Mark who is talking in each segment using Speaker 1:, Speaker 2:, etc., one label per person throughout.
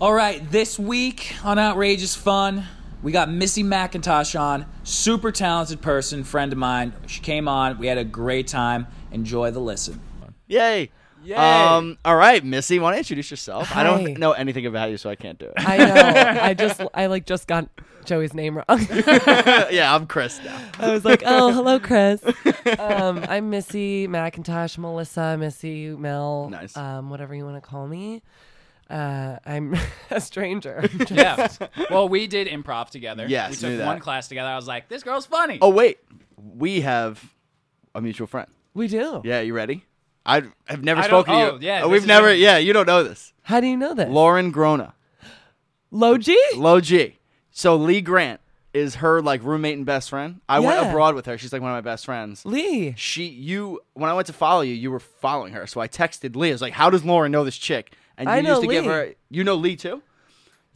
Speaker 1: All right, this week on Outrageous Fun, we got Missy McIntosh on, super talented person, friend of mine. She came on, we had a great time. Enjoy the listen.
Speaker 2: Yay.
Speaker 3: Yay.
Speaker 2: Um, all right, Missy, want to introduce yourself? I
Speaker 4: Hi.
Speaker 2: don't know anything about you, so I can't do it.
Speaker 4: I know. I just I like just got Joey's name wrong.
Speaker 2: yeah, I'm Chris now.
Speaker 4: I was like, oh, hello, Chris. Um, I'm Missy McIntosh, Melissa, Missy Mel,
Speaker 2: Nice.
Speaker 4: um, whatever you want to call me. Uh, I'm a stranger.
Speaker 3: yeah. Well, we did improv together.
Speaker 2: Yes,
Speaker 3: we
Speaker 2: knew
Speaker 3: took
Speaker 2: that.
Speaker 3: one class together. I was like, this girl's funny.
Speaker 2: Oh, wait. We have a mutual friend.
Speaker 4: we do.
Speaker 2: Yeah, you ready? I have never
Speaker 3: I don't-
Speaker 2: spoken to you.
Speaker 3: oh, yeah,
Speaker 2: Uh,
Speaker 3: this
Speaker 2: We've
Speaker 3: is
Speaker 2: never,
Speaker 3: when-
Speaker 2: yeah, you don't know this.
Speaker 4: How do you know this?
Speaker 2: Lauren Grona,
Speaker 4: Logi?
Speaker 2: Low G. So Lee Grant is her like roommate and best friend. I went
Speaker 4: Yeah.
Speaker 2: abroad with her. She's like one of my best friends.
Speaker 4: Lee.
Speaker 2: she you when I went to follow you, you were following her. So I texted Lee. I was like, "How does Lauren know this chick?" And you
Speaker 4: I know
Speaker 2: used to give
Speaker 4: Lee.
Speaker 2: her. You know Lee too.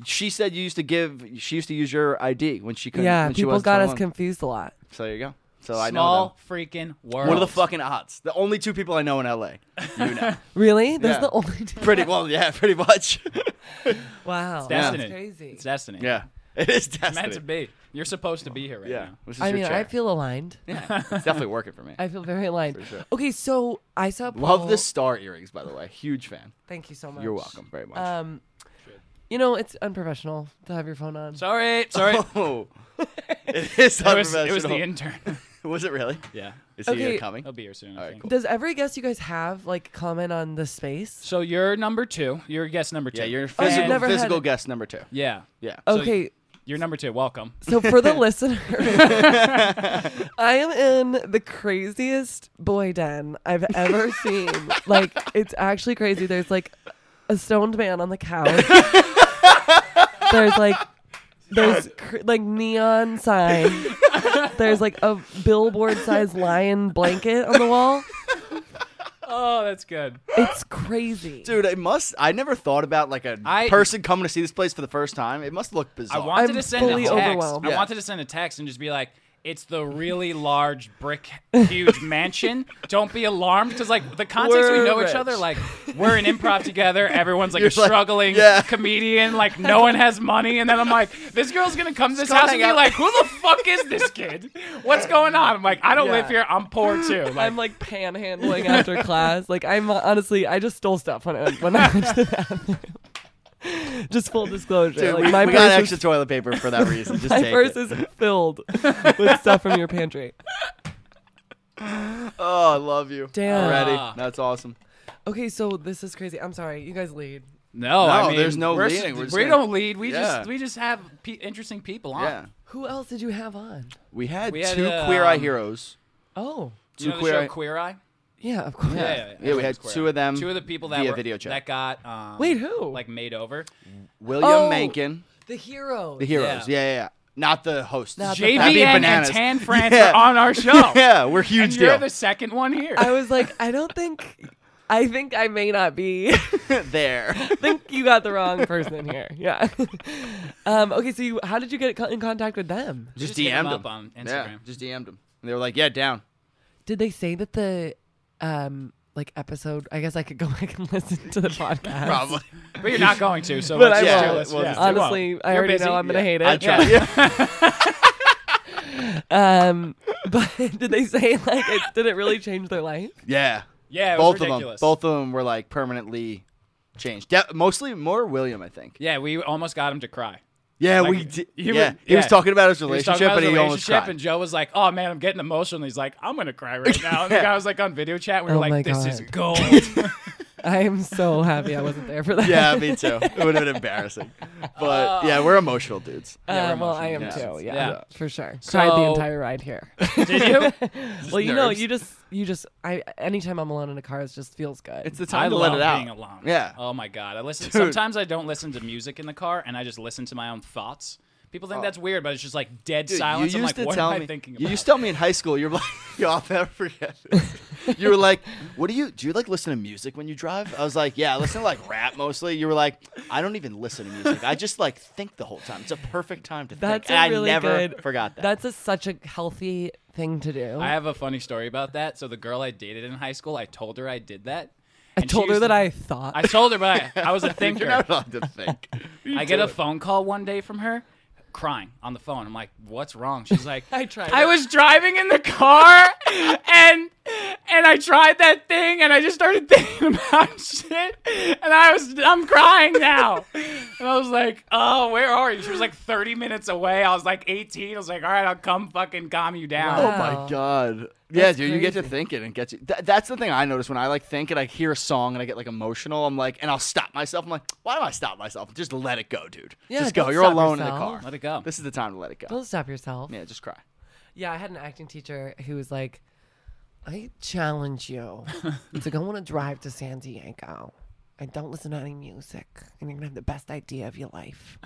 Speaker 2: She said you used to give. She used to use your ID when she couldn't.
Speaker 4: Yeah,
Speaker 2: when she
Speaker 4: people
Speaker 2: wasn't
Speaker 4: got us
Speaker 2: 21.
Speaker 4: confused a lot.
Speaker 2: So there you go. So
Speaker 3: Small
Speaker 2: I know them.
Speaker 3: freaking world.
Speaker 2: What are the fucking odds? The only two people I know in LA. You know,
Speaker 4: Really? That's
Speaker 2: Yeah.
Speaker 4: the only. T-
Speaker 2: pretty well. Yeah, pretty much.
Speaker 4: wow.
Speaker 3: Destiny.
Speaker 4: That's crazy.
Speaker 3: It's destiny.
Speaker 2: yeah, it is
Speaker 3: It's meant to
Speaker 2: destiny.
Speaker 3: be. You're supposed to be here right
Speaker 2: Yeah,
Speaker 3: now.
Speaker 2: this is
Speaker 4: I
Speaker 2: your
Speaker 4: mean,
Speaker 2: chair.
Speaker 4: I feel aligned.
Speaker 2: yeah, it's definitely working for me.
Speaker 4: I feel very aligned.
Speaker 2: sure.
Speaker 4: Okay, so I saw. a
Speaker 2: Love
Speaker 4: poll-
Speaker 2: the star earrings, by the way. Huge fan.
Speaker 4: Thank you so much.
Speaker 2: You're welcome very much.
Speaker 4: Um, you know, it's unprofessional to have your phone on.
Speaker 3: Sorry. Sorry. it,
Speaker 2: oh, it is
Speaker 3: was,
Speaker 2: unprofessional.
Speaker 3: it was the intern.
Speaker 2: Was it really?
Speaker 3: yeah.
Speaker 2: Is he
Speaker 4: Okay.
Speaker 2: uh, coming?
Speaker 3: He'll be here soon. I
Speaker 2: All right,
Speaker 3: think.
Speaker 2: cool.
Speaker 4: Does every guest you guys have like comment on the space?
Speaker 3: So you're number two. You're guest number two.
Speaker 2: Yeah, you're
Speaker 4: Oh, you've
Speaker 2: physical,
Speaker 4: never had
Speaker 2: physical
Speaker 4: it.
Speaker 2: guest number two.
Speaker 3: Yeah.
Speaker 2: Yeah.
Speaker 3: So
Speaker 4: Okay,
Speaker 3: You're number two. Welcome.
Speaker 4: so for the listener, I am in the craziest boy den I've ever seen. like, it's actually crazy. There's like a stoned man on the couch. There's like there's cr- like neon sign. There's like a billboard-sized lion blanket on the wall.
Speaker 3: Oh, that's good.
Speaker 4: It's crazy.
Speaker 2: Dude, it must. I never thought about like a
Speaker 3: I-
Speaker 2: person coming to see this place for the first time. It must look bizarre.
Speaker 3: I wanted
Speaker 4: I'm
Speaker 3: to send a
Speaker 4: fully
Speaker 3: text.
Speaker 4: overwhelmed.
Speaker 3: I
Speaker 2: Yeah.
Speaker 3: wanted to send a text and just be like, "It's the really large brick, huge mansion. Don't be alarmed because like the context we
Speaker 4: We're
Speaker 3: know each
Speaker 4: rich.
Speaker 3: other. Like we're in improv together. Everyone's like a
Speaker 2: You're like,
Speaker 3: struggling
Speaker 2: yeah.
Speaker 3: comedian. Like no one has money. And then I'm like, this girl's gonna come to this
Speaker 2: Just
Speaker 3: house
Speaker 2: go
Speaker 3: and
Speaker 2: hang
Speaker 3: be
Speaker 2: out.
Speaker 3: like, who the fuck is this kid? What's going on? I'm like, I don't
Speaker 4: Yeah.
Speaker 3: live here. I'm poor too. Like,
Speaker 4: I'm like panhandling after class. Like I'm uh, honestly, I just stole stuff when I when I went to the bathroom. just full disclosure,
Speaker 2: Dude,
Speaker 4: like
Speaker 2: we,
Speaker 4: my
Speaker 2: we
Speaker 4: purse
Speaker 2: got
Speaker 4: is-
Speaker 2: extra toilet paper for that reason. Just
Speaker 4: my
Speaker 2: take
Speaker 4: purse
Speaker 2: it.
Speaker 4: is filled with stuff from your pantry.
Speaker 2: oh, I love you.
Speaker 4: Damn.
Speaker 3: Ah.
Speaker 2: Already, that's awesome.
Speaker 4: Okay, so this is crazy. I'm sorry, you guys lead.
Speaker 3: no, I
Speaker 2: No,
Speaker 3: mean,
Speaker 2: there's no
Speaker 3: we're,
Speaker 2: leading. We're just
Speaker 3: we
Speaker 2: gonna-
Speaker 3: don't lead. We
Speaker 2: Yeah.
Speaker 3: just we just have pe- interesting people on.
Speaker 2: Yeah,
Speaker 4: Who else did you have on?
Speaker 2: Ah. we had
Speaker 3: We had,
Speaker 2: two
Speaker 3: uh,
Speaker 2: queer eye
Speaker 3: um,
Speaker 2: heroes.
Speaker 4: Oh,
Speaker 3: You know
Speaker 2: Two
Speaker 3: the show
Speaker 2: queer-
Speaker 3: Queer Eye?
Speaker 4: yeah, of course.
Speaker 3: Yeah,
Speaker 2: Yeah,
Speaker 3: yeah,
Speaker 2: we had
Speaker 3: Square.
Speaker 2: two of them
Speaker 3: Two of the people that
Speaker 2: via
Speaker 3: were
Speaker 2: video chat.
Speaker 3: that got um,
Speaker 4: Wait, who?
Speaker 3: like made over.
Speaker 2: William
Speaker 4: Oh.
Speaker 2: Mankin,
Speaker 4: The hero.
Speaker 2: the heroes. Yeah, yeah, yeah. Not the hosts.
Speaker 4: Not the-
Speaker 2: That'd be
Speaker 3: JVN and
Speaker 2: bananas.
Speaker 3: Tan France
Speaker 2: Yeah.
Speaker 3: are on our show.
Speaker 2: yeah, we're huge
Speaker 3: and you're
Speaker 2: deal.
Speaker 3: the second one here.
Speaker 4: I was like, I don't think. I think I may not be.
Speaker 2: there.
Speaker 4: think you got the wrong person here. Yeah. um, okay, so you, how did you get in contact with them?
Speaker 2: Just,
Speaker 3: hit 'em
Speaker 2: DM'd
Speaker 3: up
Speaker 2: them.
Speaker 3: on
Speaker 2: Yeah,
Speaker 3: Instagram.
Speaker 2: just DM'd them. And they were like, "Yeah, down."
Speaker 4: Did they say that the um like episode? I guess I could go back and listen to the podcast.
Speaker 2: Probably.
Speaker 3: but you're not going to, so
Speaker 4: But
Speaker 3: let's
Speaker 4: I
Speaker 3: just do
Speaker 4: will.
Speaker 3: this.
Speaker 2: We'll
Speaker 3: yeah.
Speaker 2: just do it.
Speaker 4: Honestly, I
Speaker 3: You're
Speaker 4: already
Speaker 3: busy.
Speaker 4: know I'm gonna hate it.
Speaker 2: I try.
Speaker 4: Um, but did they say like it, did it really change their life?
Speaker 2: Yeah.
Speaker 3: Yeah, it was
Speaker 2: Both
Speaker 3: ridiculous.
Speaker 2: of them. Both of them were like permanently changed. De- mostly more William, I think.
Speaker 3: Yeah, we almost got him to cry.
Speaker 2: Yeah,
Speaker 3: Like,
Speaker 2: we did.
Speaker 3: he
Speaker 2: yeah.
Speaker 3: would-
Speaker 2: he was
Speaker 3: yeah.
Speaker 2: talking about his
Speaker 3: He was
Speaker 2: relationship,
Speaker 3: talking about
Speaker 2: and
Speaker 3: his
Speaker 2: he almost
Speaker 3: relationship,
Speaker 2: cried.
Speaker 3: and Joe was like, "Oh man, I'm getting emotional." And he's like, "I'm gonna cry right now." And the
Speaker 2: Yeah.
Speaker 3: guy was like on video chat. We were
Speaker 4: Oh my
Speaker 3: like, "This is
Speaker 4: God.
Speaker 3: gold."
Speaker 4: I am so happy I wasn't there for that.
Speaker 2: yeah, me too. It would have been embarrassing.
Speaker 3: Oh.
Speaker 2: But yeah, we're emotional dudes.
Speaker 4: Uh, well, I am
Speaker 2: emotional guys.
Speaker 4: too. Yeah,
Speaker 3: Yeah.
Speaker 4: for sure. Cried the
Speaker 3: So-
Speaker 4: entire ride here.
Speaker 3: Did you?
Speaker 4: well, you know,
Speaker 2: nerves.
Speaker 4: you just, you just, I. Anytime I'm alone in a car, it just feels good.
Speaker 2: It's the
Speaker 3: I
Speaker 2: time to
Speaker 3: love
Speaker 2: let it out.
Speaker 3: being alone.
Speaker 2: Yeah.
Speaker 3: Oh my god. I listen.
Speaker 2: Dude.
Speaker 3: Sometimes I don't listen to music in the car, and I just listen to my own thoughts. People think that's weird, but it's just like dead
Speaker 2: Oh. Dude,
Speaker 3: silence.
Speaker 2: You
Speaker 3: I'm
Speaker 2: used
Speaker 3: like,
Speaker 2: to
Speaker 3: what
Speaker 2: tell
Speaker 3: am
Speaker 2: me.
Speaker 3: I thinking
Speaker 2: You
Speaker 3: about?
Speaker 2: used to tell me in high school. You're like, "Yo, I'll never forget this." You were like, "What do you do? You like listen to music when you drive?" I was like, "Yeah, I listen to like rap mostly." You were like, "I don't even listen to music. I just like think the whole time. It's a perfect time to
Speaker 4: That's
Speaker 2: think."
Speaker 4: a
Speaker 2: And
Speaker 4: really
Speaker 2: I never
Speaker 4: good-
Speaker 2: forgot that.
Speaker 4: That's a, such a healthy thing to do.
Speaker 3: I have a funny story about that. So the girl I dated in high school, I told her I did that.
Speaker 4: I
Speaker 3: and she
Speaker 4: told her
Speaker 3: was-
Speaker 4: that I thought.
Speaker 3: I told her, but I, I was a thinker.
Speaker 2: You're not allowed to think.
Speaker 3: I get a phone call one day from her crying on the phone. I'm like, "What's wrong?" She's like,
Speaker 4: I tried
Speaker 3: I
Speaker 4: it."
Speaker 3: was driving in the car and and I tried that thing and I just started thinking about shit and I was I'm crying now." And I was like, "Oh, where are you?" She was like 30 minutes away. I was like 18. I was like, "All right, I'll come fucking calm you down."
Speaker 2: Oh
Speaker 4: Wow.
Speaker 2: my god! Yeah, dude, you get to
Speaker 4: crazy.
Speaker 2: thinking and get you. Th- that's the thing I notice when I like think and I hear a song and I get like emotional. I'm like, and I'll stop myself. I'm like, why do I stop myself? Just let it go, dude.
Speaker 4: Yeah,
Speaker 2: just go.
Speaker 4: don't
Speaker 2: You're
Speaker 4: stop
Speaker 2: alone in the
Speaker 4: yourself.
Speaker 2: car.
Speaker 3: Let it go.
Speaker 2: This is the time to let it go.
Speaker 4: Don't stop yourself.
Speaker 2: Yeah, just cry.
Speaker 4: Yeah, I had an acting teacher who was like, I challenge you to go on a drive to San Diego and don't listen to any music and you're gonna have the best idea of your life.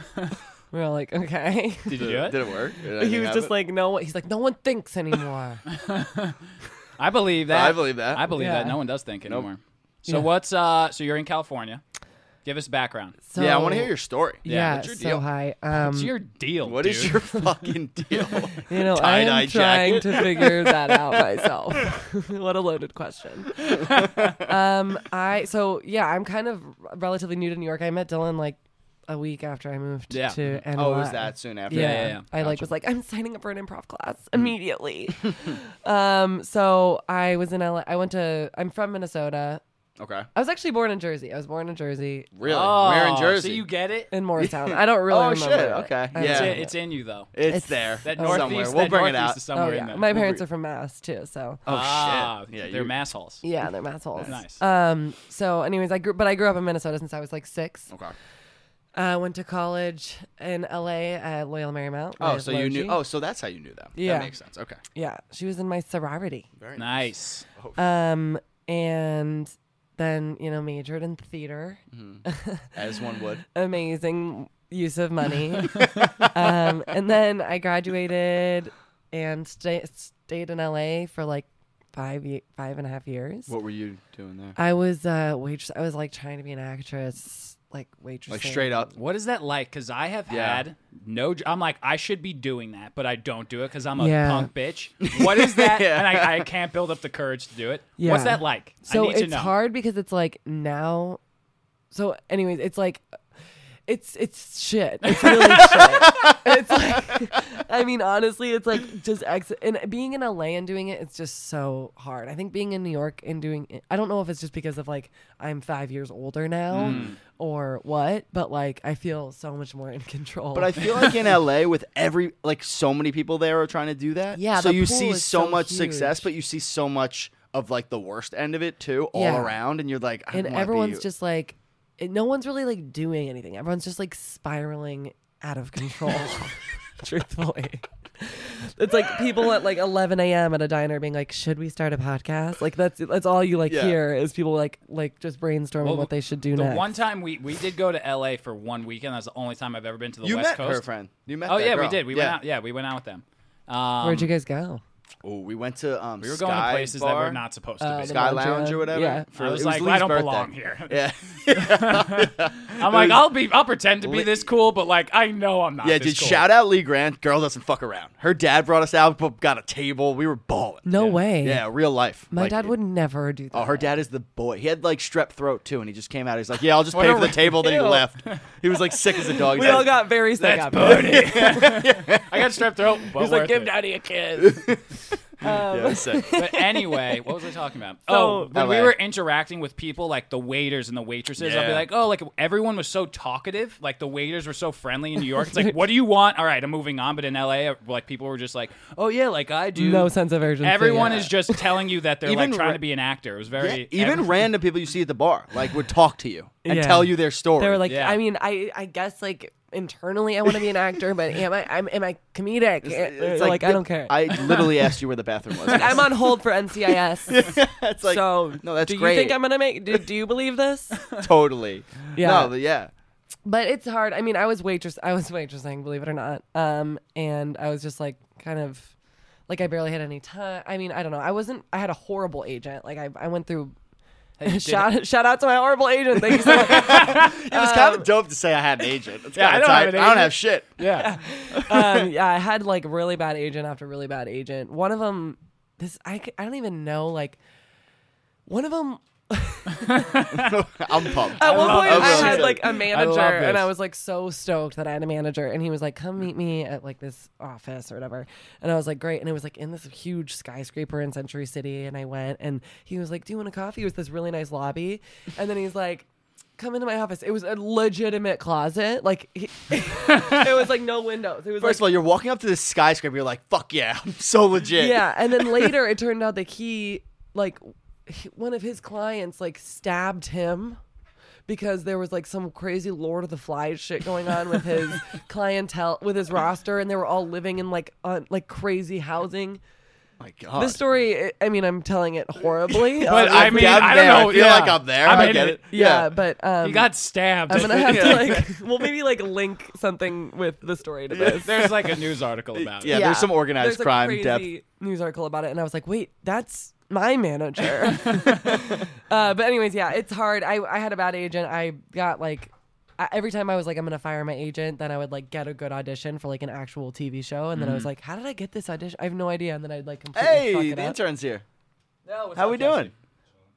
Speaker 4: we were all like, okay.
Speaker 2: Did
Speaker 3: you do it?
Speaker 2: Did it work? Did
Speaker 4: he
Speaker 2: anything
Speaker 4: was just
Speaker 2: happen?
Speaker 4: like, no one he's like, no one thinks anymore.
Speaker 3: I believe that.
Speaker 2: I believe that.
Speaker 3: I believe
Speaker 4: Yeah.
Speaker 3: that. No one does think anymore. So
Speaker 4: Yeah.
Speaker 3: what's uh so you're in California. Give us background.
Speaker 4: So,
Speaker 2: yeah, I want to hear your story.
Speaker 4: Yeah,
Speaker 2: what's your
Speaker 4: so
Speaker 2: deal?
Speaker 4: hi. Um
Speaker 3: What's your deal?
Speaker 2: What
Speaker 3: dude?
Speaker 2: is your fucking deal?
Speaker 4: you know, I
Speaker 2: tie-dye
Speaker 4: am trying
Speaker 2: jacket?
Speaker 4: to figure that out myself. what a loaded question. um, I so yeah, I'm kind of relatively new to New York. I met Dylan like a week after I moved
Speaker 3: Yeah.
Speaker 4: to NY.
Speaker 2: oh, it was that soon after?
Speaker 4: Yeah,
Speaker 3: yeah, yeah.
Speaker 4: I like was like, I'm signing up for an improv class
Speaker 2: Hmm.
Speaker 4: immediately. um, so I was in LA. I went to. I'm from Minnesota.
Speaker 2: Okay.
Speaker 4: I was actually born in Jersey. I was born in Jersey
Speaker 2: Really?
Speaker 3: Oh,
Speaker 2: We're in Jersey.
Speaker 3: So you get it?
Speaker 4: in Morristown. I don't really
Speaker 2: Oh,
Speaker 4: remember.
Speaker 2: shit.
Speaker 4: it.
Speaker 2: Okay.
Speaker 4: I don't
Speaker 2: Yeah.
Speaker 3: It's,
Speaker 4: remember
Speaker 3: in- it's in you though.
Speaker 2: it's,
Speaker 4: it's-
Speaker 2: there.
Speaker 3: That
Speaker 2: somewhere.
Speaker 3: northeast,
Speaker 2: We'll
Speaker 3: that
Speaker 2: bring it
Speaker 3: northeast
Speaker 2: out.
Speaker 3: Is
Speaker 4: Oh
Speaker 3: somewhere in
Speaker 4: yeah,
Speaker 3: there.
Speaker 4: my parents are from Mass too, so
Speaker 2: Oh
Speaker 3: Ah,
Speaker 2: shit. Yeah,
Speaker 3: they're
Speaker 2: you-
Speaker 3: mass holes.
Speaker 4: yeah, they're mass holes.
Speaker 3: Nice.
Speaker 4: Um, so anyways, I grew, but I grew up in Minnesota since I was like six. Uh,
Speaker 2: Okay.
Speaker 4: I went to college in LA at Loyola Marymount.
Speaker 2: Oh,
Speaker 4: with
Speaker 2: so you knew.
Speaker 4: Logie.
Speaker 2: Oh, so that's how you knew them.
Speaker 4: Yeah.
Speaker 2: That makes sense. Okay.
Speaker 4: yeah, she was in my sorority.
Speaker 2: Very
Speaker 3: Nice.
Speaker 4: Um, and then you know majored in theater.
Speaker 2: Mm. As one would.
Speaker 4: Amazing use of money. um, and then I graduated and stay, stayed in LA for like five ye- five and a half years.
Speaker 2: What were you doing there?
Speaker 4: I was uh waitress. I was like trying to be an actress, like waitress.
Speaker 2: Like straight up.
Speaker 3: What is that like? Because I have
Speaker 2: Yeah.
Speaker 3: had no. j- I'm like I should be doing that, but I don't do it because I'm a
Speaker 4: Yeah.
Speaker 3: punk bitch. What is that?
Speaker 2: Yeah.
Speaker 3: And I, I can't build up the courage to do it.
Speaker 4: Yeah.
Speaker 3: What's that like?
Speaker 4: So
Speaker 3: I need
Speaker 4: it's
Speaker 3: to know.
Speaker 4: hard because it's like now. So, anyways, it's like, it's it's shit. It's really shit. It's like, I mean, honestly, it's like just ex. And being in LA and doing it, it's just so hard. I think being in New York and doing, it, I don't know if it's just because of like I'm five years older now
Speaker 3: Mm.
Speaker 4: or what, but like I feel so much more in control.
Speaker 2: But I feel like in LA, with every like so many people there are trying to do that.
Speaker 4: Yeah,
Speaker 2: So
Speaker 4: the
Speaker 2: you
Speaker 4: pool
Speaker 2: see
Speaker 4: is
Speaker 2: so,
Speaker 4: so
Speaker 2: much
Speaker 4: huge.
Speaker 2: success, but you see so much of like the worst end of it too, all
Speaker 4: Yeah.
Speaker 2: around, and you're like, I
Speaker 4: and
Speaker 2: wanna
Speaker 4: everyone's
Speaker 2: be-
Speaker 4: just like, it, no one's really like doing anything. Everyone's just like spiraling out of control. truthfully. It's like people at like 11 a.m. at a diner being like, "Should we start a podcast?" Like that's that's all you like
Speaker 2: Yeah.
Speaker 4: hear is people like like just brainstorming
Speaker 3: Well,
Speaker 4: what they should do
Speaker 3: The
Speaker 4: next.
Speaker 3: one time we we did go to L.A. for one weekend. That's the only time I've ever been to the
Speaker 2: You
Speaker 3: West
Speaker 2: met
Speaker 3: Coast.
Speaker 2: her friend. You met.
Speaker 3: Oh
Speaker 2: that
Speaker 3: yeah, we
Speaker 2: girl.
Speaker 3: did. We went out. Yeah, we went out with them. Um,
Speaker 4: Where'd you guys go?
Speaker 2: Oh, we went to um.
Speaker 3: We were going to places that we're not supposed to
Speaker 4: Uh,
Speaker 3: be.
Speaker 4: the
Speaker 2: Sky
Speaker 4: Lounge,
Speaker 2: Lounge
Speaker 4: yeah.
Speaker 2: or whatever.
Speaker 4: Yeah.
Speaker 2: For,
Speaker 3: I
Speaker 2: it
Speaker 3: was like,
Speaker 2: Lee's
Speaker 3: I don't
Speaker 2: birthday.
Speaker 3: belong here.
Speaker 2: Yeah.
Speaker 3: I'm like, I'll be, I'll pretend to be
Speaker 2: Lee-
Speaker 3: this cool, but like, I know I'm not.
Speaker 2: Yeah,
Speaker 3: this
Speaker 2: dude.
Speaker 3: cool.
Speaker 2: Shout out Lee Grant. Girl doesn't fuck around. Her dad brought us out, but got a table. We were balling.
Speaker 4: No
Speaker 2: Yeah.
Speaker 4: way.
Speaker 2: Yeah, real life.
Speaker 4: My
Speaker 2: Like,
Speaker 4: dad would never do that.
Speaker 2: Oh, her dad is the boy. He had like strep throat too, and he just came out. He's like, "Yeah, I'll just
Speaker 3: What
Speaker 2: pay
Speaker 3: a
Speaker 2: for the table." Then he
Speaker 3: ew.
Speaker 2: left. He was like sick as a dog. He's
Speaker 4: We
Speaker 2: like,
Speaker 4: all got very sick.
Speaker 3: That's
Speaker 4: after.
Speaker 3: Bernie. I got strep throat. But
Speaker 4: He's like,
Speaker 3: worth
Speaker 4: "Give
Speaker 3: it.
Speaker 4: daddy a kiss."
Speaker 2: yeah, sick.
Speaker 3: But anyway, what was I talking about?
Speaker 4: So-
Speaker 3: oh, when we
Speaker 2: LA.
Speaker 3: were interacting with people, like the waiters and the waitresses, I'd be
Speaker 2: Yeah.
Speaker 3: like, oh, like everyone was so talkative. Like the waiters were so friendly in New York. It's like, what do you want? All right, I'm moving on. But in LA, like people were just like, oh yeah, like I do.
Speaker 4: no sense of urgency.
Speaker 3: Everyone
Speaker 4: yeah.
Speaker 3: is just telling you that they're like
Speaker 2: Even
Speaker 3: trying
Speaker 2: ra-
Speaker 3: to be an actor. It was
Speaker 2: Yeah,
Speaker 3: very
Speaker 2: even random people you see at the bar like would talk to you and
Speaker 4: Yeah.
Speaker 2: tell you their story.
Speaker 4: They were like,
Speaker 3: Yeah.
Speaker 4: I mean, I I guess like internally I want to be an actor, but am I I'm, am I comedic? It's like, I don't care. I,
Speaker 2: I literally asked you where the bathroom was.
Speaker 4: am on hold for NCIS.
Speaker 2: It's like,
Speaker 4: so
Speaker 2: no, that's
Speaker 4: do you
Speaker 2: great.
Speaker 4: think I'm gonna make? Do, do you believe this?
Speaker 2: totally.
Speaker 4: Yeah.
Speaker 2: No, but yeah.
Speaker 4: but it's hard. I mean, I was waitress. I was waitressing, believe it or not. Um, and I was just like kind of like I barely had any time. I mean, I don't know. I wasn't. I had a horrible agent. Like I I went through. shout shout out to my horrible agent. Thank you so much.
Speaker 2: It was kind of dope to say I had an agent. It's
Speaker 3: Yeah, I
Speaker 2: kinda
Speaker 3: don't have
Speaker 2: tight.
Speaker 3: an
Speaker 2: Um, I don't
Speaker 3: agent.
Speaker 2: have shit.
Speaker 3: yeah.
Speaker 4: um, yeah, I had like really bad agent after really bad agent. One of them, this I, c- I don't even know. Like, one of them
Speaker 2: I'm pumped.
Speaker 4: At one point,
Speaker 2: it.
Speaker 4: I
Speaker 2: Okay.
Speaker 4: had like a
Speaker 3: love
Speaker 4: manager, and
Speaker 3: this.
Speaker 4: I was like so stoked that I had a manager, and he was like, "Come meet me at like this office or whatever," and I was like, "Great!" And it was like in this huge skyscraper in Century City, and I went, and he was like, "Do you want a coffee?" It was this really nice lobby, and then he's like. Come into my office. It was a legitimate closet. Like, he, it was like no windows. It was like,
Speaker 2: First of all, you're walking up to this skyscraper. You're like, "Fuck yeah, I'm so legit."
Speaker 4: Yeah, and then later it turned out that he like he- one of his clients like stabbed him because there was like some crazy Lord of the Flies shit going on with his clientele with his roster and they were all living in like un- like crazy housing.
Speaker 2: Oh my god.
Speaker 4: This story I- I mean I'm telling it horribly.
Speaker 3: Uh, But
Speaker 4: obviously.
Speaker 3: I mean,
Speaker 2: Yeah, I'm
Speaker 3: I
Speaker 2: there.
Speaker 3: don't know.
Speaker 2: I feel
Speaker 3: yeah.
Speaker 2: like I'm there.
Speaker 3: I'm
Speaker 2: I
Speaker 3: in
Speaker 2: get it.
Speaker 4: yeah,
Speaker 2: yeah.
Speaker 4: but um
Speaker 3: He got stabbed.
Speaker 4: I'm going to have to like well maybe like link something with the story to this.
Speaker 3: There's like a news article about
Speaker 2: Yeah,
Speaker 3: it.
Speaker 2: there's some organized
Speaker 4: There's a
Speaker 2: crime
Speaker 4: crazy news article about it, and I was like, wait, that's my manager. uh, but anyways, yeah, it's hard. I I had a bad agent. I got like. I- Every time I was like, I'm gonna fire my agent, then I would like get a good audition for like an actual TV show, and then I was like, How did I get this audition? I have no idea. And then I'd like
Speaker 2: depth.
Speaker 4: completely fuck
Speaker 2: Mm-hmm. Hey,
Speaker 4: it
Speaker 2: the
Speaker 4: up.
Speaker 2: intern's here.
Speaker 4: No,
Speaker 2: How we doing?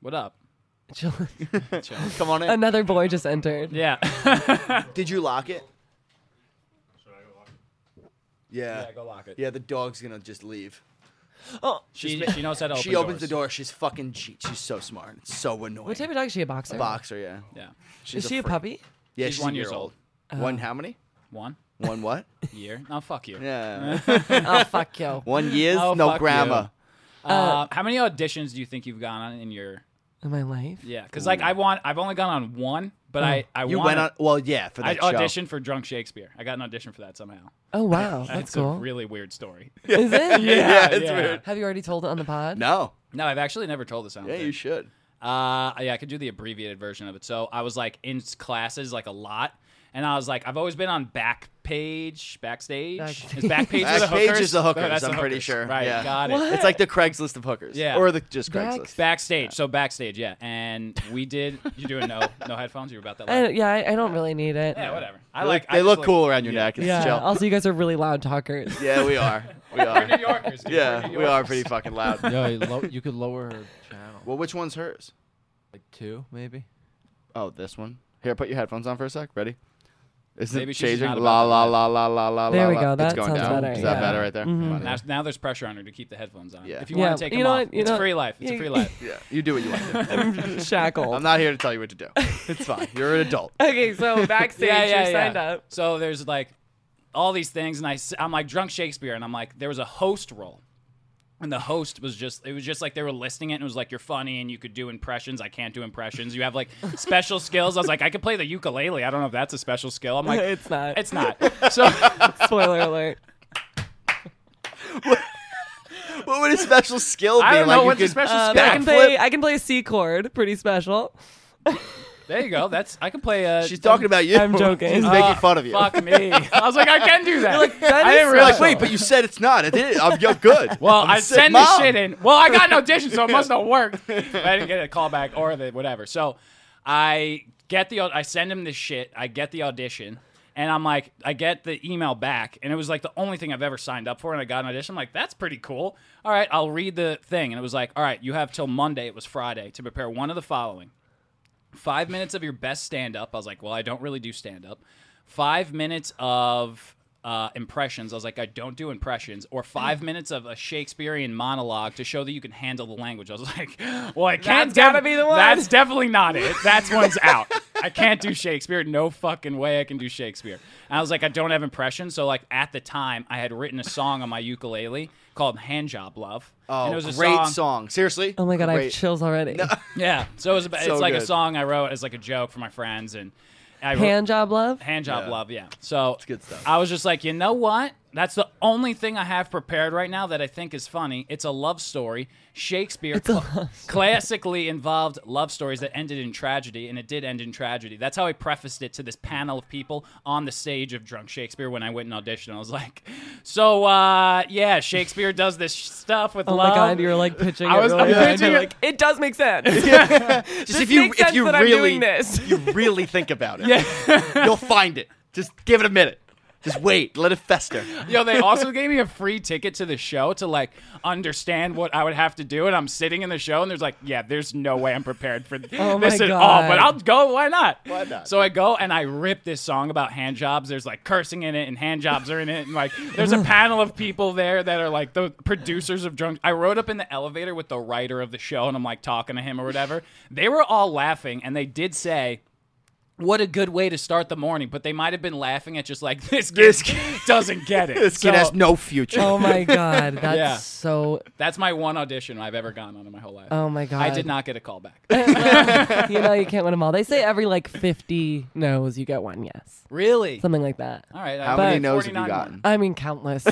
Speaker 3: What up?
Speaker 2: Come on in.
Speaker 4: Another boy just entered.
Speaker 3: Yeah.
Speaker 2: Did you lock it? Yeah.
Speaker 3: go lock it.
Speaker 2: Yeah, the dog's gonna just leave.
Speaker 3: She, she knows how to open
Speaker 2: she opens the
Speaker 3: doors.
Speaker 2: door. She's fucking. She, she's so smart. It's so annoying.
Speaker 4: What type of dog is she? A boxer?
Speaker 2: boxer? Yeah.
Speaker 3: Yeah.
Speaker 2: She's
Speaker 4: Is she a
Speaker 2: freak.
Speaker 4: puppy?
Speaker 2: Yeah,
Speaker 3: She's
Speaker 2: she's,
Speaker 3: one
Speaker 2: a year
Speaker 3: years
Speaker 2: old. One how many?
Speaker 3: One
Speaker 2: One what?
Speaker 3: year. No, fuck you.
Speaker 2: yeah.
Speaker 4: oh fuck you!
Speaker 2: One years.
Speaker 3: Oh,
Speaker 2: no
Speaker 3: fuck
Speaker 2: grandma.
Speaker 3: you. Uh, how many auditions do you think you've gone on in your?
Speaker 4: In my life,
Speaker 3: Yeah, because like I want, I've only gone on one, but I I
Speaker 2: You
Speaker 3: wanna-
Speaker 2: went on. Well, yeah, for
Speaker 3: I
Speaker 2: that show.
Speaker 3: auditioned for Drunk Shakespeare. I got an audition for that somehow.
Speaker 4: oh wow, that's
Speaker 3: That's a
Speaker 4: cool.
Speaker 3: really weird story.
Speaker 4: is it?
Speaker 2: Yeah, it's weird.
Speaker 4: Have you already told it on the pod?
Speaker 2: No.
Speaker 3: No, I've actually never told this. I don't
Speaker 2: Yeah,
Speaker 3: think.
Speaker 2: you should.
Speaker 3: Uh, yeah, I could do the abbreviated version of it. So I was like in s- classes like a lot, and I was like, I've always been on back page, backstage.
Speaker 4: Backstage.
Speaker 3: Is back page the
Speaker 2: Backpage
Speaker 3: hookers?
Speaker 2: Uh, is the hookers,
Speaker 3: that's
Speaker 2: I'm
Speaker 3: the
Speaker 2: pretty
Speaker 3: hookers.
Speaker 2: sure.
Speaker 3: Right,
Speaker 2: Yeah.
Speaker 3: got it.
Speaker 4: What?
Speaker 2: It's like the Craigslist of hookers.
Speaker 3: Yeah.
Speaker 2: Or the just
Speaker 4: Back-
Speaker 2: Craigslist.
Speaker 3: Backstage, so backstage, yeah. And we did. You doing no no headphones? You were about that.
Speaker 4: I,
Speaker 3: loud.
Speaker 4: yeah, I, I don't really need it.
Speaker 3: Yeah, whatever. I
Speaker 2: They
Speaker 3: like.
Speaker 2: look-
Speaker 3: I
Speaker 2: they
Speaker 3: just
Speaker 2: look
Speaker 3: like-
Speaker 2: cool around your
Speaker 3: yeah.
Speaker 2: neck. It's
Speaker 4: Yeah.
Speaker 2: chill.
Speaker 4: Also, you guys are really loud talkers.
Speaker 2: yeah, we are. We are.
Speaker 3: New Yorkers. dude.
Speaker 2: Yeah,
Speaker 3: We're New
Speaker 2: we are
Speaker 3: Yorkers.
Speaker 2: pretty fucking loud.
Speaker 5: Yo, you, lo- you could lower her channel.
Speaker 2: Well, which one's hers?
Speaker 5: Like two, maybe.
Speaker 2: Oh, this one. Here, put your headphones on for a sec. Ready? Is
Speaker 3: Maybe
Speaker 2: it
Speaker 3: she's
Speaker 2: changing?
Speaker 3: not
Speaker 2: La
Speaker 3: about
Speaker 2: la
Speaker 3: to
Speaker 2: la la la la.
Speaker 4: There
Speaker 2: la,
Speaker 4: we
Speaker 2: la.
Speaker 4: go.
Speaker 2: It's
Speaker 4: That
Speaker 2: going
Speaker 4: sounds
Speaker 2: down.
Speaker 4: better,
Speaker 2: Is that
Speaker 5: yeah.
Speaker 2: better right there? Come
Speaker 3: Now,
Speaker 2: on,
Speaker 3: now there's pressure on her to keep the headphones on.
Speaker 2: Yeah.
Speaker 3: If you
Speaker 4: Yeah,
Speaker 3: want to take
Speaker 4: you
Speaker 3: them
Speaker 4: know
Speaker 3: off,
Speaker 4: what, you
Speaker 3: it's
Speaker 4: know-
Speaker 3: free life. It's
Speaker 4: you-
Speaker 3: free life.
Speaker 2: yeah. You do what you want. to do. I'm
Speaker 4: Shackled.
Speaker 2: not here to tell you what to do. It's fine. You're an adult.
Speaker 4: okay, so backstage, you signed up.
Speaker 3: So there's like all these things, and I, s- I'm like drunk Shakespeare, and I'm like, there was a host role. And the host was just, it was just like they were listing it and it was like, you're funny and you could do impressions. I can't do impressions. You have like special skills. I was like, I could play the ukulele. I don't know if that's a special skill. I'm like,
Speaker 4: It's not.
Speaker 3: it's not. So
Speaker 4: Spoiler alert.
Speaker 2: What would a special skill be?
Speaker 3: I don't
Speaker 2: like
Speaker 3: know
Speaker 2: you
Speaker 3: what's a
Speaker 2: could-
Speaker 3: special
Speaker 4: Um,
Speaker 3: skill.
Speaker 4: I
Speaker 2: back-
Speaker 4: can play.
Speaker 2: Backflip.
Speaker 4: I can play a C chord. Pretty special.
Speaker 3: There you go. That's, I could play a.
Speaker 2: She's talking about you.
Speaker 4: I'm joking.
Speaker 2: She's making fun of you.
Speaker 3: Uh, Fuck me. I was like, I can do that.
Speaker 4: That
Speaker 3: I
Speaker 4: is
Speaker 3: didn't
Speaker 2: You're
Speaker 3: realize.
Speaker 2: like, wait, but you said it's not. It did. I'm, I'm good.
Speaker 3: Well,
Speaker 2: I'm
Speaker 3: I
Speaker 2: sick
Speaker 3: send
Speaker 2: mom.
Speaker 3: this shit in. Well, I got an audition, so it must have worked. But I didn't get a call back or the whatever. So I get the I send him this shit. I get the audition, and I'm like, I get the email back, and it was like the only thing I've ever signed up for. And I got an audition. I'm like, that's pretty cool. All right, I'll read the thing, and it was like, all right, you have till Monday. It was Friday to prepare one of the following: five minutes of your best stand up. I was like, well, I don't really do stand up. Five minutes of uh, impressions. I was like, I don't do impressions. Or
Speaker 4: Mm.
Speaker 3: five minutes of a Shakespearean monologue to show that you can handle the language. I was like, well, I can't.
Speaker 4: That's gotta be the one.
Speaker 3: That's definitely not it. That one's out. I can't do Shakespeare. No fucking way I can do Shakespeare. And I was like, I don't have impressions. So like at the time, I had written a song on my ukulele called "Hand Job Love."
Speaker 2: Oh,
Speaker 3: and it was a
Speaker 2: great
Speaker 3: song.
Speaker 2: Seriously.
Speaker 4: Oh my god, I have
Speaker 2: Great.
Speaker 4: chills already.
Speaker 3: Yeah. So it was. About,
Speaker 2: So
Speaker 3: it's like a
Speaker 2: good.
Speaker 3: song I wrote as like a joke for my friends, and I wrote,
Speaker 4: Hand job, love.
Speaker 3: hand job love. Yeah. So it's
Speaker 2: good stuff.
Speaker 3: I was just like, you know what? That's the only thing I have prepared right now that I think is funny. It's a love story. Shakespeare cla- classically involved love stories that ended in tragedy, and it did end in tragedy. That's how I prefaced it to this panel of people on the stage of Drunk Shakespeare when I went and auditioned. I was like, so uh, yeah, Shakespeare does this stuff with
Speaker 4: Oh
Speaker 3: love.
Speaker 4: my god, you're like pitching.
Speaker 3: I was-
Speaker 4: it
Speaker 3: I'm
Speaker 4: really hard.
Speaker 3: pitching
Speaker 4: You're
Speaker 3: it.
Speaker 4: like it does make sense.
Speaker 2: Just if you
Speaker 4: makes
Speaker 2: if
Speaker 4: sense
Speaker 2: you
Speaker 4: that I'm
Speaker 2: really
Speaker 4: doing this.
Speaker 2: if you really think about it, you'll find it. Just give it a minute. Just wait. Let it fester.
Speaker 6: Yo, they also gave me a free ticket to the show to like understand what I would have to do. And I'm sitting in the show, and there's like, yeah, there's no way I'm prepared for
Speaker 4: Oh my
Speaker 6: this at all. But
Speaker 4: God.
Speaker 6: I'll go. Why not?
Speaker 2: Why not?
Speaker 6: So I go and I rip this song about hand jobs. There's like cursing in it, and hand jobs are in it, and like there's a panel of people there that are like the producers of Drunk. I rode up in the elevator with the writer of the show, and I'm like talking to him or whatever. They were all laughing, and they did say what a good way to start the morning. But they might have been laughing at just like this kid
Speaker 2: This kid-
Speaker 6: doesn't get it.
Speaker 2: This
Speaker 6: So,
Speaker 2: kid has no future.
Speaker 4: Oh my god, that's
Speaker 6: Yeah.
Speaker 4: so.
Speaker 6: that's my one audition I've ever gone on in my whole life.
Speaker 4: Oh my god,
Speaker 6: I did not get a call back.
Speaker 4: you know, you can't win them all. They say every like fifty no's, you get one yes,
Speaker 6: really?
Speaker 4: something like that.
Speaker 6: All right. I-
Speaker 2: How many
Speaker 4: But-
Speaker 2: no's have you
Speaker 6: 49
Speaker 2: gotten?
Speaker 4: I mean, countless.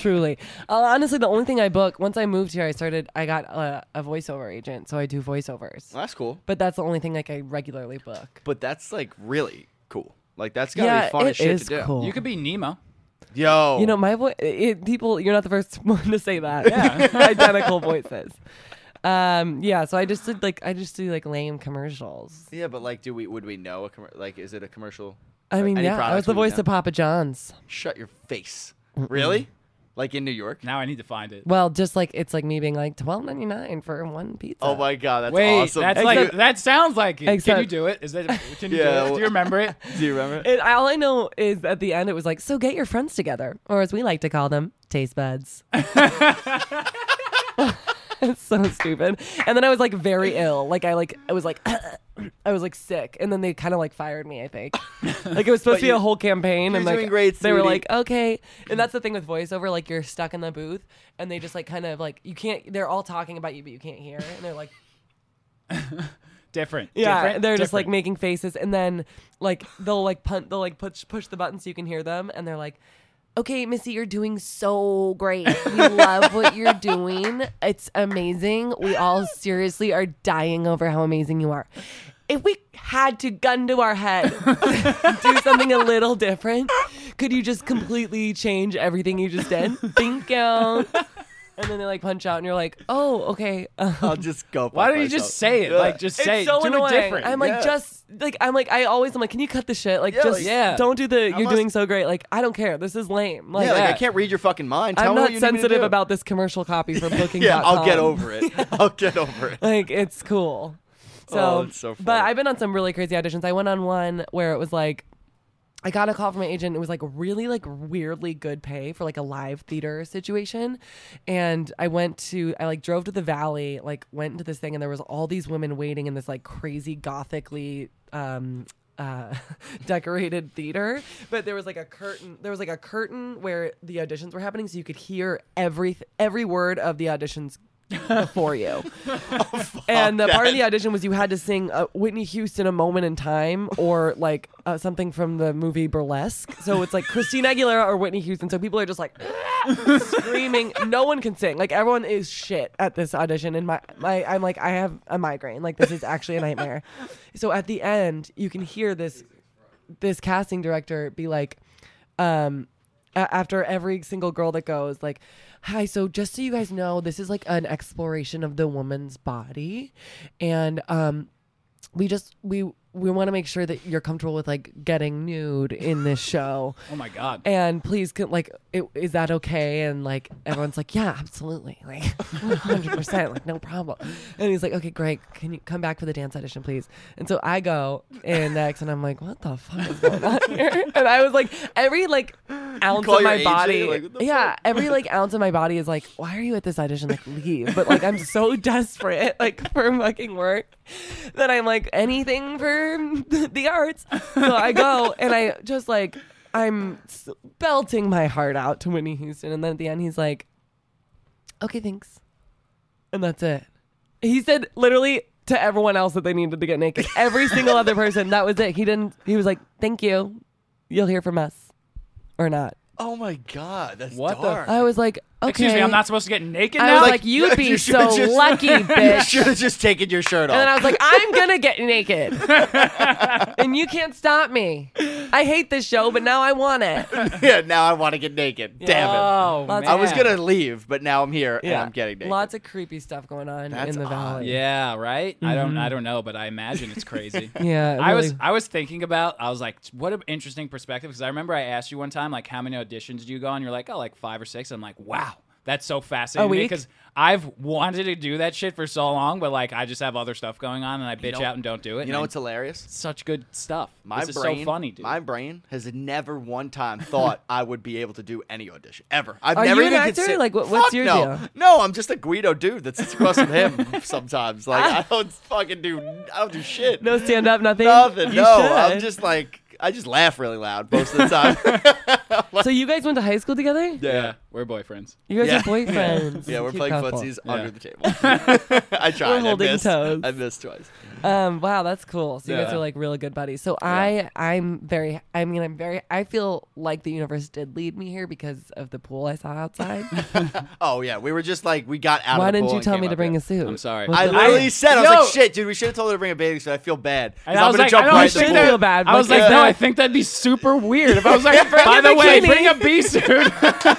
Speaker 4: Truly, uh, honestly, the only thing I book once I moved here, I started. I got uh, a voiceover agent, so I do voiceovers.
Speaker 2: Well, that's cool.
Speaker 4: But that's the only thing like I regularly book.
Speaker 2: But that's like really cool. Like that's gotta
Speaker 4: yeah,
Speaker 2: be fun
Speaker 4: it
Speaker 2: as shit
Speaker 4: is
Speaker 2: to do.
Speaker 4: cool.
Speaker 6: You could be Nemo.
Speaker 2: Yo,
Speaker 4: You know, my voice, it, people, you're not the first one to say that. Yeah. Identical voices. Um, yeah, so I just did like, I just do like lame commercials.
Speaker 2: Yeah, but like, do we would we know a commer- like is it a commercial?
Speaker 4: I mean,
Speaker 2: Any
Speaker 4: yeah, I
Speaker 2: products
Speaker 4: was the
Speaker 2: we would
Speaker 4: voice of
Speaker 2: know?
Speaker 4: Papa John's.
Speaker 2: Shut your face. Really? Like in New York?
Speaker 6: Now I need to find it.
Speaker 4: Well, just like, it's like me being like twelve ninety nine for one pizza.
Speaker 2: Oh my god, that's
Speaker 6: Wait,
Speaker 2: awesome.
Speaker 6: that's
Speaker 2: Hey,
Speaker 6: like
Speaker 2: you-
Speaker 6: that sounds like it.
Speaker 4: Except-
Speaker 6: can you do it? Is that can you
Speaker 2: Yeah,
Speaker 6: do it?
Speaker 2: well-
Speaker 6: Do you remember it?
Speaker 2: do you remember?
Speaker 4: It, all I know is at the end, it was like, so get your friends together, or as we like to call them, taste buds. it's so stupid. And then I was like very ill. Like I like I was like I was like sick. And then they kind of like fired me. I think like it was supposed to be a whole campaign. and
Speaker 2: you're
Speaker 4: like
Speaker 2: doing great,
Speaker 4: they were
Speaker 2: sweetie.
Speaker 4: like okay. And that's the thing with voiceover. Like you're stuck in the booth, and they just like kind of like you can't. They're all talking about you, but you can't hear. And they're like.
Speaker 6: Different.
Speaker 4: Yeah,
Speaker 6: different,
Speaker 4: they're just like
Speaker 6: different.
Speaker 4: making faces, and then like they'll like punt, they'll like push push the button so you can hear them, and they're like, "Okay, Missy, you're doing so great. We love what you're doing. It's amazing. We all seriously are dying over how amazing you are." If we had to gun to our head, do something a little different, could you just completely change everything you just did? Think out. And then they like punch out, and you're like, oh, okay. um,
Speaker 2: I'll just go.
Speaker 6: Why
Speaker 2: fuck
Speaker 6: don't you
Speaker 2: myself.
Speaker 6: just say it?
Speaker 2: Yeah.
Speaker 6: Like just say it.
Speaker 4: it's so
Speaker 6: do
Speaker 4: annoying.
Speaker 6: it different.
Speaker 4: I'm like
Speaker 2: Yeah.
Speaker 4: just like I'm like I always I'm like, can you cut the shit? Like
Speaker 2: Yeah,
Speaker 4: just
Speaker 2: like-
Speaker 6: Yeah.
Speaker 4: don't do the. You're
Speaker 2: must-
Speaker 4: doing so great. Like I don't care. This is lame. Like,
Speaker 2: yeah, like I
Speaker 6: that.
Speaker 2: can't read your fucking mind. Tell
Speaker 4: I'm
Speaker 2: me what
Speaker 4: not
Speaker 2: you need me to
Speaker 4: sensitive
Speaker 2: do.
Speaker 4: about this commercial copy for Booking.
Speaker 2: Yeah, I'll get over it. I'll get over it.
Speaker 4: Like it's cool. So,
Speaker 2: Oh, it's so
Speaker 4: but
Speaker 2: funny.
Speaker 4: I've been on some really crazy auditions. I went on one where it was like. I got a call from my agent. It was like really like weirdly good pay for like a live theater situation. And I went to I like drove to the valley, like went into this thing and there was all these women waiting in this like crazy gothically um uh decorated theater but there was like a curtain there was like a curtain where the auditions were happening so you could hear every every word of the auditions before you and the part of the audition was you had to sing uh, Whitney Houston, "A Moment in Time," or like uh, something from the movie Burlesque. So it's like Christine Aguilera or Whitney Houston. So people are just like screaming. No one can sing. Like everyone is shit at this audition. And my, my, I'm like, I have a migraine. Like this is actually a nightmare. so at the end, you can hear this this casting director be like, um, a- after every single girl that goes, like, hi, so just so you guys know, this is like an exploration of the woman's body. And um, we just, we, we want to make sure that you're comfortable with like getting nude in this show.
Speaker 6: oh my god.
Speaker 4: And please, can, like, it, is that okay? And like, everyone's like, yeah, absolutely, like, hundred percent, like, no problem. And he's like, okay, great, can you come back for the dance audition, please? And so I go in next, and I'm like, what the fuck is going on here? And I was like, every like ounce
Speaker 2: call
Speaker 4: of
Speaker 2: your
Speaker 4: my
Speaker 2: agent,
Speaker 4: body,
Speaker 2: like, what the
Speaker 4: yeah, every like ounce of my body is like, why are you at this audition? Like, leave. But like, I'm so desperate, like, for fucking work that I'm like anything for the arts. So I go and I just like I'm s- belting my heart out to Whitney Houston, and then at the end he's like, "Okay, thanks," and that's it. He said literally to everyone else that they needed to get naked. Every single other person. That was it. He didn't. He was like, "Thank you. You'll hear from us, or not."
Speaker 2: Oh my god, that's
Speaker 6: What the
Speaker 2: dark.
Speaker 4: I was like, "Okay."
Speaker 6: Excuse me, I'm not supposed to get naked
Speaker 4: eh. I
Speaker 6: now.
Speaker 4: was
Speaker 2: Like,
Speaker 4: like, "You'd be
Speaker 2: you
Speaker 4: so
Speaker 2: should've just-
Speaker 4: lucky,
Speaker 2: you
Speaker 4: bitch."
Speaker 2: should have just taken your shirt off.
Speaker 4: And then I was like, I'm gonna get naked. and you can't stop me. I hate this show, but now I want it.
Speaker 2: yeah, now I want to get naked. Damn it.
Speaker 6: Oh,
Speaker 4: Lots-
Speaker 2: I was
Speaker 6: man.
Speaker 2: gonna leave, but now I'm here and I'm getting naked.
Speaker 4: Lots of creepy stuff going on
Speaker 2: That's
Speaker 4: in the
Speaker 2: odd.
Speaker 4: valley.
Speaker 3: Yeah, right. I don't.
Speaker 4: Mm-hmm.
Speaker 3: I don't know, but I imagine it's crazy.
Speaker 4: Yeah,
Speaker 3: I was.
Speaker 4: really.
Speaker 3: I was thinking about. I was like, what an interesting perspective. Because I remember I asked you one time, like, how many auditions did you go on? You're like, oh, like five or six. I'm like, wow, that's so fascinating.
Speaker 4: A week?
Speaker 3: Because I've wanted to do that shit for so long, but like, I just have other stuff going on, and I bitch
Speaker 2: know-
Speaker 3: out and don't do it.
Speaker 2: you
Speaker 3: and
Speaker 2: know
Speaker 3: I-
Speaker 2: what's hilarious?
Speaker 3: such good stuff.
Speaker 2: My
Speaker 3: this
Speaker 2: brain,
Speaker 3: is so funny, dude.
Speaker 2: My brain has never one time thought I would be able to do any audition ever. I've
Speaker 4: Are
Speaker 2: never
Speaker 4: you an
Speaker 2: even
Speaker 4: actor?
Speaker 2: considered-
Speaker 4: Like, what- what's
Speaker 2: Fuck
Speaker 4: your
Speaker 2: no.
Speaker 4: deal?
Speaker 2: No, I'm just a Guido dude that sits across from him sometimes. Like I don't fucking do I don't do shit.
Speaker 4: Ah. No stand up, nothing.
Speaker 2: nothing.
Speaker 4: You
Speaker 2: no,
Speaker 4: should.
Speaker 2: I'm just like I just laugh really loud most of the time.
Speaker 4: So you guys went to high school together?
Speaker 3: yeah, we're boyfriends.
Speaker 4: You guys
Speaker 2: Yeah.
Speaker 4: are boyfriends.
Speaker 2: yeah, we're
Speaker 4: Cute
Speaker 2: playing
Speaker 4: couple.
Speaker 2: footsies
Speaker 3: Yeah.
Speaker 2: under the table. I tried.
Speaker 4: holding
Speaker 2: I missed.
Speaker 4: toes.
Speaker 2: I missed twice.
Speaker 4: Um, wow, that's cool. So you guys
Speaker 3: Yeah.
Speaker 4: are like really good buddies. So
Speaker 2: Yeah.
Speaker 4: I, I'm very. I mean, I'm very. I feel like the universe did lead me here because of the pool I saw outside.
Speaker 2: Oh yeah, we were just like we got out.
Speaker 4: Why
Speaker 2: of the
Speaker 4: didn't
Speaker 2: pool
Speaker 4: you
Speaker 2: and
Speaker 4: tell
Speaker 2: came
Speaker 4: me to
Speaker 2: up
Speaker 4: bring
Speaker 2: here.
Speaker 4: a suit?
Speaker 3: I'm sorry.
Speaker 4: What
Speaker 2: I
Speaker 4: the-
Speaker 2: literally said I was
Speaker 3: Yo.
Speaker 2: like, "Shit, dude, we should have told her to bring a bathing suit." I feel bad. 'Cause
Speaker 3: And
Speaker 2: I'm
Speaker 3: was
Speaker 2: gonna
Speaker 3: like,
Speaker 2: jump
Speaker 3: I know,
Speaker 2: right
Speaker 3: I
Speaker 2: in the
Speaker 3: should
Speaker 2: pool.
Speaker 3: have-
Speaker 4: feel bad,
Speaker 3: I was
Speaker 4: but
Speaker 3: like,
Speaker 4: yeah.
Speaker 3: no, I think that'd be super weird. If I was like, by
Speaker 4: a
Speaker 3: the way,
Speaker 4: bikini.
Speaker 3: bring a bee suit.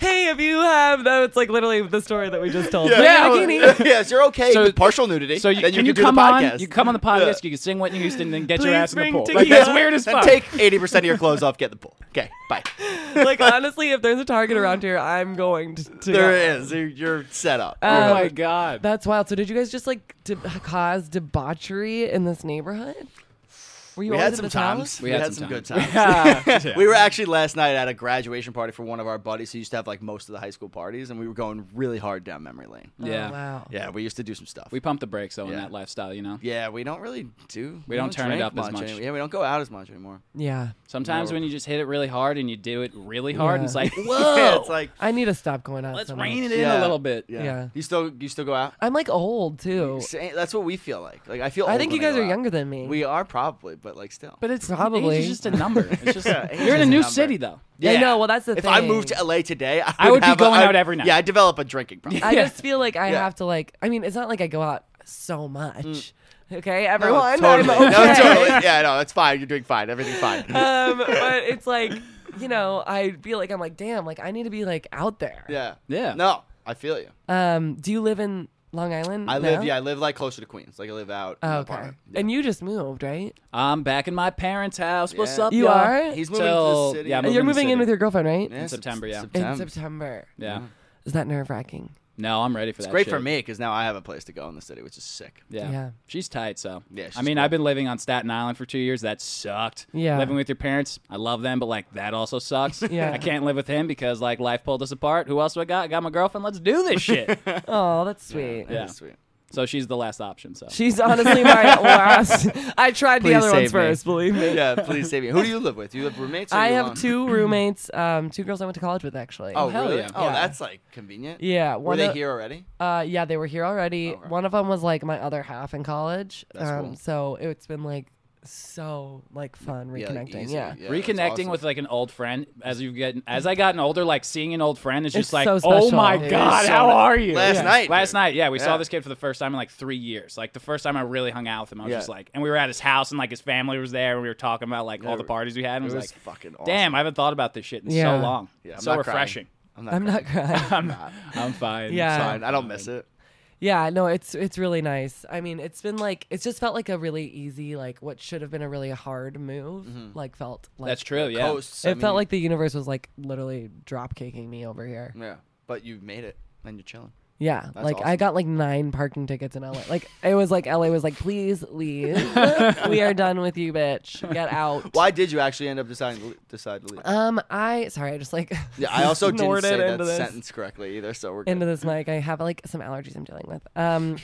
Speaker 4: hey, if you have though, it's like literally the story that we just told.
Speaker 3: Yeah.
Speaker 4: Bring a bikini.
Speaker 2: yes, you're okay
Speaker 3: So-
Speaker 2: with partial nudity.
Speaker 3: So you,
Speaker 2: then you
Speaker 3: can you
Speaker 2: do
Speaker 3: come
Speaker 2: the
Speaker 3: on?
Speaker 2: podcast.
Speaker 3: You come on the podcast. You can sing Whitney Houston, and then get your
Speaker 4: Please
Speaker 3: ass in the
Speaker 4: bring
Speaker 3: pool.
Speaker 4: tequila.
Speaker 3: Like, that's weird as
Speaker 2: Then
Speaker 3: fuck.
Speaker 2: take eighty percent of your clothes off. Get in the pool. Okay, bye.
Speaker 4: like honestly, if there's a Target around here, I'm going to. to
Speaker 2: There is. You're- You're set up.
Speaker 3: oh
Speaker 4: Um,
Speaker 3: my god.
Speaker 4: That's wild. So did you guys just like de- cause debauchery in this neighborhood? Were you
Speaker 2: we
Speaker 4: always
Speaker 2: had
Speaker 4: at
Speaker 2: some
Speaker 4: this
Speaker 2: times.
Speaker 4: house?
Speaker 2: We had some good times.
Speaker 3: Yeah.
Speaker 2: We were actually last night at a graduation party for one of our buddies who used to have like most of the high school parties, and we were going really hard down memory lane.
Speaker 3: Yeah.
Speaker 4: Oh, wow.
Speaker 2: Yeah, we used to do some stuff.
Speaker 3: We pump the brakes though in
Speaker 2: Yeah.
Speaker 3: that lifestyle, you know.
Speaker 2: yeah, we don't really do.
Speaker 3: We don't turn it
Speaker 2: drink
Speaker 3: up as much.
Speaker 2: any- yeah, we don't go out as much anymore.
Speaker 4: Yeah.
Speaker 3: Sometimes when you just hit it really hard and you do it really hard,
Speaker 4: Yeah.
Speaker 3: it's like
Speaker 2: Yeah,
Speaker 3: whoa,
Speaker 2: it's like
Speaker 4: I need to stop going out.
Speaker 3: let's
Speaker 4: so
Speaker 3: rein
Speaker 4: much.
Speaker 3: it in a
Speaker 2: Yeah.
Speaker 3: little bit.
Speaker 2: yeah.
Speaker 4: Yeah.
Speaker 2: You still you still go out?
Speaker 4: I'm like old too.
Speaker 2: Sa- That's what we feel like. Like I feel.
Speaker 4: I
Speaker 2: old
Speaker 4: think you
Speaker 2: when
Speaker 4: guys
Speaker 2: go
Speaker 4: are
Speaker 2: out.
Speaker 4: younger than me.
Speaker 2: We are probably, but like still.
Speaker 3: But it's
Speaker 4: Probably.
Speaker 3: age is just a number. It's just
Speaker 2: Yeah, age
Speaker 3: you're in
Speaker 2: is
Speaker 3: a
Speaker 2: a
Speaker 3: new
Speaker 2: number.
Speaker 3: city though.
Speaker 4: Yeah, no, well, that's the
Speaker 2: if I moved
Speaker 4: thing.
Speaker 2: to LA today, I would,
Speaker 3: would be
Speaker 2: have
Speaker 3: going
Speaker 2: a, I-
Speaker 3: out every night.
Speaker 2: Yeah, I develop a drinking problem.
Speaker 4: I
Speaker 3: Yeah.
Speaker 4: just feel like I
Speaker 2: Yeah. Mm.
Speaker 4: have to like. I mean, it's not like I go out so much. Okay, everyone,
Speaker 2: totally.
Speaker 4: I'm okay.
Speaker 2: No, totally. Yeah, no, that's fine. You're doing fine. Everything's fine.
Speaker 4: um, but it's like you know, I feel like I'm like, damn, like I need to be like out there.
Speaker 2: yeah.
Speaker 3: Yeah.
Speaker 2: No, I feel you.
Speaker 4: Um, do you live in Long Island?
Speaker 2: I
Speaker 4: now?
Speaker 2: live. Yeah, I live like closer to Queens. Like I live out. in
Speaker 4: Oh,
Speaker 2: the
Speaker 4: okay.
Speaker 2: apartment.
Speaker 4: And you just moved, right?
Speaker 3: I'm back in my parents' house. What's
Speaker 2: Yeah.
Speaker 3: up,
Speaker 4: You
Speaker 3: y'all?
Speaker 4: are.
Speaker 2: He's moving
Speaker 3: Till-
Speaker 2: to the city.
Speaker 3: yeah, I'm
Speaker 4: And you're
Speaker 3: moving to
Speaker 4: moving in
Speaker 3: city.
Speaker 4: with your girlfriend, right?
Speaker 2: Yeah,
Speaker 3: September, yeah.
Speaker 4: in
Speaker 2: September.
Speaker 4: September.
Speaker 3: Yeah.
Speaker 4: Is that nerve wracking?
Speaker 3: No, I'm ready for that.
Speaker 2: It's great for
Speaker 3: shit.
Speaker 2: me because now I have a place to go in the city, which is sick.
Speaker 3: Yeah.
Speaker 4: Yeah.
Speaker 3: She's tight, so.
Speaker 2: Yeah, she's
Speaker 3: I mean,
Speaker 2: cool.
Speaker 3: I've been living on Staten Island for two years. That sucked.
Speaker 4: Yeah.
Speaker 3: Living with your parents, I love them, but like that also sucks.
Speaker 4: Yeah.
Speaker 3: I can't live with him because like life pulled us apart. Who else do I got? I got my girlfriend. Let's do this shit.
Speaker 4: Oh, that's sweet.
Speaker 3: Yeah.
Speaker 2: That's sweet.
Speaker 3: so she's the last option. So
Speaker 4: She's honestly my last. I tried the
Speaker 2: Please
Speaker 4: other ones
Speaker 2: save me.
Speaker 4: first, believe me.
Speaker 2: Yeah, please save me. Who do you live with? Do you live roommates? Or
Speaker 4: I
Speaker 2: you
Speaker 4: have
Speaker 2: alone?
Speaker 4: two roommates, um, two girls I went to college with actually.
Speaker 2: Oh,
Speaker 3: Hell
Speaker 2: really?
Speaker 3: yeah.
Speaker 2: Oh,
Speaker 4: Yeah.
Speaker 2: that's like convenient.
Speaker 4: yeah.
Speaker 2: Were
Speaker 4: One
Speaker 2: they
Speaker 4: o-
Speaker 2: here already?
Speaker 4: Uh, yeah, they were here already.
Speaker 2: Okay.
Speaker 4: One of them was like my other half in college.
Speaker 2: That's
Speaker 4: um,
Speaker 2: cool.
Speaker 4: So it's been like so like fun reconnecting.
Speaker 2: easy.
Speaker 4: Yeah.
Speaker 2: that's
Speaker 3: Reconnecting
Speaker 2: awesome.
Speaker 3: with like an old friend as you get as I gotten older, like seeing an old friend is just
Speaker 4: It's
Speaker 3: like,
Speaker 4: so
Speaker 3: oh
Speaker 4: special.
Speaker 3: my
Speaker 4: It is
Speaker 3: god,
Speaker 2: so
Speaker 3: how
Speaker 2: nice.
Speaker 3: are you?
Speaker 2: Last
Speaker 3: Yeah.
Speaker 2: night,
Speaker 3: last
Speaker 2: dude.
Speaker 3: night, yeah, we saw
Speaker 2: Yeah.
Speaker 3: this kid for the first time in like three years. Like the first time I really hung out with him, I was
Speaker 2: Yeah.
Speaker 3: just like, and we were at his house and like his family was there, and we were talking about like all the parties we had. And
Speaker 2: It
Speaker 3: I was,
Speaker 2: was
Speaker 3: like,
Speaker 2: fucking awesome.
Speaker 3: damn, I haven't thought about this shit in
Speaker 4: Yeah.
Speaker 3: so long.
Speaker 2: Yeah, I'm
Speaker 3: so
Speaker 2: not crying.
Speaker 3: refreshing.
Speaker 2: I'm not.
Speaker 4: I'm not crying.
Speaker 3: I'm, I'm fine.
Speaker 4: Yeah.
Speaker 3: So-
Speaker 2: fine. I don't miss it.
Speaker 4: Yeah, no, it's it's really nice. I mean, it's been like it's just felt like a really easy like what should have been a really hard move like felt like
Speaker 3: that's true. Yeah.
Speaker 2: Coasts,
Speaker 4: It
Speaker 2: Mm-hmm. I mean,
Speaker 4: felt like the universe was like literally drop kicking me over here.
Speaker 2: Yeah, but you made it and you're chilling.
Speaker 4: Yeah, like I
Speaker 2: awesome.
Speaker 4: got like nine parking tickets in LA. Like it was like LA was like, please leave. we are done with you, bitch. Get out.
Speaker 2: Why did you actually end up deciding to le- decide to leave?
Speaker 4: Um, I sorry, I just like
Speaker 2: Yeah, I also didn't
Speaker 4: snorted
Speaker 2: say that
Speaker 4: into this.
Speaker 2: sentence correctly either, so we're good.
Speaker 4: into this mic. I have like some allergies I'm dealing with. Um,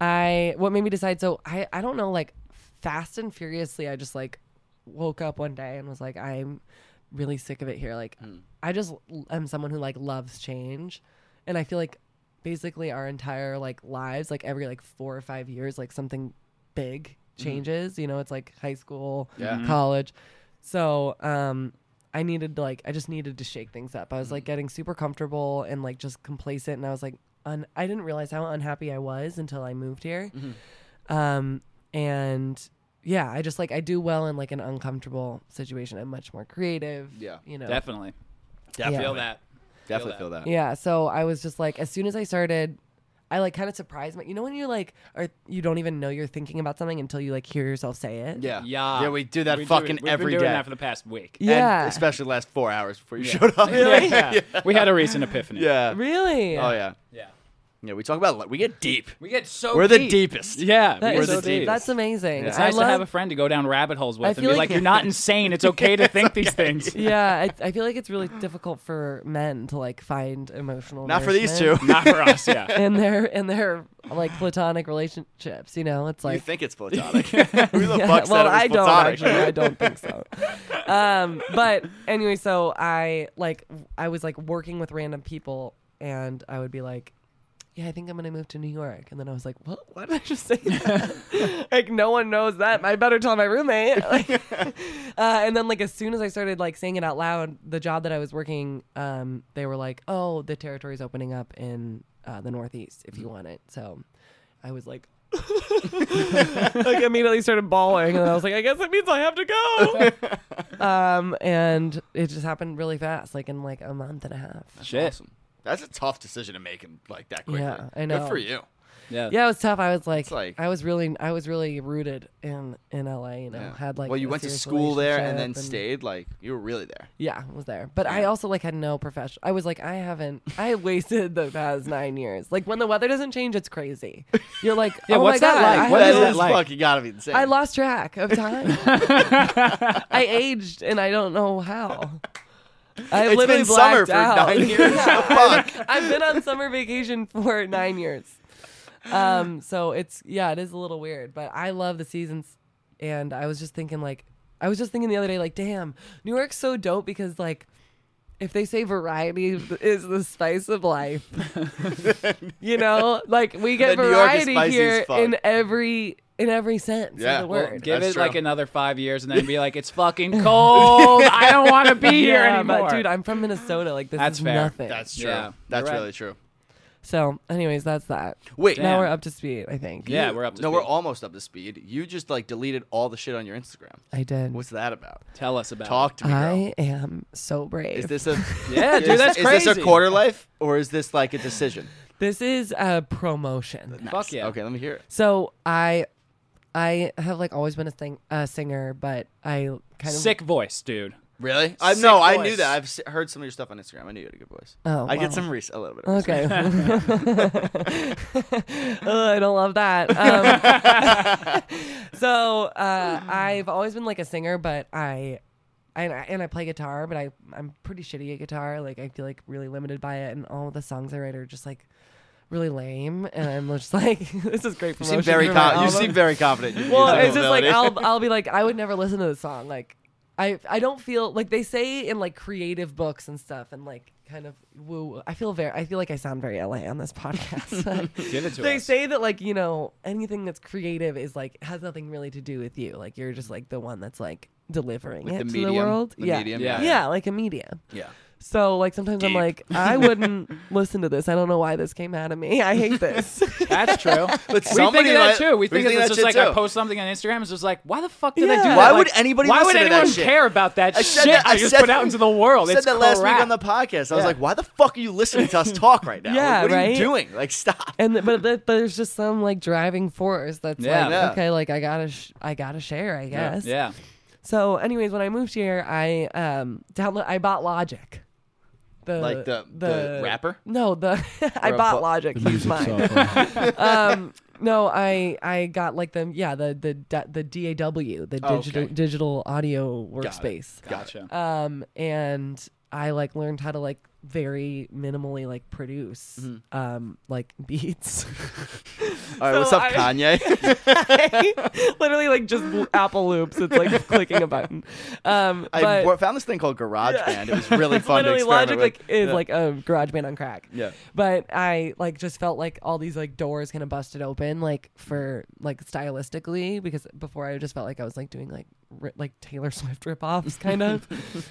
Speaker 4: I what made me decide? So I I don't know. Like fast and furiously, I just like woke up one day and was like, I'm really sick of it here. Like I just l- am someone who like loves change, and I feel like basically our entire like lives, like every like four or five years, like something big changes. You know, it's like high school,
Speaker 2: Yeah.
Speaker 4: college. So um I needed to like I just needed to shake things up. I was like getting super comfortable and like just complacent and I was like un- I didn't realize how unhappy I was until I moved here. Um and yeah, I just like I do well in like an uncomfortable situation. I'm much more creative.
Speaker 2: Yeah.
Speaker 4: you know.
Speaker 3: Definitely.
Speaker 2: Definitely,
Speaker 3: Feel that.
Speaker 2: definitely
Speaker 3: that.
Speaker 2: feel that.
Speaker 4: Yeah, so I was just like, as soon as I started, I like kind of surprised my. You know when you like are you don't even know you're thinking about something until you like hear yourself say it.
Speaker 2: Yeah.
Speaker 3: Yeah.
Speaker 2: Yeah, we do that
Speaker 3: We've been
Speaker 2: fucking
Speaker 3: doing- we've
Speaker 2: every
Speaker 3: been doing
Speaker 2: day.
Speaker 3: that for the past week.
Speaker 2: And
Speaker 4: Yeah.
Speaker 2: especially the last four hours before you showed up. Really?
Speaker 3: Yeah. We had a recent epiphany.
Speaker 2: yeah.
Speaker 4: Really?
Speaker 2: Oh yeah.
Speaker 3: Yeah.
Speaker 2: Yeah. We talk about li- we get deep.
Speaker 3: We get so
Speaker 2: We're the
Speaker 3: deep.
Speaker 2: deepest.
Speaker 3: Yeah,
Speaker 4: That
Speaker 3: we're
Speaker 4: is-
Speaker 3: the deep.
Speaker 4: that's amazing.
Speaker 3: It's
Speaker 4: I
Speaker 3: nice
Speaker 4: love,
Speaker 3: to have a friend to go down rabbit holes with
Speaker 4: I
Speaker 3: and be
Speaker 4: feel
Speaker 3: like,
Speaker 4: like-
Speaker 3: "You're not insane. It's okay to think these things."
Speaker 4: yeah, I, I feel like it's really difficult for men to like find emotional.
Speaker 2: Not for these two.
Speaker 4: nourishment
Speaker 3: Not for us. Yeah.
Speaker 4: In their in their like platonic relationships, you know, it's like
Speaker 2: you think it's platonic? Who the
Speaker 4: Yeah,
Speaker 2: fuck said it
Speaker 4: well,
Speaker 2: was
Speaker 4: I don't
Speaker 2: platonic?
Speaker 4: actually. I don't think so. Um, but anyway, so I like I was like working with random people, and I would be like, "Yeah, I think I'm gonna move to New York," and then I was like, "What? Why did I just say that? like, no one knows that. I better tell my roommate." Like, uh, and then like as soon as I started like saying it out loud, the job that I was working, um, they were like, "Oh, the territory's opening up in uh, the Northeast if you
Speaker 2: Mm.
Speaker 4: want it." So I was like. like immediately started bawling and I was like, I guess that means I have to go. um, and it just happened really fast, like in like a month and a half.
Speaker 3: Shit.
Speaker 2: Awesome. That's a tough decision to make in like that quickly.
Speaker 4: Yeah, I
Speaker 2: Good
Speaker 4: know.
Speaker 2: for you.
Speaker 3: Yeah.
Speaker 4: Yeah, it was tough. I was like,
Speaker 2: like-
Speaker 4: I was really, I was really rooted in in LA. You know,
Speaker 2: Yeah.
Speaker 4: had like
Speaker 2: well, you
Speaker 4: a
Speaker 2: went to
Speaker 4: serious
Speaker 2: school there and then
Speaker 4: relationship
Speaker 2: stayed. Like you were really there.
Speaker 4: Yeah, was there. But I also like had no profession. I was like, I haven't. I wasted the past nine years. Like when the weather doesn't change, it's crazy. You're like,
Speaker 3: Yeah,
Speaker 4: oh
Speaker 3: what's
Speaker 4: my
Speaker 3: that
Speaker 4: god,
Speaker 3: like?
Speaker 4: I
Speaker 3: What
Speaker 4: haven't
Speaker 3: is that
Speaker 2: is
Speaker 3: like?
Speaker 2: fucking gotta be insane.
Speaker 4: I lost track of time. I aged and I don't know how. I
Speaker 2: It's
Speaker 4: literally
Speaker 2: been summer
Speaker 4: blacked
Speaker 2: for
Speaker 4: out.
Speaker 2: nine years. Fuck.
Speaker 4: I've been on summer vacation for nine years. Um, so it's yeah, it is a little weird, but I love the seasons, and I was just thinking like I was just thinking the other day like, damn, New York's so dope because like. If they say variety is the spice of life, you know, like we get
Speaker 2: Then New York is
Speaker 4: variety
Speaker 2: spicy as
Speaker 4: here
Speaker 2: fuck.
Speaker 4: in every in every sense
Speaker 2: Yeah.
Speaker 4: of the
Speaker 2: Well,
Speaker 4: word.
Speaker 3: Give
Speaker 2: That's
Speaker 3: it like
Speaker 2: true.
Speaker 3: another five years and then be like, "It's fucking cold. I don't want to be here
Speaker 4: Yeah,
Speaker 3: anymore."
Speaker 4: But dude, I'm from Minnesota. Like this
Speaker 3: That's
Speaker 4: is
Speaker 3: fair.
Speaker 4: nothing.
Speaker 2: That's true.
Speaker 3: Yeah,
Speaker 2: That's
Speaker 3: you're right.
Speaker 2: really true.
Speaker 4: so, anyways, that's that.
Speaker 2: Wait.
Speaker 3: Damn.
Speaker 4: Now we're up to speed. I think.
Speaker 3: yeah, we're up. To
Speaker 2: no,
Speaker 3: speed.
Speaker 2: we're almost up to speed. You just like deleted all the shit on your Instagram.
Speaker 4: I did.
Speaker 2: What's that about?
Speaker 3: Tell us about.
Speaker 2: Talk to me. girl.
Speaker 4: I am so brave.
Speaker 2: Is this a
Speaker 3: Yeah, dude,
Speaker 2: is-
Speaker 3: that's
Speaker 2: Is this
Speaker 3: crazy.
Speaker 2: a quarter life or is this like a decision?
Speaker 4: This is a promotion.
Speaker 3: It. Fuck yeah.
Speaker 2: Okay, let me hear it.
Speaker 4: So I, I have like always been a thing a singer, but I kind of
Speaker 3: Sick voice, dude.
Speaker 2: Really? I
Speaker 3: Sick
Speaker 2: no, I
Speaker 3: voice.
Speaker 2: knew that. I've s- heard some of your stuff on Instagram. I knew you had a good voice.
Speaker 4: Oh,
Speaker 2: I
Speaker 4: wow.
Speaker 2: get some res- a little bit. Of res-
Speaker 4: Okay. Ugh, Oh, I don't love that. Um, so uh, I've always been like a singer, but I. And I, and I play guitar, but I I'm pretty shitty at guitar. Like I feel like really limited by it, and all the songs I write are just like really lame. And I'm just like, this is great
Speaker 2: You seem
Speaker 4: promotion.
Speaker 2: very
Speaker 4: for my
Speaker 2: com- you
Speaker 4: album.
Speaker 2: seem very confident. in your
Speaker 4: Well,
Speaker 2: musical
Speaker 4: it's just like
Speaker 2: ability.
Speaker 4: I'll I'll be like I would never listen to the song. Like I I don't feel like they say in like creative books and stuff and like kind of woo. I feel very I feel like I sound very LA on this podcast.
Speaker 3: Give it to
Speaker 4: they
Speaker 3: us.
Speaker 4: say that like you know anything that's creative is like has nothing really to do with you. Like you're just like the one that's like delivering
Speaker 2: Like
Speaker 4: it
Speaker 2: the
Speaker 4: to
Speaker 2: medium-
Speaker 4: the world.
Speaker 2: the
Speaker 4: yeah.
Speaker 2: medium,
Speaker 3: yeah.
Speaker 4: yeah, like a medium.
Speaker 2: yeah.
Speaker 4: So like sometimes I'm
Speaker 2: Deep.
Speaker 4: like I wouldn't listen to this. I don't know why this came out of me. I hate this.
Speaker 3: That's true.
Speaker 2: But
Speaker 3: We think
Speaker 2: somebody
Speaker 3: of that
Speaker 2: might-
Speaker 3: too. We think it's
Speaker 2: that
Speaker 3: just
Speaker 2: shit
Speaker 3: like I
Speaker 2: too.
Speaker 3: post something on Instagram. It's just like, why the fuck did I do
Speaker 4: Yeah.
Speaker 3: that?
Speaker 4: Why
Speaker 3: Like,
Speaker 2: would anybody
Speaker 3: Why would
Speaker 2: listen to that
Speaker 3: anyone
Speaker 2: shit?
Speaker 3: care about that
Speaker 2: I
Speaker 3: shit?
Speaker 2: said that,
Speaker 3: I,
Speaker 2: I
Speaker 3: just
Speaker 2: said-
Speaker 3: put out into the world.
Speaker 2: said
Speaker 3: it's
Speaker 2: that last
Speaker 3: crap.
Speaker 2: week on the podcast. I was
Speaker 3: Yeah.
Speaker 2: like, "Why the fuck are you listening to us talk right now? Like,
Speaker 4: Yeah,
Speaker 2: what are
Speaker 4: right?
Speaker 2: you doing? Like, stop."
Speaker 4: and th- but th- there's just some like driving force that's
Speaker 3: Yeah.
Speaker 4: like
Speaker 2: Yeah.
Speaker 4: okay like i gotta sh- i gotta share i guess
Speaker 3: Yeah.
Speaker 4: so anyways when i moved here i um download i bought logic the,
Speaker 2: Like the- the rapper?
Speaker 4: no the i
Speaker 2: Or a
Speaker 4: bought
Speaker 2: bu-
Speaker 4: logic he's mine um no i i got like the yeah the the da- the daw the
Speaker 2: Oh,
Speaker 4: digital
Speaker 2: okay.
Speaker 4: digital audio workspace
Speaker 2: Gotcha.
Speaker 4: um and i like learned how to like very minimally like produce
Speaker 2: Mm-hmm.
Speaker 4: um like beats
Speaker 2: All right, what's
Speaker 4: So
Speaker 2: up,
Speaker 4: I-
Speaker 2: Kanye?
Speaker 4: literally like just l- apple loops it's like clicking a button um
Speaker 2: I
Speaker 4: but
Speaker 2: wo- found this thing called GarageBand. It was really
Speaker 4: it's
Speaker 2: fun. to
Speaker 4: literally
Speaker 2: experiment
Speaker 4: logic
Speaker 2: with.
Speaker 4: like is
Speaker 2: Yeah.
Speaker 4: like a garage band on crack
Speaker 2: Yeah.
Speaker 4: but i like just felt like all these like doors kind of busted open like for like stylistically because before i just felt like i was like doing like ri- like taylor swift rip-offs kind of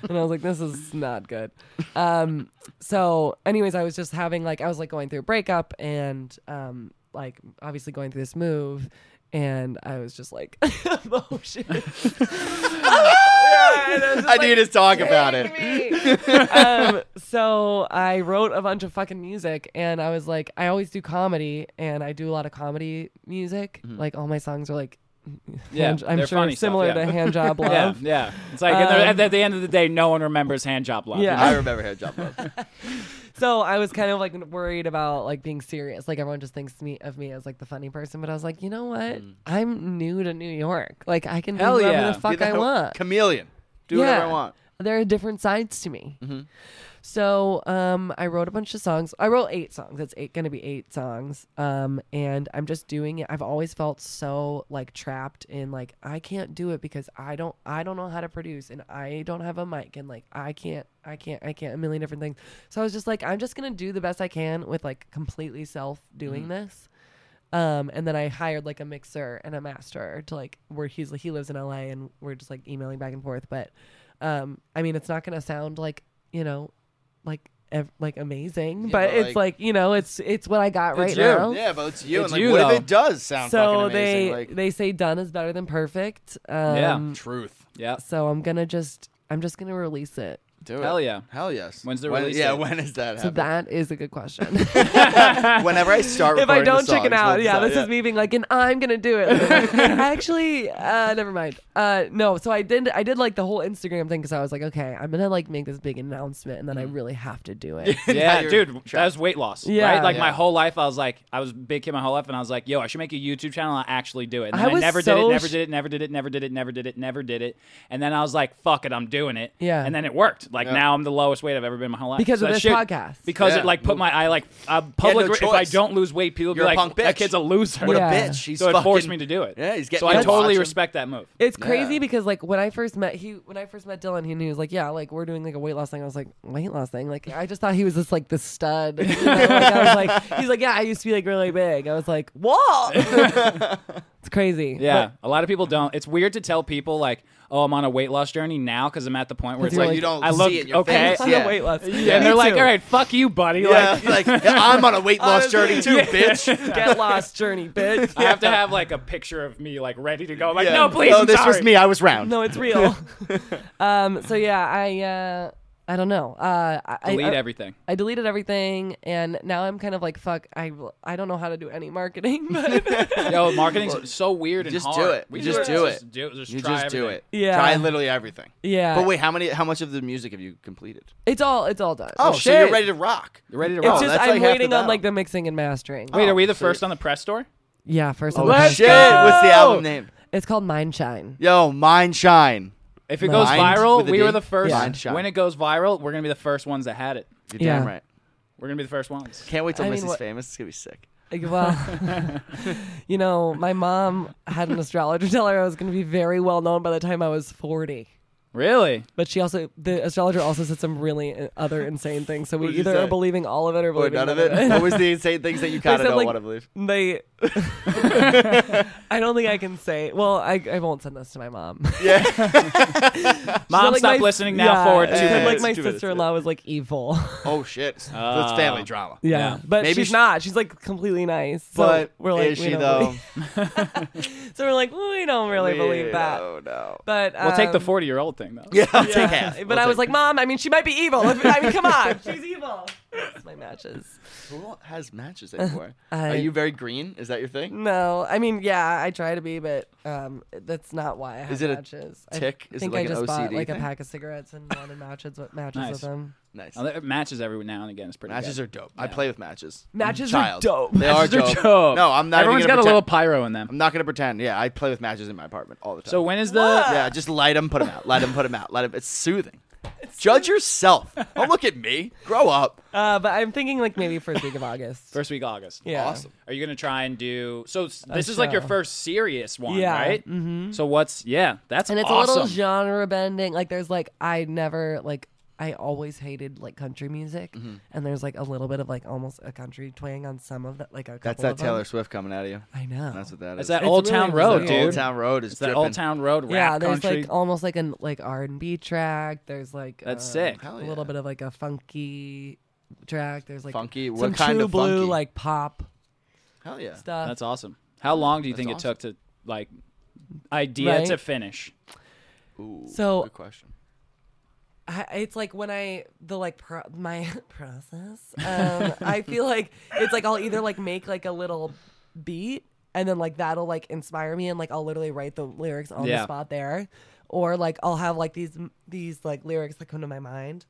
Speaker 4: and i was like this is not good um so anyways i was just having like i was like going through a breakup and um like obviously going through this move and I was just like emotion.
Speaker 2: I need to talk about it.
Speaker 4: um, so I wrote a bunch of fucking music, and I was like, I always do comedy, and I do a lot of comedy music.
Speaker 2: Mm-hmm.
Speaker 4: Like all my songs are like,
Speaker 3: Yeah,
Speaker 4: hand- I'm
Speaker 3: they're
Speaker 4: sure
Speaker 3: funny stuff,
Speaker 4: similar
Speaker 3: yeah.
Speaker 4: to hand job love.
Speaker 3: Yeah, yeah. It's like at the-
Speaker 4: Um,
Speaker 3: at the end of the day, no one remembers hand job love.
Speaker 4: Yeah.
Speaker 2: I remember hair job. Love.
Speaker 4: So I was kind of like worried about like being serious. Like everyone just thinks me of me as like the funny person, but I was like, you know what?
Speaker 2: Mm.
Speaker 4: I'm new to New York. Like I can do
Speaker 3: Hell
Speaker 4: whatever
Speaker 3: yeah.
Speaker 4: the fuck
Speaker 2: Be like
Speaker 4: I
Speaker 2: a
Speaker 4: want.
Speaker 2: Chameleon. Do whatever I want.
Speaker 4: There are different sides to me. So um, I wrote a bunch of songs. I wrote eight songs. That's eight going to be eight songs. Um, and I'm just doing it. I've always felt so like trapped in like I can't do it because I don't I don't know how to produce and I don't have a mic and like I can't I can't I can't a million different things. So I was just like I'm just gonna do the best I can with like completely self doing this. Um, and then I hired like a mixer and a master to like where he's he lives in LA and we're just like emailing back and forth. But um, I mean, it's not gonna sound like you know, like ev- like amazing, but
Speaker 2: but,
Speaker 4: it's
Speaker 2: like-
Speaker 4: like you know, it's it's what I got right
Speaker 2: you.
Speaker 4: now.
Speaker 2: Yeah, but it's you.
Speaker 3: It's
Speaker 2: and like,
Speaker 3: you,
Speaker 2: what
Speaker 3: though.
Speaker 2: if it does sound fucking
Speaker 4: So
Speaker 2: amazing?
Speaker 4: they
Speaker 2: like
Speaker 4: they say done is better than perfect. Um,
Speaker 3: Yeah.
Speaker 2: truth.
Speaker 3: yeah.
Speaker 4: So I'm gonna just I'm just gonna release it.
Speaker 2: Do it.
Speaker 3: Hell yeah.
Speaker 2: Hell yes.
Speaker 3: When's the
Speaker 2: When-
Speaker 3: release
Speaker 2: Yeah.
Speaker 3: date?
Speaker 2: When is that?
Speaker 4: So
Speaker 2: happening?
Speaker 4: that is a good question.
Speaker 2: Whenever I start.
Speaker 4: if I
Speaker 2: recording the
Speaker 4: don't chicken
Speaker 2: songs,
Speaker 4: out,
Speaker 2: we'll
Speaker 4: yeah,
Speaker 2: decide,
Speaker 4: this is me being like, and I'm gonna do it. Actually, uh, never mind. Uh, no, so I did. I did like the whole Instagram thing because I was like, okay, I'm gonna like make this big announcement, and then I really have to do it.
Speaker 3: Mm-hmm. Yeah,
Speaker 2: you're
Speaker 3: dude, that
Speaker 2: trapped.
Speaker 3: was weight loss.
Speaker 4: Yeah.
Speaker 3: right? like my
Speaker 2: Yeah.
Speaker 3: whole life, I was like, I was a big kid my whole life, and I was like, yo, I should make a YouTube channel. and I actually do it. And
Speaker 4: I
Speaker 3: then I,
Speaker 4: was
Speaker 3: never did
Speaker 4: so
Speaker 3: it, never
Speaker 4: sh-
Speaker 3: did it, never did it, never did it, never did it, never did it. And then I was like, fuck it, I'm doing it.
Speaker 4: Yeah.
Speaker 3: And then it worked. Like
Speaker 2: Yeah.
Speaker 3: now I'm the lowest weight I've ever been my whole life
Speaker 4: Because
Speaker 3: So
Speaker 4: of
Speaker 3: that
Speaker 4: this
Speaker 3: shit-
Speaker 4: podcast.
Speaker 3: Because
Speaker 2: Yeah.
Speaker 3: it like put my I like uh, public.
Speaker 2: no
Speaker 3: if I
Speaker 2: choice.
Speaker 3: don't lose weight, people
Speaker 2: You're
Speaker 3: be
Speaker 2: a
Speaker 3: like,
Speaker 2: punk
Speaker 3: that
Speaker 2: bitch.
Speaker 3: kid's a loser.
Speaker 2: What
Speaker 4: Yeah.
Speaker 2: a bitch. She's
Speaker 3: so it
Speaker 2: fucking,
Speaker 3: forced me to do it.
Speaker 2: Yeah, he's getting
Speaker 3: So I
Speaker 2: me to watch
Speaker 3: totally
Speaker 2: him.
Speaker 3: respect that move.
Speaker 4: It's crazy
Speaker 2: Yeah.
Speaker 4: because like when I first met he when I first met Dylan he, and he was like yeah like we're doing like a weight loss thing I was like weight loss thing like I just thought he was just like the stud you know? like, I was like he's like yeah I used to be like really big I was like whoa it's crazy
Speaker 3: Yeah, a lot of people don't. It's weird to tell people like, "Oh, I'm on a weight loss journey now" because I'm at the point where it's
Speaker 4: you're
Speaker 3: like,
Speaker 4: like-
Speaker 2: You don't
Speaker 3: I
Speaker 2: see
Speaker 3: look
Speaker 2: it in your
Speaker 3: okay,
Speaker 2: face.
Speaker 4: I'm
Speaker 2: Yeah.
Speaker 4: a weight loss
Speaker 3: Yeah, and they're like, "All right, fuck you, buddy."
Speaker 2: Yeah,
Speaker 3: Like,
Speaker 2: like yeah, I'm on a weight loss journey too, bitch.
Speaker 4: get lost journey bitch
Speaker 3: I have to have like a picture of me like ready to go. Like,
Speaker 2: Yeah.
Speaker 3: no, please.
Speaker 2: No,
Speaker 3: I'm
Speaker 2: this was
Speaker 3: sorry."
Speaker 2: me. I was round.
Speaker 4: no it's real um so yeah I uh I don't know uh I- I,
Speaker 3: Delete
Speaker 4: I,
Speaker 3: everything.
Speaker 4: I deleted everything and now I'm kind of like fuck I I don't know how to do any marketing but
Speaker 3: Yo, marketing's so weird and
Speaker 2: just
Speaker 3: hard.
Speaker 2: do it.
Speaker 3: We
Speaker 2: You just
Speaker 3: it.
Speaker 2: do
Speaker 3: Just
Speaker 2: it.
Speaker 3: do it. Just
Speaker 2: You
Speaker 3: try
Speaker 2: just do
Speaker 3: everything.
Speaker 2: it.
Speaker 4: Yeah.
Speaker 2: Try literally everything.
Speaker 4: yeah
Speaker 2: But wait, how many? How much of the music have you completed?
Speaker 4: it's all it's all done
Speaker 2: Oh, so
Speaker 3: shit.
Speaker 2: you're ready to rock.
Speaker 3: You ready to
Speaker 4: It's
Speaker 3: roll?
Speaker 2: Oh,
Speaker 4: just
Speaker 2: that's
Speaker 4: I'm
Speaker 2: like half the
Speaker 4: waiting on
Speaker 2: battle.
Speaker 4: like the mixing and mastering.
Speaker 3: Wait, are we the
Speaker 2: Oh,
Speaker 3: first
Speaker 2: shit.
Speaker 3: on the press store?
Speaker 4: Yeah, first.
Speaker 2: Oh
Speaker 4: on the
Speaker 2: shit!
Speaker 4: podcast.
Speaker 2: What's the album name?
Speaker 4: It's called Mind Shine.
Speaker 2: Yo, Mine Shine.
Speaker 3: If it goes
Speaker 2: Mind
Speaker 3: viral,
Speaker 2: with a
Speaker 3: we
Speaker 2: D?
Speaker 3: were the first.
Speaker 2: Mind shot.
Speaker 3: When it goes viral, we're gonna be the first ones that had it.
Speaker 2: You're
Speaker 4: Yeah.
Speaker 2: damn right.
Speaker 3: We're gonna be the first ones.
Speaker 2: Can't wait till
Speaker 4: I mean,
Speaker 2: Missy's
Speaker 4: what-
Speaker 2: famous. It's gonna be sick.
Speaker 4: Like, Well, you know, my mom had an astrologer tell her I was going to be very well known by the time I was 40.
Speaker 3: Really?
Speaker 4: But she also, the astrologer also said some really uh, other insane things. So we
Speaker 2: What'd she
Speaker 4: either are
Speaker 2: say?
Speaker 4: believing all of it or
Speaker 2: Or
Speaker 4: believing
Speaker 2: none of it. what was the insane things that you kind
Speaker 4: They
Speaker 2: of
Speaker 4: said,
Speaker 2: don't
Speaker 4: like-
Speaker 2: want to believe?
Speaker 4: They, I don't think I can say. Well, I, I won't send this to my mom.
Speaker 3: Mom,
Speaker 4: But, like,
Speaker 3: stop
Speaker 4: my-
Speaker 3: listening now.
Speaker 4: yeah,
Speaker 3: forward two
Speaker 4: she said,
Speaker 3: minutes.
Speaker 4: Like my
Speaker 2: Two minutes,
Speaker 4: sister-in-law was like evil.
Speaker 2: Oh shit! It's
Speaker 3: Ah.
Speaker 2: family drama.
Speaker 4: Yeah,
Speaker 3: Yeah.
Speaker 4: but
Speaker 2: Maybe
Speaker 4: she's
Speaker 2: sh-
Speaker 4: not. She's like completely nice. So
Speaker 2: But
Speaker 4: we're like,
Speaker 2: is
Speaker 4: we
Speaker 2: she
Speaker 4: don't
Speaker 2: though?
Speaker 4: believe- So we're like, we don't really believe that.
Speaker 2: Oh no.
Speaker 4: But um,
Speaker 3: We'll take the 40 year old thing, though.
Speaker 2: Yeah, I'll take half.
Speaker 4: But I was like, mom, I mean, she might be evil. If- I mean, come on, she's evil. That's my matches.
Speaker 2: Who has matches anymore?
Speaker 4: I- Mm.
Speaker 2: Are you very green? Is that your thing?
Speaker 4: No, I mean, yeah, I try to be, but um, that's not why I have
Speaker 2: Is it a
Speaker 4: matches.
Speaker 2: tick?
Speaker 4: I
Speaker 2: Is it
Speaker 4: think
Speaker 2: like
Speaker 4: I
Speaker 2: an
Speaker 4: just bought
Speaker 2: OCD
Speaker 4: like a
Speaker 2: thing?
Speaker 4: pack of cigarettes and wanted matches, with matches
Speaker 3: Nice.
Speaker 4: with them.
Speaker 2: Nice.
Speaker 3: Oh, that- matches every now and again. It's pretty
Speaker 2: Matches
Speaker 3: good.
Speaker 2: are dope. I play with matches. I'm a
Speaker 4: Matches are
Speaker 2: child.
Speaker 4: dope.
Speaker 2: They are
Speaker 3: Matches
Speaker 2: dope.
Speaker 3: dope.
Speaker 2: No, I'm not.
Speaker 3: Everyone's
Speaker 2: even gonna
Speaker 3: got a
Speaker 2: pretend.
Speaker 3: little pyro in them.
Speaker 2: I'm not gonna pretend. Yeah, I play with matches in my apartment all the time.
Speaker 3: So when is the
Speaker 2: yeah, just light them, put them out. Light them, put them out. Light them. It's soothing. Judge yourself. Don't look at me. Grow up.
Speaker 4: Uh, but I'm thinking like maybe first week of August.
Speaker 3: first week of August?
Speaker 4: Yeah.
Speaker 2: Awesome.
Speaker 3: Are you gonna try and do? So s- this is like your
Speaker 4: show.
Speaker 3: first serious one,
Speaker 4: Yeah.
Speaker 3: right? Mm-hmm. So what's yeah? That's
Speaker 4: and it's
Speaker 3: awesome.
Speaker 4: a little genre bending. Like there's like I never like I always hated like country music,
Speaker 2: Mm-hmm.
Speaker 4: and there's like a little bit of like almost a country twang on some of that. Like a
Speaker 2: That's
Speaker 4: couple
Speaker 2: that
Speaker 4: of them.
Speaker 2: Taylor Swift coming out of you.
Speaker 4: I know.
Speaker 2: That's what that is.
Speaker 3: It's that
Speaker 4: It's
Speaker 3: Old
Speaker 4: really
Speaker 3: Town Road,
Speaker 4: bizarre.
Speaker 3: dude.
Speaker 2: Old Town Road is
Speaker 3: It's that Old
Speaker 2: dripping.
Speaker 3: Town Road rap
Speaker 4: yeah, there's
Speaker 3: country.
Speaker 4: like almost like an like R and B track. There's like
Speaker 3: That's
Speaker 4: um,
Speaker 3: sick.
Speaker 4: A
Speaker 2: Hell
Speaker 4: little
Speaker 2: yeah.
Speaker 4: bit of like a funky track. There's like
Speaker 2: Funky?
Speaker 4: Some
Speaker 2: What kind
Speaker 4: true
Speaker 2: of
Speaker 4: blue
Speaker 2: funky?
Speaker 4: like pop
Speaker 2: Hell yeah.
Speaker 4: stuff.
Speaker 3: That's awesome. How long do you think
Speaker 5: That's
Speaker 3: it took to like idea
Speaker 4: Right?
Speaker 3: to finish?
Speaker 2: Ooh,
Speaker 4: So-
Speaker 2: good question.
Speaker 4: I, it's like when I the like pro, my process. Um, I feel like it's like I'll either like make like a little beat and then like that'll like inspire me and like I'll literally write the lyrics on
Speaker 3: Yeah.
Speaker 4: the spot there, or like I'll have like these these like lyrics that come to my mind.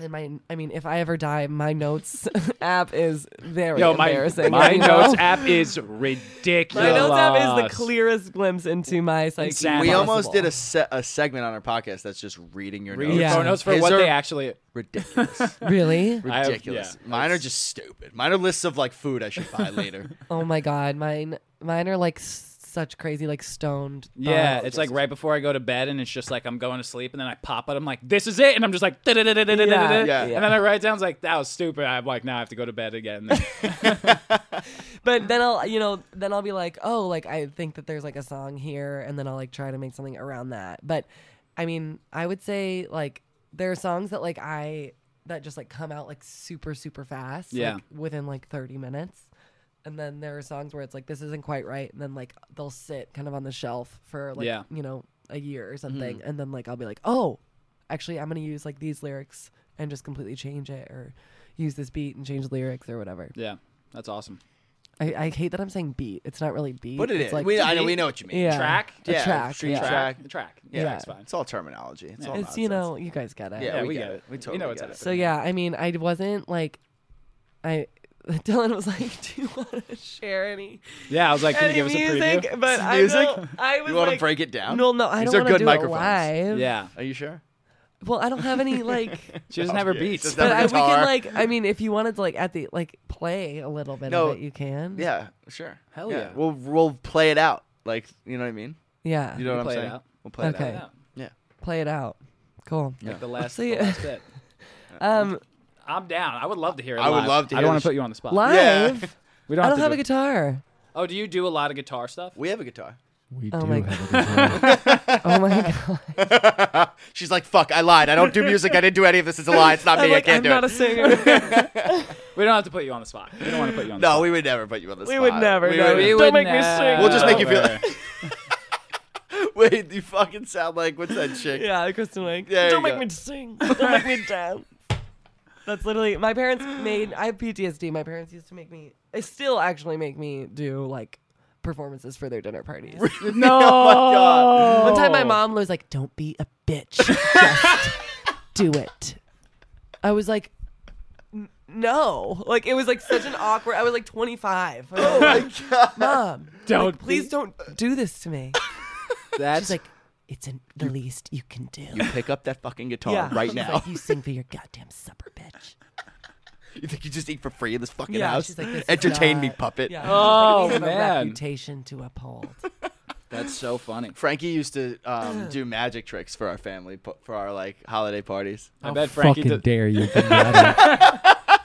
Speaker 4: And my, I mean, if I ever die, my notes app is very embarrassing.
Speaker 3: my
Speaker 4: you know?
Speaker 3: notes app is ridiculous.
Speaker 4: My notes app is the clearest glimpse into my psyche.
Speaker 3: Insane.
Speaker 2: We almost
Speaker 4: possible.
Speaker 2: did a, se- a segment on our podcast that's just reading your
Speaker 3: Read
Speaker 2: notes.
Speaker 3: your
Speaker 4: Yeah.
Speaker 3: phone notes for
Speaker 2: His
Speaker 3: what
Speaker 2: are
Speaker 3: they actually.
Speaker 2: ridiculous.
Speaker 4: really.
Speaker 3: I have-
Speaker 2: ridiculous.
Speaker 3: yeah,
Speaker 2: Mine are just stupid. Mine are lists of like food I should buy later.
Speaker 4: Oh my god, mine mine are like s- such crazy, like stoned.
Speaker 3: Yeah,
Speaker 4: thoughts.
Speaker 3: it's like right before I go to bed, and it's just like I'm going to sleep, and then I pop it. I'm like, "This is it," and I'm just like, "Da-da-da-da-da-da-da-da,"
Speaker 4: Yeah,
Speaker 2: yeah.
Speaker 3: and then I write it down, it's like that was stupid. I'm like, now I have to go to bed again.
Speaker 4: but then I'll you know then I'll be like, oh, like I think that there's like a song here, and then I'll like try to make something around that. But I mean, I would say like there are songs that like I that just like come out like super super fast, like,
Speaker 3: Yeah.
Speaker 4: within like 30 minutes. And then there are songs where it's like this isn't quite right, and then like they'll sit kind of on the shelf for like
Speaker 3: Yeah. Mm-hmm.
Speaker 4: you know a year or something, and then like I'll be like, oh, actually I'm gonna use like these lyrics and just completely change it or use this beat and change the lyrics or whatever.
Speaker 3: yeah, that's awesome.
Speaker 4: I, I hate that I'm saying beat. It's not really beat.
Speaker 2: But it
Speaker 4: it's
Speaker 2: is. we, I know, we know what you mean.
Speaker 4: yeah.
Speaker 3: Track?
Speaker 4: A
Speaker 2: Yeah,
Speaker 4: track.
Speaker 2: street
Speaker 4: yeah.
Speaker 2: track.
Speaker 3: the track,
Speaker 2: Yeah.
Speaker 3: yeah, it's fine.
Speaker 2: It's all terminology. It's all
Speaker 4: It's you
Speaker 2: nonsense.
Speaker 4: know you guys get it.
Speaker 2: Yeah,
Speaker 3: Yeah,
Speaker 2: we,
Speaker 3: we
Speaker 2: get,
Speaker 3: get
Speaker 2: it.
Speaker 3: it.
Speaker 2: We
Speaker 3: You
Speaker 2: totally
Speaker 3: know what's
Speaker 2: get
Speaker 3: happening.
Speaker 4: So yeah, I mean, I wasn't like, I. Dylan was like, "Do you want to share any
Speaker 3: Yeah, I was like, can
Speaker 4: any
Speaker 3: you give us a
Speaker 4: music?"
Speaker 3: preview?
Speaker 4: But I
Speaker 2: Music?
Speaker 4: don't- I was
Speaker 2: You want
Speaker 4: like,
Speaker 2: to break it down?
Speaker 4: No, no, I
Speaker 2: These
Speaker 4: don't
Speaker 2: are
Speaker 4: want to
Speaker 2: good
Speaker 4: do
Speaker 2: microphones.
Speaker 4: it live.
Speaker 3: Yeah,
Speaker 2: Are you sure?
Speaker 4: Well, I don't have any like.
Speaker 3: she doesn't have her
Speaker 2: Yeah,
Speaker 3: beats.
Speaker 2: just Have
Speaker 4: but
Speaker 2: a
Speaker 4: I, we can
Speaker 2: guitar.
Speaker 4: like. I mean, if you wanted to like at the like play a little bit
Speaker 2: No.
Speaker 4: of it, you can.
Speaker 2: Yeah, sure.
Speaker 3: Hell yeah.
Speaker 2: We'll we'll play it out. Like you know what I mean?
Speaker 4: Yeah.
Speaker 2: You know
Speaker 3: We'll
Speaker 2: what I'm
Speaker 3: play it
Speaker 2: saying?
Speaker 3: out.
Speaker 2: We'll play
Speaker 4: Okay.
Speaker 2: it out.
Speaker 3: yeah,
Speaker 2: Yeah.
Speaker 4: play it out. Cool.
Speaker 3: like the last,
Speaker 4: See
Speaker 3: the
Speaker 4: ya.
Speaker 3: last bit.
Speaker 4: Um,
Speaker 3: I'm down. I would love to hear it.
Speaker 2: I would
Speaker 3: live.
Speaker 2: love to
Speaker 3: I
Speaker 2: hear
Speaker 3: don't want
Speaker 2: this.
Speaker 3: to put you on the spot.
Speaker 4: live.
Speaker 3: We
Speaker 4: I don't
Speaker 3: to
Speaker 4: have
Speaker 3: do
Speaker 4: a guitar.
Speaker 3: it. Oh, do you do a lot of guitar stuff?
Speaker 2: We have a guitar.
Speaker 5: We
Speaker 4: Oh
Speaker 5: do
Speaker 4: my
Speaker 5: have a guitar.
Speaker 4: Oh my god.
Speaker 2: She's like, fuck, I lied. I don't do music. I didn't do any of this. It's a lie. It's not me.
Speaker 4: I'm like,
Speaker 2: I can't
Speaker 4: I'm
Speaker 2: do
Speaker 4: not
Speaker 2: it.
Speaker 4: a singer.
Speaker 3: We don't have to put you on the spot. We don't want to put you on. the
Speaker 2: no,
Speaker 3: spot.
Speaker 2: we would never put you on the spot.
Speaker 4: we would never.
Speaker 2: We
Speaker 4: no,
Speaker 2: would-
Speaker 4: don't make me sing.
Speaker 2: We'll just make you feel- Wait, you fucking sound like what's that chick?
Speaker 4: Yeah, Kristen Wiig.
Speaker 2: There
Speaker 4: Don't
Speaker 2: you
Speaker 4: make
Speaker 2: go.
Speaker 4: me sing. Don't make me dance. That's literally my parents made. I have PTSD. My parents used to make me. They still actually make me do like performances for their dinner parties.
Speaker 3: no.
Speaker 2: Oh my god.
Speaker 4: One time, my mom was like, "Don't be a bitch. Just do it." I was like. "N- No, like it was like such an awkward. I was like 25. Oh my god, mom,
Speaker 3: Don't
Speaker 4: please don't do this to me.
Speaker 3: That's
Speaker 4: It's like it's an, the least you can do.
Speaker 2: You pick up that fucking guitar
Speaker 4: Yeah.
Speaker 2: right
Speaker 4: She's
Speaker 2: now.
Speaker 4: like, you sing for your goddamn supper, bitch.
Speaker 2: you think you just eat for free in this fucking
Speaker 4: Yeah,
Speaker 2: house?
Speaker 4: she's like, this is
Speaker 2: Entertain
Speaker 4: not-
Speaker 2: me, puppet.
Speaker 4: Yeah.
Speaker 3: Oh,
Speaker 4: She's like, "We have
Speaker 3: man.
Speaker 4: a reputation to uphold.
Speaker 3: that's so funny.
Speaker 2: Frankie used to um, do magic tricks for our family pu- for our like holiday parties.
Speaker 3: I bet Frankie.
Speaker 5: Fucking
Speaker 3: Did,
Speaker 5: dare you! to not-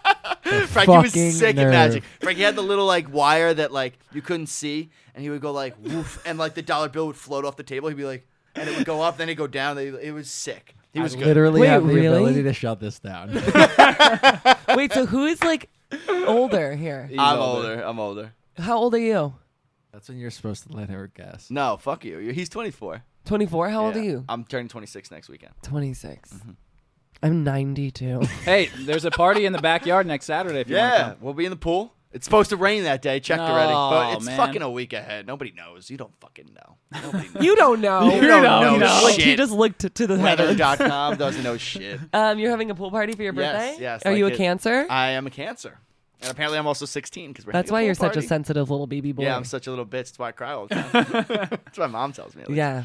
Speaker 2: Frankie was
Speaker 5: Fucking
Speaker 2: sick at
Speaker 5: nerve.
Speaker 2: magic. Frankie had the little like wire that like you couldn't see, and he would go like woof, and like the dollar bill would float off the table. He'd be like, and it would go up, then it'd go down. They- It was sick. He was
Speaker 5: I
Speaker 2: good.
Speaker 5: literally
Speaker 4: Wait,
Speaker 5: have the
Speaker 4: really?
Speaker 5: ability to shut this down.
Speaker 4: Wait, so who is like older here?
Speaker 3: He's
Speaker 2: I'm older. I'm older.
Speaker 4: How old are you?
Speaker 5: That's when you're supposed to let her guess.
Speaker 2: No, fuck you. You're- He's 24.
Speaker 4: 24. How old
Speaker 2: Yeah.
Speaker 4: are
Speaker 2: Uh, mm-hmm.
Speaker 4: you?
Speaker 2: I'm turning 26 next weekend.
Speaker 4: 26. I'm 92.
Speaker 3: Hey, there's a party in the backyard next Saturday. If you want to
Speaker 2: Yeah,
Speaker 3: come.
Speaker 2: we'll be in the pool. It's supposed to rain that day. Checked already,
Speaker 3: No,
Speaker 2: but it's
Speaker 3: man.
Speaker 2: fucking a week ahead. Nobody knows. You don't fucking know. Nobody knows.
Speaker 4: You don't know.
Speaker 2: You don't know
Speaker 3: know.
Speaker 4: Like he
Speaker 2: shit.
Speaker 4: just looked to the heavens.
Speaker 2: Weather.com doesn't know shit.
Speaker 4: Um, you're having a pool party for your
Speaker 2: Yes,
Speaker 4: birthday.
Speaker 2: yes,
Speaker 4: Are you a
Speaker 2: like it-
Speaker 4: Cancer?
Speaker 2: I am a cancer, and apparently I'm also 16 because we're.
Speaker 4: That's
Speaker 2: having a
Speaker 4: why
Speaker 2: pool
Speaker 4: you're such
Speaker 2: party.
Speaker 4: a sensitive little baby boy.
Speaker 2: Yeah, I'm such a little bitch. That's why I cry all the time. That's what my mom tells me. at least.
Speaker 4: Yeah.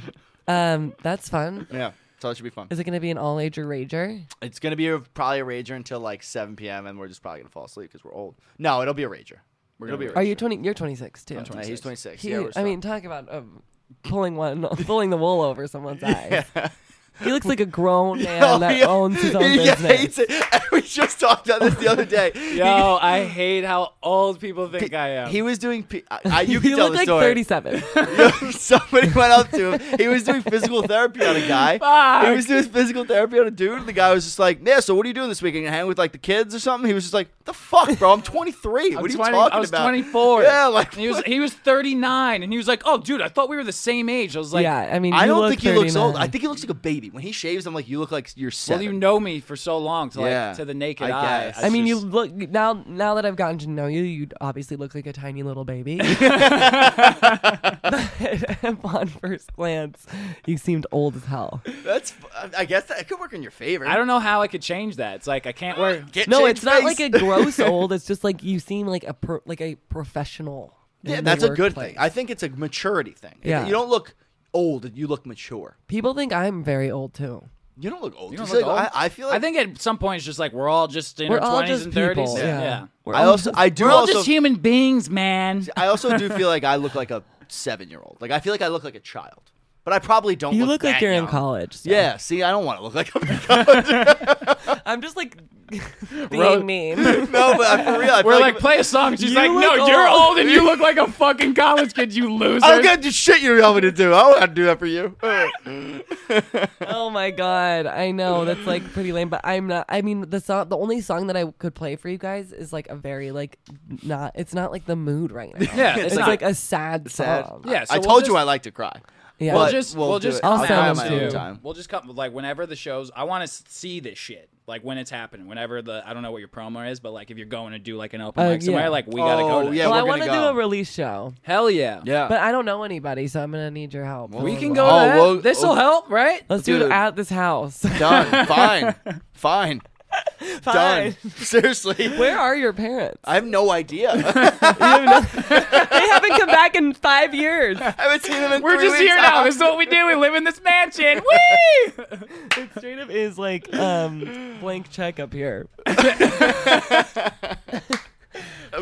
Speaker 4: Um, that's fun.
Speaker 2: Yeah. So it should be fun.
Speaker 4: Is it going to be an all ager rager?
Speaker 2: It's gonna be a, probably a rager until like 7 p.m. and we're just probably gonna fall asleep because we're old. No, it'll be a rager. We're gonna be. A rager.
Speaker 4: Are you 20? Oh, You're 26 too.
Speaker 2: Yeah, he's 26.
Speaker 4: He-
Speaker 2: yeah, we're
Speaker 4: I mean, talk about um, pulling one, pulling the wool over someone's eyes. He looks like a grown man
Speaker 2: Oh,
Speaker 4: that
Speaker 2: yeah.
Speaker 4: owns his own
Speaker 2: he
Speaker 4: business.
Speaker 2: hates it. we just talked about this the other day.
Speaker 3: Yo, I hate how old people
Speaker 2: He-
Speaker 3: think I am.
Speaker 2: He was doing. P- I, I, uh, you can
Speaker 4: um, he
Speaker 2: tell
Speaker 4: looked
Speaker 2: the
Speaker 4: like
Speaker 2: story.
Speaker 4: 37.
Speaker 2: Somebody went up to him. He was doing physical therapy on a guy. He was doing physical therapy on a dude. And the guy was just like, "Yeah, so what are you doing this weekend? You hang with like the kids or something?" He was just like, "The fuck, bro? I'm 23.
Speaker 3: I'm
Speaker 2: what are you
Speaker 3: 20
Speaker 2: talking
Speaker 3: I was
Speaker 2: about?"
Speaker 3: 24.
Speaker 2: Yeah, like
Speaker 3: And he was he was 39, and he was like, "Oh, dude, I thought we were the same age." I was like,
Speaker 4: yeah, I mean,
Speaker 2: I
Speaker 4: you
Speaker 2: don't
Speaker 4: look
Speaker 2: think he looks old.
Speaker 4: 39.
Speaker 2: I think he looks like a baby. When he shaves, I'm like, "You look like you're
Speaker 3: "Well,
Speaker 2: seven.
Speaker 3: you know me for so long to like
Speaker 2: Yeah,
Speaker 3: to the naked
Speaker 2: I
Speaker 3: eye."
Speaker 2: guess.
Speaker 4: I mean, you
Speaker 2: just-
Speaker 4: look now. Now that I've gotten to know you, you obviously look like a tiny little baby. But upon first glance, you seemed old as hell.
Speaker 2: That's. I- I guess that could work in your favor.
Speaker 3: I don't know how I could change that. It's like I can't wear.
Speaker 2: Get
Speaker 4: No,
Speaker 2: changed
Speaker 4: it's not
Speaker 2: face.
Speaker 4: like a gross old. It's just like you seem like a pro, like a professional.
Speaker 2: Yeah,
Speaker 4: in the
Speaker 2: that's a good
Speaker 4: workplace.
Speaker 2: thing. I think it's a maturity thing. It-
Speaker 4: Yeah.
Speaker 2: You don't look old, you look mature.
Speaker 4: People think I'm very old too.
Speaker 2: You don't look old.
Speaker 3: You don't
Speaker 2: It's
Speaker 3: look
Speaker 2: like,
Speaker 3: old.
Speaker 2: I, I feel like
Speaker 3: I think at some point it's just like we're all just in
Speaker 4: We're
Speaker 3: our
Speaker 4: all
Speaker 3: 20s
Speaker 4: just
Speaker 3: and 30s.
Speaker 4: people. Yeah. We're
Speaker 2: I
Speaker 4: all
Speaker 2: also I do
Speaker 3: We're all
Speaker 2: also
Speaker 3: just human beings, man.
Speaker 2: I also do feel like I look like a 7-year-old. Like I feel like I look like a child. But I probably don't
Speaker 4: You
Speaker 2: look,
Speaker 4: look, like
Speaker 2: that
Speaker 4: you're in
Speaker 2: young.
Speaker 4: college. so-
Speaker 2: Yeah, see, I don't want to look like I'm in college.
Speaker 4: I'm just like being
Speaker 3: Ro-
Speaker 4: mean.
Speaker 2: No, but I- for real, I feel
Speaker 3: We're
Speaker 2: like,
Speaker 3: like, play a song. She's
Speaker 4: You
Speaker 3: like, no,
Speaker 4: look
Speaker 3: you're
Speaker 4: old."
Speaker 3: old and you look like a fucking college kid, you loser.
Speaker 2: I don't get the shit you want me to do. I don't want to do that for you.
Speaker 4: Oh my god, I know that's like pretty lame, but I'm not. I mean, the song, the only song that I could play for you guys is like a very like not. It's not like the mood right now.
Speaker 3: Yeah,
Speaker 4: it's,
Speaker 3: it's not.
Speaker 4: like a sad
Speaker 2: Sad.
Speaker 4: song.
Speaker 3: Yeah, so
Speaker 2: I
Speaker 3: we'll
Speaker 2: told you
Speaker 3: just-
Speaker 2: I like to cry.
Speaker 4: yeah.
Speaker 3: We'll
Speaker 2: But
Speaker 3: just
Speaker 2: we'll
Speaker 3: we'll
Speaker 2: do
Speaker 3: just
Speaker 2: it.
Speaker 4: I'll
Speaker 3: come
Speaker 4: send
Speaker 3: out
Speaker 4: them
Speaker 3: to
Speaker 4: to you.
Speaker 3: you.
Speaker 2: Time.
Speaker 3: We'll just come like whenever the shows. I want to see this shit like when it's happening. Whenever the I don't know what your promo is, but like if you're going to do like an open
Speaker 4: Uh,
Speaker 3: mic somewhere,
Speaker 4: yeah.
Speaker 3: like we gotta
Speaker 2: Oh,
Speaker 3: go. To
Speaker 2: yeah.
Speaker 3: that.
Speaker 4: Well, I
Speaker 2: we're
Speaker 4: want
Speaker 2: gonna
Speaker 4: to do
Speaker 2: go.
Speaker 4: a release show,
Speaker 3: hell yeah.
Speaker 2: Yeah.
Speaker 4: but I don't know anybody, so I'm gonna need your help.
Speaker 3: We can
Speaker 2: Oh,
Speaker 3: go. to that.
Speaker 2: well,
Speaker 3: this will
Speaker 2: oh.
Speaker 3: help, right?
Speaker 4: Let's do
Speaker 2: Dude.
Speaker 4: it at this house.
Speaker 2: done. Fine. Fine. Done.
Speaker 4: Fine.
Speaker 2: Seriously.
Speaker 4: Where are your parents?
Speaker 2: I have no idea.
Speaker 4: they haven't come back in five years.
Speaker 2: I haven't seen them in
Speaker 3: We're
Speaker 2: three
Speaker 3: just here
Speaker 2: weeks.
Speaker 3: now. This is what we do. We live in this mansion. Whee!
Speaker 4: Straight up is like um blank check up here.
Speaker 3: Blank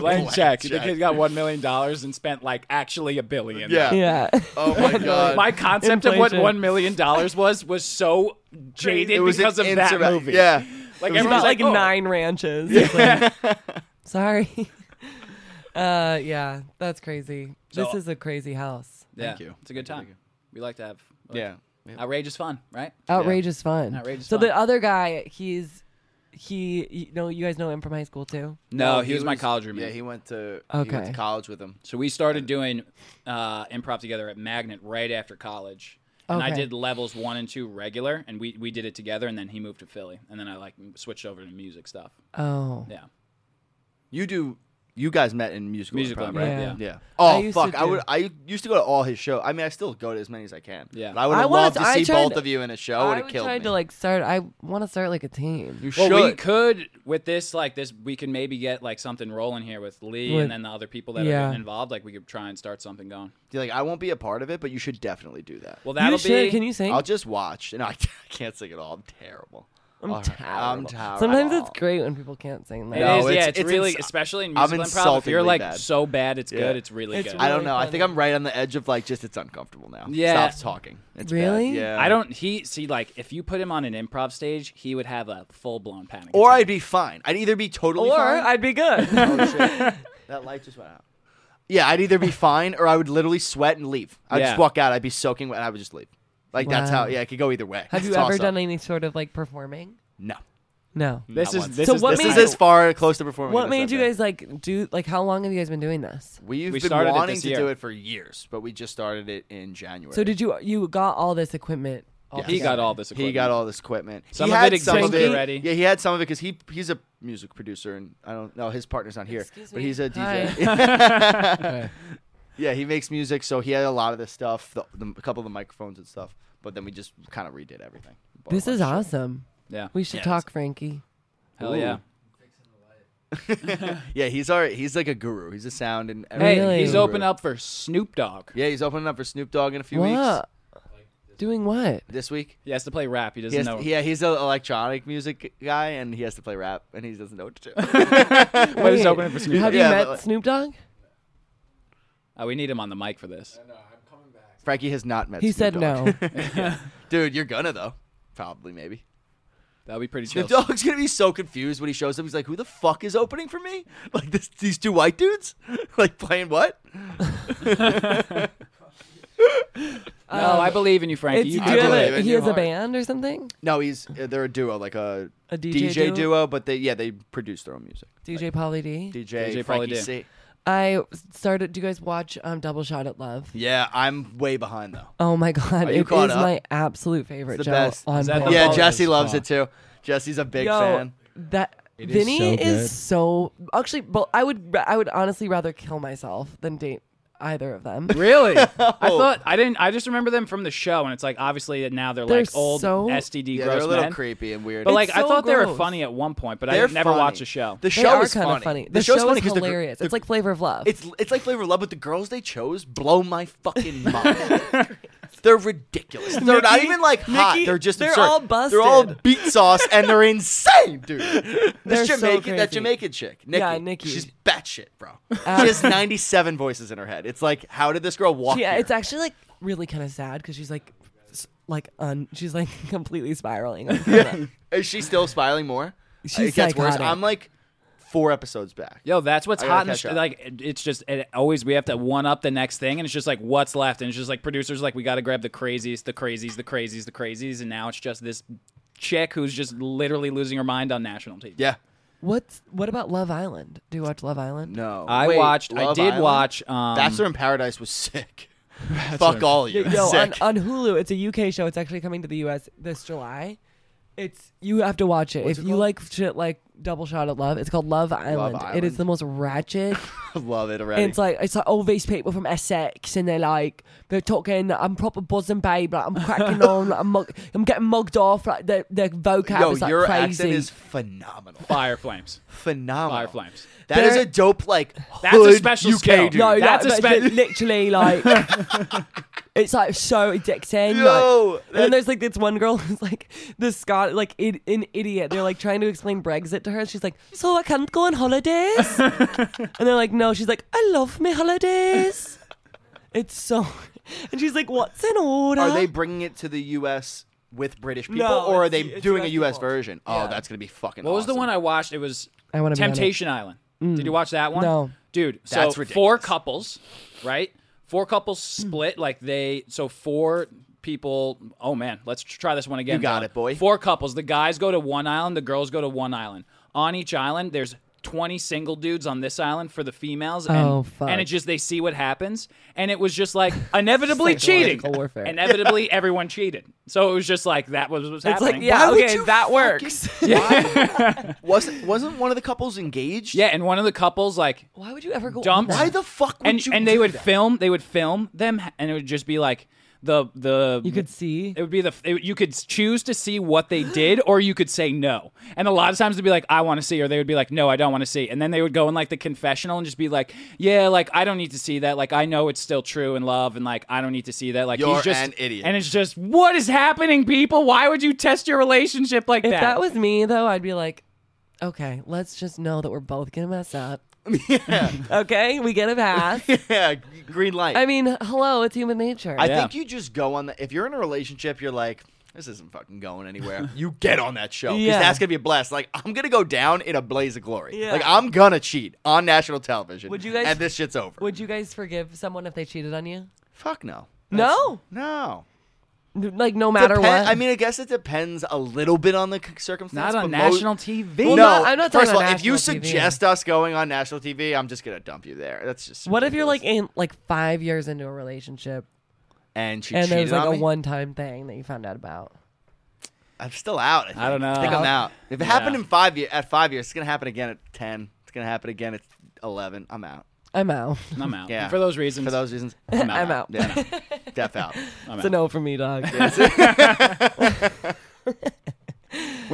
Speaker 2: Blank
Speaker 3: check. The
Speaker 2: check.
Speaker 3: kid got one million dollars and spent like actually a billion.
Speaker 2: Yeah.
Speaker 4: Yeah.
Speaker 2: Oh my god.
Speaker 3: My concept of what
Speaker 4: Inflation.
Speaker 3: one million dollars was was so jaded because of that
Speaker 2: insurre-
Speaker 3: movie.
Speaker 2: Yeah.
Speaker 3: Like
Speaker 4: It's
Speaker 3: everyone's
Speaker 4: about like,
Speaker 3: oh,
Speaker 4: nine ranches. It's like, sorry. Uh, yeah, that's crazy. this
Speaker 3: So-
Speaker 4: is a crazy house.
Speaker 3: Yeah,
Speaker 2: Thank you.
Speaker 3: It's a good time. We like to have like,
Speaker 2: Yeah.
Speaker 3: outrageous fun, right?
Speaker 4: Outrageous fun.
Speaker 3: Outrageous
Speaker 4: so
Speaker 3: fun.
Speaker 4: the other guy, he's he. You know, you guys know him from high school too.
Speaker 3: No, he, was, my college roommate.
Speaker 2: Yeah, he went to he went
Speaker 4: Okay.
Speaker 2: to college with him.
Speaker 3: so we started doing uh, improv together at Magnet right after college. And I
Speaker 4: Okay.
Speaker 3: did levels one and two regular, and we, we did it together. And then he moved to Philly, and then I like m- switched over to music stuff.
Speaker 4: Oh,
Speaker 3: Yeah,
Speaker 2: You do. You guys met in musical
Speaker 3: musical,
Speaker 2: improv,
Speaker 3: right?
Speaker 4: Yeah.
Speaker 3: Yeah.
Speaker 2: Yeah.
Speaker 4: I
Speaker 2: Oh
Speaker 4: used
Speaker 2: fuck!
Speaker 4: to
Speaker 2: I
Speaker 4: do-
Speaker 2: would. I used to go to all his shows. I mean, I still go to as many as I can.
Speaker 3: Yeah.
Speaker 2: But I would
Speaker 4: I
Speaker 2: have
Speaker 4: wanted
Speaker 2: loved
Speaker 4: to-
Speaker 2: to
Speaker 4: I
Speaker 2: see
Speaker 4: tried
Speaker 2: both
Speaker 4: to-
Speaker 2: of you in a show. Would
Speaker 4: I
Speaker 2: have killed
Speaker 4: tried
Speaker 2: me.
Speaker 4: to like start. I want to start like a team.
Speaker 2: you
Speaker 3: Well,
Speaker 2: should.
Speaker 3: we could with this like this, we can maybe get like something rolling here with Lee
Speaker 4: With-
Speaker 3: and then the other people that
Speaker 4: yeah.
Speaker 3: are involved. Like we could try and start something going.
Speaker 2: You're like, I won't be a part of it, but you should definitely do that.
Speaker 3: Well, that'll
Speaker 4: You should.
Speaker 3: be.
Speaker 4: Can you sing?
Speaker 2: I'll just watch, and I, I can't sing at all. I'm terrible.
Speaker 4: I'm
Speaker 2: All right, I'm
Speaker 4: terrible.
Speaker 2: terrible.
Speaker 4: Sometimes it's great when people can't sing.
Speaker 3: It
Speaker 4: That.
Speaker 3: is,
Speaker 2: No,
Speaker 3: yeah.
Speaker 2: it's-
Speaker 3: It's,
Speaker 2: it's
Speaker 3: really,
Speaker 2: insu-
Speaker 3: especially in
Speaker 2: I'm
Speaker 3: musical improv. If you're
Speaker 2: insultingly
Speaker 3: like
Speaker 2: bad.
Speaker 3: so bad, it's
Speaker 2: Yeah.
Speaker 3: good. It's really
Speaker 4: It's
Speaker 3: good.
Speaker 2: I
Speaker 4: really-
Speaker 2: don't know. I think
Speaker 4: funny.
Speaker 2: I'm right on the edge of like just it's uncomfortable now.
Speaker 3: Yeah.
Speaker 2: Stop talking. It's bad.
Speaker 4: Really?
Speaker 2: Yeah.
Speaker 3: I don't. He see like if you put him on an improv stage, he would have a full blown panic.
Speaker 2: Or
Speaker 3: attack.
Speaker 2: I'd be fine. I'd either be totally
Speaker 4: Or
Speaker 2: fine.
Speaker 4: I'd be good.
Speaker 2: Oh, shit. that light just went out. Yeah, I'd either be fine or I would literally sweat and leave. I'd
Speaker 3: Yeah.
Speaker 2: just walk out. I'd be soaking wet. and I would just leave. Like that's
Speaker 4: Wow.
Speaker 2: how. Yeah, it could go either way.
Speaker 4: Have you
Speaker 2: It's
Speaker 4: ever
Speaker 2: awesome.
Speaker 4: done any sort of like performing?
Speaker 2: No.
Speaker 4: No.
Speaker 3: This
Speaker 2: Not
Speaker 3: is
Speaker 2: once.
Speaker 3: this
Speaker 4: So
Speaker 3: is
Speaker 4: what
Speaker 3: this
Speaker 2: This
Speaker 4: made-
Speaker 2: is
Speaker 3: is
Speaker 2: as far close to performing.
Speaker 4: What
Speaker 2: as
Speaker 4: made
Speaker 2: I've
Speaker 4: you
Speaker 2: been.
Speaker 4: guys like do like how long have you guys been doing this?
Speaker 2: We've
Speaker 3: We
Speaker 2: been
Speaker 3: started it
Speaker 2: wanting
Speaker 3: this
Speaker 2: to
Speaker 3: year.
Speaker 2: do it for years, but we just started it in January.
Speaker 4: So did you you got all this equipment? All
Speaker 3: He got
Speaker 4: together?
Speaker 3: all this. Equipment.
Speaker 2: He got all this equipment.
Speaker 3: Some
Speaker 2: he
Speaker 3: of
Speaker 2: had
Speaker 3: it
Speaker 2: some of
Speaker 4: exists
Speaker 2: it
Speaker 3: already.
Speaker 2: Yeah, he had some of it because he he's a music producer, and I don't know his partner's not here,
Speaker 4: Excuse
Speaker 2: but
Speaker 4: me.
Speaker 2: he's a
Speaker 4: Hi.
Speaker 2: DJ. yeah, he makes music, so he had a lot of this stuff, the, the, a couple of the microphones and stuff. But then we just kind of redid everything. Bought
Speaker 4: This
Speaker 2: a lot
Speaker 4: is
Speaker 2: of shit.
Speaker 4: awesome.
Speaker 3: Yeah.
Speaker 4: We should
Speaker 2: Yeah,
Speaker 4: talk, Frankie.
Speaker 3: Hell yeah.
Speaker 2: Yeah, he's our he's like a guru. He's a sound and
Speaker 3: Hey,
Speaker 2: everything.
Speaker 4: Really?
Speaker 3: he's
Speaker 2: guru.
Speaker 3: open up for Snoop Dogg.
Speaker 2: Yeah, he's opening up for Snoop Dogg in a few weeks.
Speaker 4: What? Doing what?
Speaker 2: This week.
Speaker 3: He has to play rap. He
Speaker 2: He
Speaker 3: doesn't
Speaker 2: has,
Speaker 3: know.
Speaker 2: yeah, he's an electronic music guy, and he has to play rap, and he doesn't know what to do.
Speaker 3: What is
Speaker 4: Wait,
Speaker 3: opening for Snoop?
Speaker 4: Have you
Speaker 2: Yeah,
Speaker 4: met
Speaker 2: but-
Speaker 4: Snoop Dogg?
Speaker 3: Oh, we need him on the mic for this.
Speaker 2: Frankie has not met.
Speaker 4: He
Speaker 2: Snoop
Speaker 4: said
Speaker 2: Dogg.
Speaker 4: no.
Speaker 2: Dude, you're gonna though. Probably, maybe.
Speaker 3: That'd be pretty
Speaker 2: The
Speaker 3: chill.
Speaker 2: dog's gonna be so confused when he shows up. He's like, "Who the fuck is opening for me? Like this, these two white dudes, like playing what?
Speaker 4: Um,
Speaker 3: No, I believe in you, Frankie.
Speaker 4: It's,
Speaker 3: You
Speaker 4: do
Speaker 3: can
Speaker 4: you
Speaker 3: do
Speaker 4: have
Speaker 2: believe
Speaker 3: it.
Speaker 4: a,
Speaker 2: in
Speaker 4: he
Speaker 2: your
Speaker 4: has a
Speaker 2: heart.
Speaker 4: band or something?
Speaker 2: No, he's uh, they're a duo, like a,
Speaker 4: A DJ,
Speaker 2: DJ, duo? but they yeah they produce their own music.
Speaker 4: DJ Polly D.
Speaker 2: DJ,
Speaker 3: DJ Pauly
Speaker 2: Frankie
Speaker 3: D.
Speaker 2: C.
Speaker 4: I started. Do you guys watch um, Double Shot at Love?
Speaker 2: Yeah, I'm way behind though.
Speaker 4: Oh my God!
Speaker 2: Are
Speaker 4: It
Speaker 2: you
Speaker 4: is
Speaker 2: caught up?
Speaker 4: my absolute favorite
Speaker 2: It's the
Speaker 4: show
Speaker 2: best.
Speaker 4: on
Speaker 3: Is that the
Speaker 4: planet
Speaker 2: yeah,
Speaker 3: Pauly
Speaker 4: Earth.
Speaker 2: Jesse
Speaker 5: is
Speaker 2: loves
Speaker 5: fun.
Speaker 2: it too. Jesse's a big
Speaker 4: Yo,
Speaker 2: fan.
Speaker 4: That
Speaker 5: It is
Speaker 4: Vinny
Speaker 5: so
Speaker 4: is
Speaker 5: good.
Speaker 4: so, actually. But I would I would honestly rather kill myself than date either of them.
Speaker 3: Really? I
Speaker 2: Oh.
Speaker 3: thought I didn't. I just remember them from the show, and it's like obviously that now they're,
Speaker 4: They're
Speaker 3: like old
Speaker 4: so-
Speaker 3: STD
Speaker 2: Yeah,
Speaker 3: gross
Speaker 2: they're a little
Speaker 3: men.
Speaker 2: creepy and weird.
Speaker 3: But like I
Speaker 4: so
Speaker 3: thought they were
Speaker 4: gross.
Speaker 3: funny at one point, but
Speaker 2: They're
Speaker 3: I never
Speaker 2: funny.
Speaker 3: watched the show.
Speaker 2: The
Speaker 4: They
Speaker 2: show
Speaker 4: are
Speaker 2: is
Speaker 4: kind
Speaker 2: funny.
Speaker 4: of funny.
Speaker 2: The,
Speaker 4: The,
Speaker 2: show's
Speaker 4: show
Speaker 2: funny
Speaker 4: is
Speaker 2: because
Speaker 4: hilarious.
Speaker 2: The,
Speaker 4: it's like Flavor of Love.
Speaker 2: it's it's like Flavor of Love, but the girls they chose blow my fucking mind. they're ridiculous. They're not
Speaker 4: Nikki-
Speaker 2: even like hot.
Speaker 4: Nikki,
Speaker 2: They're just
Speaker 4: they're
Speaker 2: absurd.
Speaker 4: all
Speaker 2: They're all
Speaker 4: busted.
Speaker 2: beat sauce and they're insane, dude.
Speaker 4: They're
Speaker 2: This
Speaker 4: so
Speaker 2: Jamaican, that
Speaker 4: crazy.
Speaker 2: Jamaican chick, Nikki.
Speaker 4: Yeah, Nikki. Uh,
Speaker 2: She's batshit, bro. she has 97 voices in her head. It's like, how did this girl walk?
Speaker 4: She-
Speaker 2: here?
Speaker 4: it's actually like really kind of sad because she's like, s- like un, she's like completely spiraling. yeah.
Speaker 2: Is she still smiling more?
Speaker 4: She's
Speaker 2: it gets worse.
Speaker 4: psychotic.
Speaker 2: I'm like four episodes back.
Speaker 3: Yo, that's what's
Speaker 2: I gotta
Speaker 3: hot. In the
Speaker 2: catch
Speaker 3: sh-
Speaker 2: up.
Speaker 3: like it- it's just it always we have to one up the next thing, and it's just like what's left, and it's just like producers like we got to grab the crazies, the crazies, the crazies, the crazies, and now it's just this chick who's just literally losing her mind on national TV.
Speaker 2: Yeah.
Speaker 4: What's what about Love Island? Do you watch Love Island?
Speaker 2: No.
Speaker 3: I
Speaker 2: Wait,
Speaker 3: watched. I
Speaker 2: Love
Speaker 3: did
Speaker 2: Island?
Speaker 3: watch. Um,
Speaker 2: Bachelor in Paradise was sick. Fuck all of you.
Speaker 4: Yo, on,
Speaker 2: sick.
Speaker 4: on Hulu, it's a UK show. It's actually coming to the US this July. It's you have to watch it if you like shit like Double Shot at Love. It's called Love Island. It is
Speaker 2: Island.
Speaker 4: the most ratchet.
Speaker 2: Love it already.
Speaker 4: and it's like it's like all these people from Essex, and they're like they're talking. I'm proper buzzing, babe. Like I'm cracking on. Like, I'm mug, I'm getting mugged off. Like their their vocab
Speaker 2: Yo,
Speaker 4: is like
Speaker 2: your
Speaker 4: crazy.
Speaker 2: accent is phenomenal.
Speaker 3: Fire Flames. Fire
Speaker 2: Phenomenal.
Speaker 3: Flames.
Speaker 2: That is
Speaker 4: There-
Speaker 2: a dope like
Speaker 3: That's a
Speaker 2: hood
Speaker 3: special
Speaker 2: UK
Speaker 3: skill.
Speaker 2: dude.
Speaker 4: No,
Speaker 3: That's
Speaker 4: like,
Speaker 3: a
Speaker 4: but
Speaker 3: spe-
Speaker 4: li- literally like it's like so addicting.
Speaker 2: Yo,
Speaker 4: like. and then
Speaker 2: that-
Speaker 4: there's like this one girl who's like this Scot, like id- an idiot. They're like trying to explain Brexit to her. She's like, "So I can't go on holidays," and they're like, "No." She's like, "I love my holidays." It's so, and she's like, "What's in order?"
Speaker 2: Are they bringing it to the US with British people
Speaker 4: No,
Speaker 2: or are
Speaker 4: it's
Speaker 2: they
Speaker 4: the- it's
Speaker 2: doing a
Speaker 4: US
Speaker 2: US
Speaker 4: people.
Speaker 2: version? Oh, that's going to be fucking
Speaker 3: What was the
Speaker 2: awesome.
Speaker 3: one I watched? It was
Speaker 4: I wanna be on it.
Speaker 3: Temptation Island. Did you watch that one?
Speaker 4: Mm. No.
Speaker 3: Dude, so
Speaker 2: That's
Speaker 3: four
Speaker 2: ridiculous.
Speaker 3: couples, right? Four couples split like they so four people oh man, let's tr- try this one again.
Speaker 2: You got
Speaker 3: Dylan.
Speaker 2: it, boy.
Speaker 3: Four couples. The guys go to one island, the girls go to one island. On each island, there's 20 single dudes on this island for the females and,
Speaker 4: Oh, fuck.
Speaker 3: and it just they see what happens and it was just like inevitably cheating
Speaker 4: Psychological warfare.
Speaker 3: inevitably everyone cheated so it was just like that was what's
Speaker 4: It's
Speaker 3: happening
Speaker 4: like, yeah,
Speaker 2: would
Speaker 4: okay,
Speaker 2: you
Speaker 4: that
Speaker 2: fucking-
Speaker 4: works.
Speaker 2: Wasn't wasn't one of the couples engaged?
Speaker 3: yeah and one of the couples like
Speaker 4: Why would you ever go? on
Speaker 3: Dumped.
Speaker 4: that?
Speaker 2: Why the fuck would
Speaker 3: and
Speaker 2: you
Speaker 3: and they
Speaker 2: do
Speaker 3: would
Speaker 2: that?
Speaker 3: film they would film them h- and it would just be like the the
Speaker 4: You could see.
Speaker 3: it would be the it, you could choose to see what they did or you could say no and a lot of times they'd be like i want to see or they would be like no i don't want to see and then they would go in like the confessional and just be like yeah like i don't need to see that like i know it's still true and love and like i don't need to see that like
Speaker 2: You're
Speaker 3: he's just
Speaker 2: an idiot.
Speaker 3: and it's just what is happening people why would you test your relationship like
Speaker 4: If that was me though, I'd be like, "Okay, let's just know that we're both gonna mess up."
Speaker 2: yeah.
Speaker 4: Okay, we get a pass.
Speaker 2: yeah, green light.
Speaker 4: I mean, hello, it's human nature.
Speaker 2: I
Speaker 3: Yeah.
Speaker 2: think you just go on the. If you're in a relationship, you're like, this isn't fucking going anywhere. you get on that show because
Speaker 4: Yeah.
Speaker 2: that's gonna be a blast. Like I'm gonna go down in a blaze of glory.
Speaker 4: Yeah.
Speaker 2: Like I'm gonna cheat on national television.
Speaker 4: Would you guys-
Speaker 2: And this shit's over.
Speaker 4: Would you guys forgive someone if they cheated on you?
Speaker 2: Fuck no.
Speaker 4: No,
Speaker 2: No.
Speaker 4: N- like no matter
Speaker 2: Depen-
Speaker 4: what.
Speaker 2: I mean, I guess it depends a little bit on the c-
Speaker 3: not
Speaker 2: circumstance.
Speaker 3: on
Speaker 2: but mo-
Speaker 3: national tv
Speaker 4: Well,
Speaker 2: no,
Speaker 4: not- I'm not talking
Speaker 2: first of all,
Speaker 4: about
Speaker 2: if you
Speaker 4: national TV.
Speaker 2: suggest us going on national TV, I'm just gonna dump you there. That's just.
Speaker 4: what if you're like
Speaker 2: ridiculous.
Speaker 4: in like five years into a relationship
Speaker 2: and she
Speaker 4: and
Speaker 2: cheated
Speaker 4: there's like
Speaker 2: on
Speaker 4: a
Speaker 2: me?
Speaker 4: one-time thing that you found out about?
Speaker 2: I'm still out. I, think.
Speaker 3: I don't know.
Speaker 2: I think I'm out. If it happened
Speaker 3: Yeah.
Speaker 2: in five year, at five years, it's gonna happen again at ten. It's gonna happen again at eleven. I'm out.
Speaker 4: I'm out.
Speaker 3: i'm out
Speaker 2: Yeah.
Speaker 3: for those reasons
Speaker 2: For those reasons,
Speaker 3: I'm out.
Speaker 4: I'm out.
Speaker 2: yeah, death out.
Speaker 3: I'm
Speaker 4: It's a
Speaker 3: out.
Speaker 4: no for me, dog.
Speaker 3: we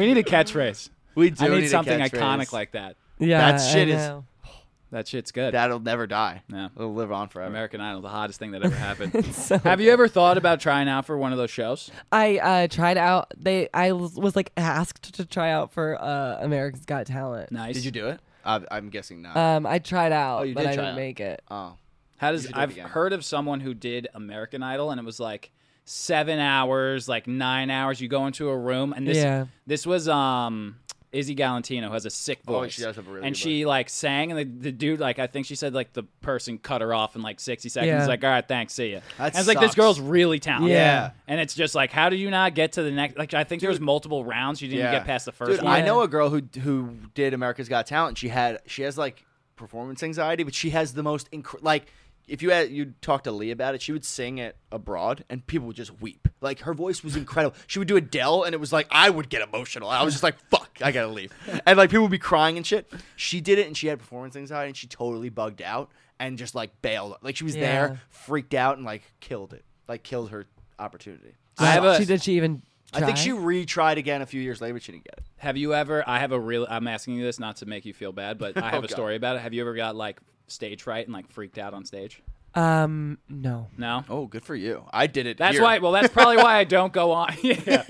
Speaker 3: need a catchphrase
Speaker 2: We do
Speaker 3: i need,
Speaker 2: a
Speaker 3: something
Speaker 2: catchphrase.
Speaker 3: iconic like that
Speaker 4: yeah,
Speaker 2: That shit
Speaker 4: I
Speaker 2: is-
Speaker 4: know.
Speaker 3: that shit's good
Speaker 2: that'll never die.
Speaker 3: No.
Speaker 2: It'll live on forever.
Speaker 3: American Idol, the hottest thing that ever happened.
Speaker 4: It's so
Speaker 3: Have you ever thought about trying out for one of those shows?
Speaker 4: I uh, tried out. They I was, was like asked to try out for uh, America's Got Talent.
Speaker 3: Nice.
Speaker 2: Did you do it? I, I'm guessing
Speaker 3: Uh,
Speaker 2: not.
Speaker 4: Um, I tried out,
Speaker 2: Oh, you
Speaker 4: but
Speaker 2: did
Speaker 4: I
Speaker 2: try
Speaker 4: didn't
Speaker 2: out.
Speaker 4: make it.
Speaker 2: oh,
Speaker 3: How does
Speaker 2: should do it
Speaker 3: I've
Speaker 2: again.
Speaker 3: heard of someone who did American Idol and it was like seven hours, like nine hours. You go into a room, and this
Speaker 4: Yeah.
Speaker 3: this was um Izzy Galantino has a sick
Speaker 2: Oh,
Speaker 3: voice.
Speaker 2: she does have a really
Speaker 3: and
Speaker 2: good
Speaker 3: she like sang, and the, the dude like I think she said like the person cut her off in like sixty seconds.
Speaker 4: Yeah.
Speaker 3: Like all right, thanks, see ya.
Speaker 2: That
Speaker 3: and it's like this
Speaker 2: sucks.
Speaker 3: girl's really talented.
Speaker 2: Yeah.
Speaker 3: and it's just like how do you not get to the next? Like I think there was multiple rounds. You didn't
Speaker 2: Yeah.
Speaker 3: get past the first
Speaker 2: Dude,
Speaker 3: one.
Speaker 2: I know a girl who who did America's Got Talent. She had she has like performance anxiety, but she has the most inc- like. If you had you talked to Lee about it, she would sing it abroad, and people would just weep. Like her voice was incredible. She would do Adele, and it was like I would get emotional. I was just like, "Fuck, I gotta leave," and like people would be crying and shit. She did it, and she had performance anxiety, and she totally bugged out and just like bailed. Like she was
Speaker 4: Yeah.
Speaker 2: there, freaked out, and like killed it. Like killed her opportunity.
Speaker 3: I have a-
Speaker 4: she did she even?
Speaker 2: I think
Speaker 4: try?
Speaker 2: she retried again a few years later, but she didn't get it.
Speaker 3: Have you ever? I have a real. I'm asking you this not to make you feel bad, but I have a
Speaker 2: God.
Speaker 3: story about it. Have you ever got like stage fright and like freaked out on stage?
Speaker 4: Um, no.
Speaker 3: No.
Speaker 2: Oh, good for you. I did it.
Speaker 3: That's
Speaker 2: here.
Speaker 3: why. Well, that's probably why I don't go on. yeah.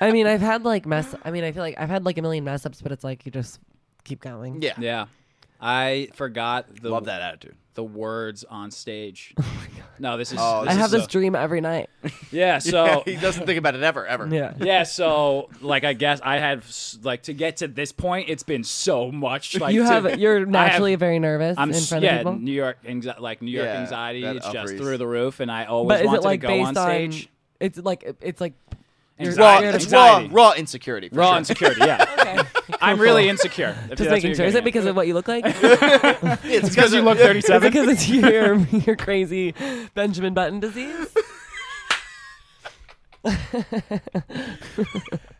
Speaker 4: I mean, I've had like mess. I mean, I feel like I've had like a million mess ups, but it's like you just keep going.
Speaker 2: Yeah.
Speaker 3: Yeah. I forgot the
Speaker 2: Love that attitude.
Speaker 3: the words on stage. No, this is.
Speaker 2: Oh,
Speaker 3: this
Speaker 4: I
Speaker 3: is
Speaker 4: have this
Speaker 3: a-
Speaker 4: dream every night.
Speaker 3: yeah. So
Speaker 2: he doesn't think about it ever, ever.
Speaker 4: Yeah.
Speaker 3: yeah. So like, I guess I had like to get to this point. It's been so much. Like
Speaker 4: you
Speaker 3: to-
Speaker 4: have you're
Speaker 3: I have-
Speaker 4: naturally very nervous
Speaker 3: I'm
Speaker 4: in
Speaker 3: s-
Speaker 4: front
Speaker 3: yeah,
Speaker 4: of people.
Speaker 3: New York, anxi- like New York
Speaker 2: Yeah,
Speaker 3: anxiety.
Speaker 2: that
Speaker 3: It's just
Speaker 2: uppers.
Speaker 3: through the roof, and I always
Speaker 4: But is
Speaker 3: wanted
Speaker 4: it like
Speaker 3: to go
Speaker 4: based
Speaker 3: on
Speaker 4: on,
Speaker 3: stage.
Speaker 4: it's like it's like you're
Speaker 3: Anxiety.
Speaker 2: Raw,
Speaker 4: scared of
Speaker 2: it's
Speaker 4: people.
Speaker 2: raw,
Speaker 3: Anxiety.
Speaker 2: raw insecurity. For
Speaker 3: raw
Speaker 2: sure.
Speaker 3: insecurity. Yeah, I'm really insecure. if that's
Speaker 4: just
Speaker 3: what
Speaker 4: making
Speaker 3: you're
Speaker 4: sure. Is
Speaker 3: getting
Speaker 4: it
Speaker 3: at.
Speaker 4: because of what you look like? is it
Speaker 2: It's because
Speaker 3: you look 37?
Speaker 4: because it's your your crazy Benjamin Button disease?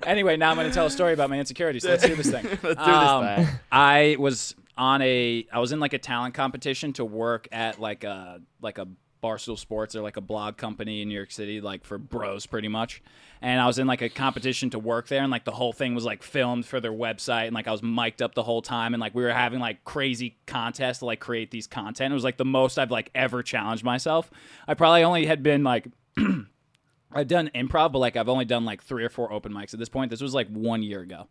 Speaker 3: Anyway, now I'm going to tell a story about my insecurities. So let's do this thing. let's do this
Speaker 2: thing.
Speaker 3: I was on a, I was in like a talent competition to work at like a like a Barstool Sports or like a blog company in New York City, like for bros, pretty much. And I was in like a competition to work there, and like the whole thing was like filmed for their website, and like I was mic'd up the whole time, and like we were having like crazy contests to like create these content. It was like the most I've like ever challenged myself. I probably only had been like I've done improv, but like I've only done like three or four open mics at this point. This was like one year ago.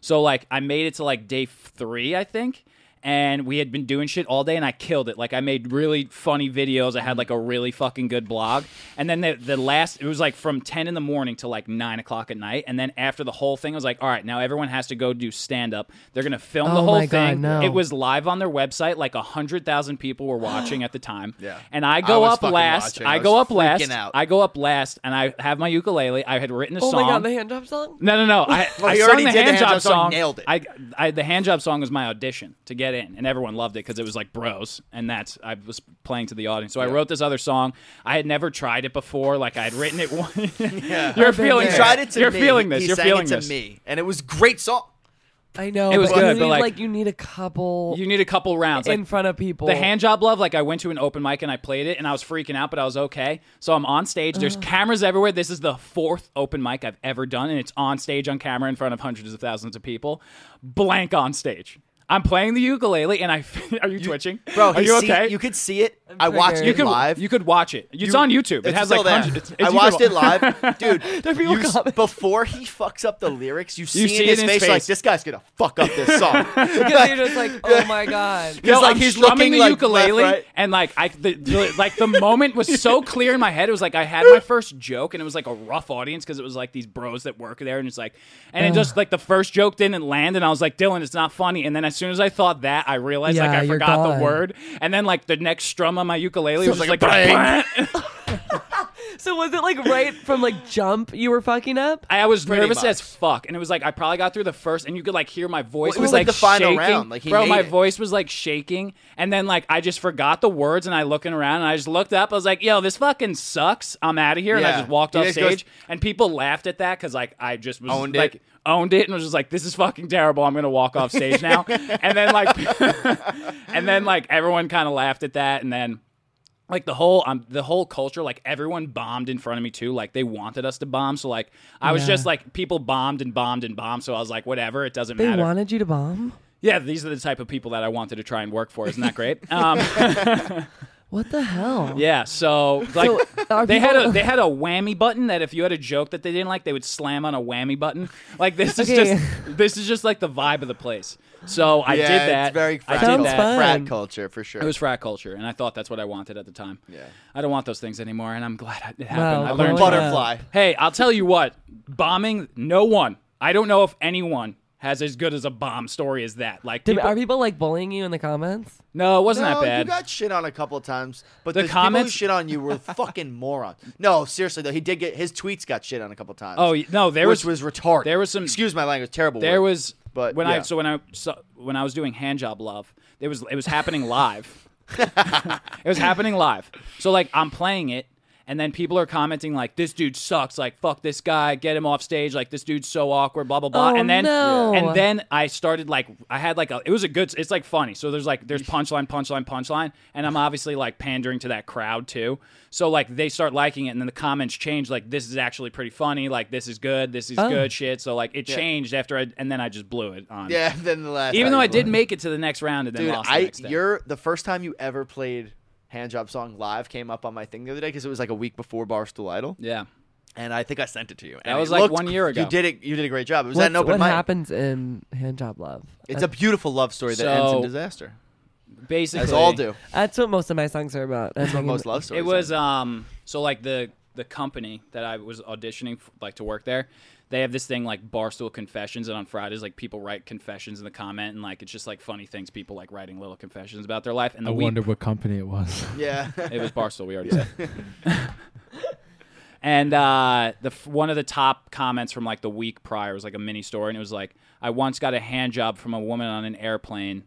Speaker 3: So like I made it to like day three, I think. And we had been doing shit all day and I killed it. Like I made really funny videos. I had like a really fucking good blog. And then the, the last, it was like from 10 in the morning to like 9 o'clock at night. And then after the whole thing, I was like, all right, now everyone has to go do stand up. They're going to film the
Speaker 4: Oh
Speaker 3: whole
Speaker 4: my God,
Speaker 3: thing.
Speaker 4: no.
Speaker 3: It was live on their website. Like 100,000 people were watching at the time.
Speaker 2: Yeah.
Speaker 3: And I
Speaker 2: I
Speaker 3: go
Speaker 2: was
Speaker 3: up
Speaker 2: fucking
Speaker 3: last.
Speaker 2: watching.
Speaker 3: I,
Speaker 2: I was
Speaker 3: go up
Speaker 2: freaking
Speaker 3: last.
Speaker 2: out.
Speaker 3: I go up last, and I have my ukulele. I had written a
Speaker 4: Oh
Speaker 3: song.
Speaker 4: my god, the hand drop song.
Speaker 3: no, no, no! I,
Speaker 2: Well,
Speaker 3: I
Speaker 2: you
Speaker 3: sung
Speaker 2: already
Speaker 3: the
Speaker 2: did the
Speaker 3: hand
Speaker 2: hand
Speaker 3: job
Speaker 2: job song,
Speaker 3: song.
Speaker 2: nailed it.
Speaker 3: I, I, the hand job song was my audition to get in, and everyone loved it because it was like bros, and that's I was playing to the audience. So I wrote this other song. I had never tried it before. Like I had written it. One, you're feeling.
Speaker 2: He
Speaker 3: this.
Speaker 2: tried it to
Speaker 3: You're
Speaker 2: me.
Speaker 3: feeling this.
Speaker 2: He
Speaker 3: you're
Speaker 2: sang
Speaker 3: feeling
Speaker 2: it to
Speaker 3: this.
Speaker 2: me, and it was great song.
Speaker 4: I know.
Speaker 3: It was
Speaker 4: but
Speaker 3: good,
Speaker 4: You
Speaker 3: but,
Speaker 4: need,
Speaker 3: like-
Speaker 4: like, you need a couple
Speaker 3: You need a couple rounds. Like,
Speaker 4: in front of people.
Speaker 3: The hand job love, like I went to an open mic and I played it and I was freaking out, but I was okay. So I'm on stage. There's cameras everywhere. This is the fourth open mic I've ever done, and it's on stage on camera in front of hundreds of thousands of people. Blank on stage. I'm playing the ukulele and I. are you, twitching, Are
Speaker 2: Bro, he
Speaker 3: you
Speaker 2: see-
Speaker 3: okay?
Speaker 2: You could see it. I watched
Speaker 4: triggered.
Speaker 2: it
Speaker 3: could
Speaker 2: live.
Speaker 3: You could watch it. It's on YouTube. It
Speaker 2: It's
Speaker 3: has
Speaker 2: still
Speaker 3: like
Speaker 2: there.
Speaker 3: hundreds. It's, it's
Speaker 2: I watched it
Speaker 3: YouTube.
Speaker 2: live, dude.
Speaker 4: people
Speaker 2: you s-
Speaker 4: comment.
Speaker 2: before he fucks up the lyrics, you, see,
Speaker 3: see
Speaker 2: in
Speaker 3: it
Speaker 2: his
Speaker 3: in his
Speaker 2: face, like
Speaker 3: face.
Speaker 2: this guy's gonna fuck up this song.
Speaker 4: Because you're just like, oh my god.
Speaker 3: Yo,
Speaker 2: He's like-
Speaker 3: I'm
Speaker 2: he's
Speaker 3: strumming
Speaker 2: looking
Speaker 3: the
Speaker 2: like
Speaker 3: ukulele,
Speaker 2: left, right.
Speaker 3: and like I, the, the- like the moment was so clear in my head. It was like I had my first joke, and it was like a rough audience because it was like these bros that work there, and it's like, and it just like the first joke didn't land, and I was like, Dylan, it's not funny. And then as soon as I thought that, I realized like
Speaker 4: Yeah,
Speaker 3: I
Speaker 4: you're
Speaker 3: forgot
Speaker 4: gone.
Speaker 3: the word, and then like the next strum on my ukulele was
Speaker 2: Sounds
Speaker 3: just like,
Speaker 2: like a
Speaker 4: So was it like right from like jump you were fucking up?
Speaker 3: I was
Speaker 2: Pretty
Speaker 3: nervous
Speaker 2: much.
Speaker 3: as fuck, and it was like I probably got through the first, and you could like hear my voice.
Speaker 2: Well, it was like the final
Speaker 3: shaking.
Speaker 2: round, like, he
Speaker 3: bro,
Speaker 2: made
Speaker 3: my
Speaker 2: it.
Speaker 3: voice was like shaking, and then like I just forgot the words, and I looking around, and I just looked up. I was like, "Yo, this fucking sucks. I'm out of here." And I
Speaker 2: Yeah.
Speaker 3: just walked
Speaker 2: You
Speaker 3: off
Speaker 2: guys go-
Speaker 3: stage, and people laughed at that because like I just was
Speaker 2: Owned
Speaker 3: like
Speaker 2: it.
Speaker 3: owned it, and was just like, "This is fucking terrible. I'm gonna walk off stage now." and then like, and then like everyone kind of laughed at that, and then like the whole um, the whole culture like everyone bombed in front of me too like they wanted us to bomb so like i was
Speaker 4: Yeah.
Speaker 3: just like people bombed and bombed and bombed so i was like whatever it doesn't
Speaker 4: They
Speaker 3: matter
Speaker 4: wanted you to bomb?
Speaker 3: yeah these are the type of people that i wanted to try and work for isn't that great um,
Speaker 4: What the hell?
Speaker 3: Yeah, so like
Speaker 4: So, are
Speaker 3: they had
Speaker 4: people-
Speaker 3: a they had a whammy button that if you had a joke that they didn't like, they would slam on a whammy button. Like this is
Speaker 4: Okay.
Speaker 3: just this is just like the vibe of the place. So I
Speaker 2: yeah,
Speaker 3: did that.
Speaker 2: It's very
Speaker 3: I
Speaker 2: frat,
Speaker 3: did
Speaker 4: Sounds
Speaker 3: that.
Speaker 4: fun.
Speaker 2: frat culture for sure.
Speaker 3: It was frat culture, and I thought that's what I wanted at the time.
Speaker 2: Yeah.
Speaker 3: I don't want those things anymore, and I'm glad it happened.
Speaker 4: Wow,
Speaker 3: I
Speaker 4: well,
Speaker 3: learned.
Speaker 4: yeah.
Speaker 2: butterfly.
Speaker 3: Hey, I'll tell you what, bombing. No one. I don't know if anyone has as good as a bomb story as that. Like,
Speaker 4: Did,
Speaker 3: people-
Speaker 4: are people like bullying you in the comments?
Speaker 3: no, it wasn't
Speaker 2: no,
Speaker 3: that bad.
Speaker 2: You got shit on a couple of times, but
Speaker 3: The
Speaker 2: the,
Speaker 3: comments-
Speaker 2: people who shit on you were fucking morons. No, seriously though, he did get his tweets got shit on a couple of times.
Speaker 3: Oh, y- no, there
Speaker 2: which
Speaker 3: was-
Speaker 2: was retarded.
Speaker 3: there was some-
Speaker 2: Excuse my language, terrible.
Speaker 3: There
Speaker 2: word.
Speaker 3: was,
Speaker 2: but,
Speaker 3: when I
Speaker 2: yeah.
Speaker 3: so when I so, when I was doing handjob love, it was it was happening live. it was happening live. So like I'm playing it, and then people are commenting like, "This dude sucks. Like fuck this guy. Get him off stage. Like this dude's so awkward. Blah blah blah."
Speaker 4: Oh,
Speaker 3: and then
Speaker 4: no.
Speaker 3: and then I started like I had like a it was a good it's like funny. So there's like there's punchline punchline punchline, and I'm obviously like pandering to that crowd too. So like they start liking it, and then the comments change like this is actually pretty funny. Like this is good. This is
Speaker 4: Oh.
Speaker 3: good shit. So like it changed after I and then I just blew it on.
Speaker 2: yeah. Then the last,
Speaker 3: Even though I
Speaker 2: time you
Speaker 3: did make it to the next round and then
Speaker 2: Dude,
Speaker 3: lost the
Speaker 2: I
Speaker 3: next day.
Speaker 2: you're the first time you ever played hand job song live came up on my thing the other day because it was like a week before Barstool Idol,
Speaker 3: yeah.
Speaker 2: and I think I sent it to you. And
Speaker 3: That was
Speaker 2: it
Speaker 3: like
Speaker 2: looked-
Speaker 3: one year ago.
Speaker 2: You did it. You did a great job. It was at
Speaker 4: What's-
Speaker 2: an open
Speaker 4: what
Speaker 2: mic.
Speaker 4: happens in handjob love?
Speaker 2: It's a beautiful love story that ends
Speaker 3: So-
Speaker 2: in disaster,
Speaker 3: Basically,
Speaker 2: as all do.
Speaker 4: That's what most of my songs are about. That's what
Speaker 2: Most love stories.
Speaker 3: It was um so like the the company that I was auditioning f like to work there. They have this thing like Barstool Confessions, and on Fridays, like people write confessions in the comment, and like it's just like funny things people like writing little confessions about their life. And
Speaker 5: I
Speaker 3: the week
Speaker 5: wonder what company it was.
Speaker 2: yeah.
Speaker 3: it was Barstool. We already said. and uh, the f- one of the top comments from like the week prior was like a mini story, and it was like, "I once got a hand job from a woman on an airplane.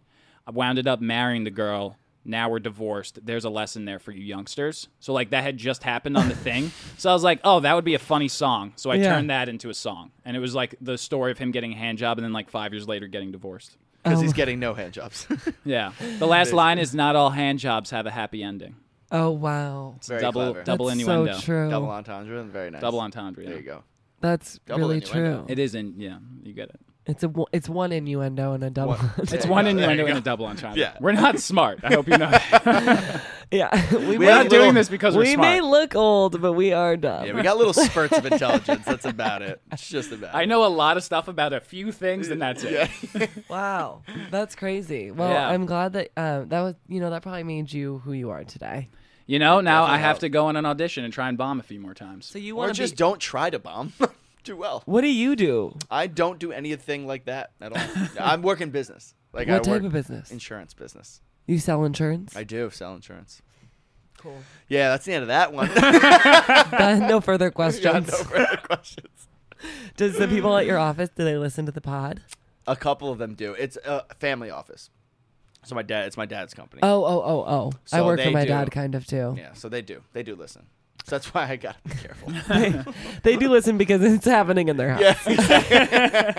Speaker 3: I wound up marrying the girl. Now we're divorced. There's a lesson there for you youngsters." So like that had just happened on the thing. So I was like, "Oh, that would be a funny song." So I
Speaker 4: Yeah.
Speaker 3: turned that into a song, and it was like the story of him getting a hand job, and then like five years later getting divorced.
Speaker 2: Because he's getting no hand jobs.
Speaker 3: Yeah. The last line is, "Not all hand jobs have a happy ending."
Speaker 4: Oh wow,
Speaker 3: It's
Speaker 2: Very
Speaker 3: double
Speaker 2: clever.
Speaker 3: double
Speaker 4: That's
Speaker 3: innuendo.
Speaker 4: So true.
Speaker 2: Double entendre. Very nice.
Speaker 3: Double entendre. Yeah.
Speaker 2: There you go.
Speaker 4: That's
Speaker 2: Double
Speaker 4: really
Speaker 2: innuendo.
Speaker 4: true.
Speaker 3: It is in yeah, you get it.
Speaker 4: it's a wo- it's one innuendo and a double.
Speaker 3: It's
Speaker 2: Yeah,
Speaker 3: one
Speaker 2: yeah,
Speaker 3: innuendo
Speaker 2: there you
Speaker 3: and
Speaker 2: go.
Speaker 3: a double entendre.
Speaker 2: Yeah.
Speaker 3: We're not smart. I hope you know. that.
Speaker 4: yeah, we,
Speaker 2: We
Speaker 3: We're
Speaker 2: had
Speaker 3: not
Speaker 2: a
Speaker 3: doing
Speaker 2: little-
Speaker 3: this because we're
Speaker 4: we
Speaker 3: smart.
Speaker 4: may look old, but we are dumb.
Speaker 2: Yeah, we got little spurts of intelligence. That's about it. It's just about.
Speaker 3: I know a lot of stuff about a few things, and that's it.
Speaker 4: Wow, that's crazy. Well,
Speaker 3: Yeah.
Speaker 4: I'm glad that um, that was you know that probably made you who you are today.
Speaker 3: You know, now I
Speaker 2: Definitely
Speaker 3: have
Speaker 2: helped.
Speaker 3: to go on an audition and try and bomb a few more times.
Speaker 4: So you
Speaker 2: Or
Speaker 4: want to
Speaker 2: just
Speaker 4: be?
Speaker 2: don't try to bomb. Do well.
Speaker 4: What do you do?
Speaker 2: I don't do anything like that at all. I'm working business. Like I
Speaker 4: what type
Speaker 2: work
Speaker 4: of business?
Speaker 2: insurance business.
Speaker 4: you sell insurance?
Speaker 2: I do sell insurance.
Speaker 4: Cool.
Speaker 2: Yeah, that's the end of that one.
Speaker 4: Uh, no further questions.
Speaker 2: Got no further questions.
Speaker 4: Does the people at your office do they listen to the pod?
Speaker 2: A couple of them do. It's a family office. So my dad, it's my dad's company.
Speaker 4: Oh oh oh oh! I
Speaker 2: So
Speaker 4: work for
Speaker 2: they
Speaker 4: my
Speaker 2: do.
Speaker 4: dad, kind of too.
Speaker 2: Yeah, so they do. They do listen. So that's why I gotta be careful.
Speaker 4: They do listen because it's happening in their house.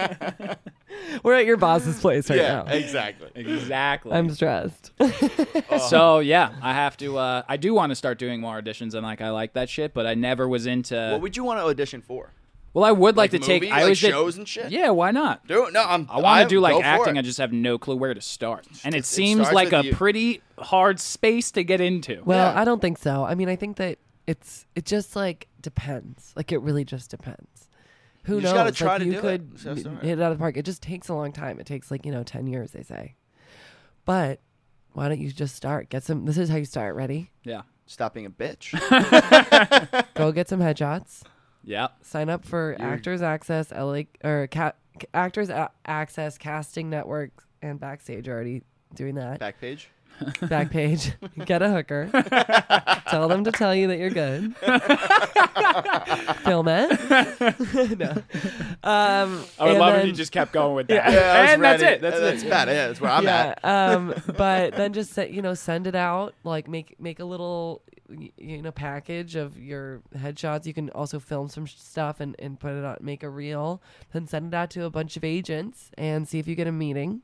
Speaker 4: We're at your boss's place right
Speaker 2: yeah,
Speaker 4: now.
Speaker 2: exactly.
Speaker 3: exactly.
Speaker 4: I'm stressed.
Speaker 2: Oh.
Speaker 3: so yeah, I have to. Uh, I do want to start doing more auditions, and like I like that shit, but I never was into.
Speaker 2: What would you want to audition for?
Speaker 3: well, I would like, to
Speaker 2: movie?
Speaker 3: take. I
Speaker 2: like
Speaker 3: always did-
Speaker 2: shows and shit.
Speaker 3: Yeah, why not?
Speaker 2: Do it. No, I'm.
Speaker 3: I want
Speaker 2: I'm-
Speaker 3: to do like
Speaker 2: go for
Speaker 3: acting.
Speaker 2: it.
Speaker 3: I just have no clue where to start, and it, seems
Speaker 2: starts
Speaker 3: like
Speaker 2: with
Speaker 3: a
Speaker 2: you.
Speaker 3: pretty hard space to get into.
Speaker 4: Well,
Speaker 2: Yeah.
Speaker 4: I don't think so. I mean, I think that it's it just like depends. Like it really just depends. Who
Speaker 2: You
Speaker 4: knows?
Speaker 2: just gotta try
Speaker 4: like,
Speaker 2: to
Speaker 4: you
Speaker 2: do it.
Speaker 4: could
Speaker 2: So
Speaker 4: m-
Speaker 2: sorry.
Speaker 4: hit it out of the park. It just takes a long time. It takes like you know ten years, they say. But why don't you just start? Get some. This is how you start. Ready?
Speaker 3: yeah,
Speaker 2: Stop being a bitch.
Speaker 4: Go get some headshots.
Speaker 3: yeah.
Speaker 4: Sign up for Actors Access LA or ca- Actors A- Access Casting Network and Backstage. Already doing that.
Speaker 2: Backpage.
Speaker 4: back page, get a hooker. tell them to tell you that you're good. Film it. no. Um,
Speaker 3: I would
Speaker 4: and
Speaker 3: love if
Speaker 4: then-
Speaker 3: you just kept going with that.
Speaker 2: Yeah, I was
Speaker 3: and that's
Speaker 2: ready.
Speaker 3: it. That's
Speaker 2: Uh,
Speaker 3: it.
Speaker 2: That's about it. Yeah, that's where I'm
Speaker 4: yeah.
Speaker 2: at.
Speaker 4: um, but then just se- you know send it out. Like make make a little y- you know package of your headshots. You can also film some sh- stuff and and put it on. Make a reel. Then send it out to a bunch of agents and see if you get a meeting.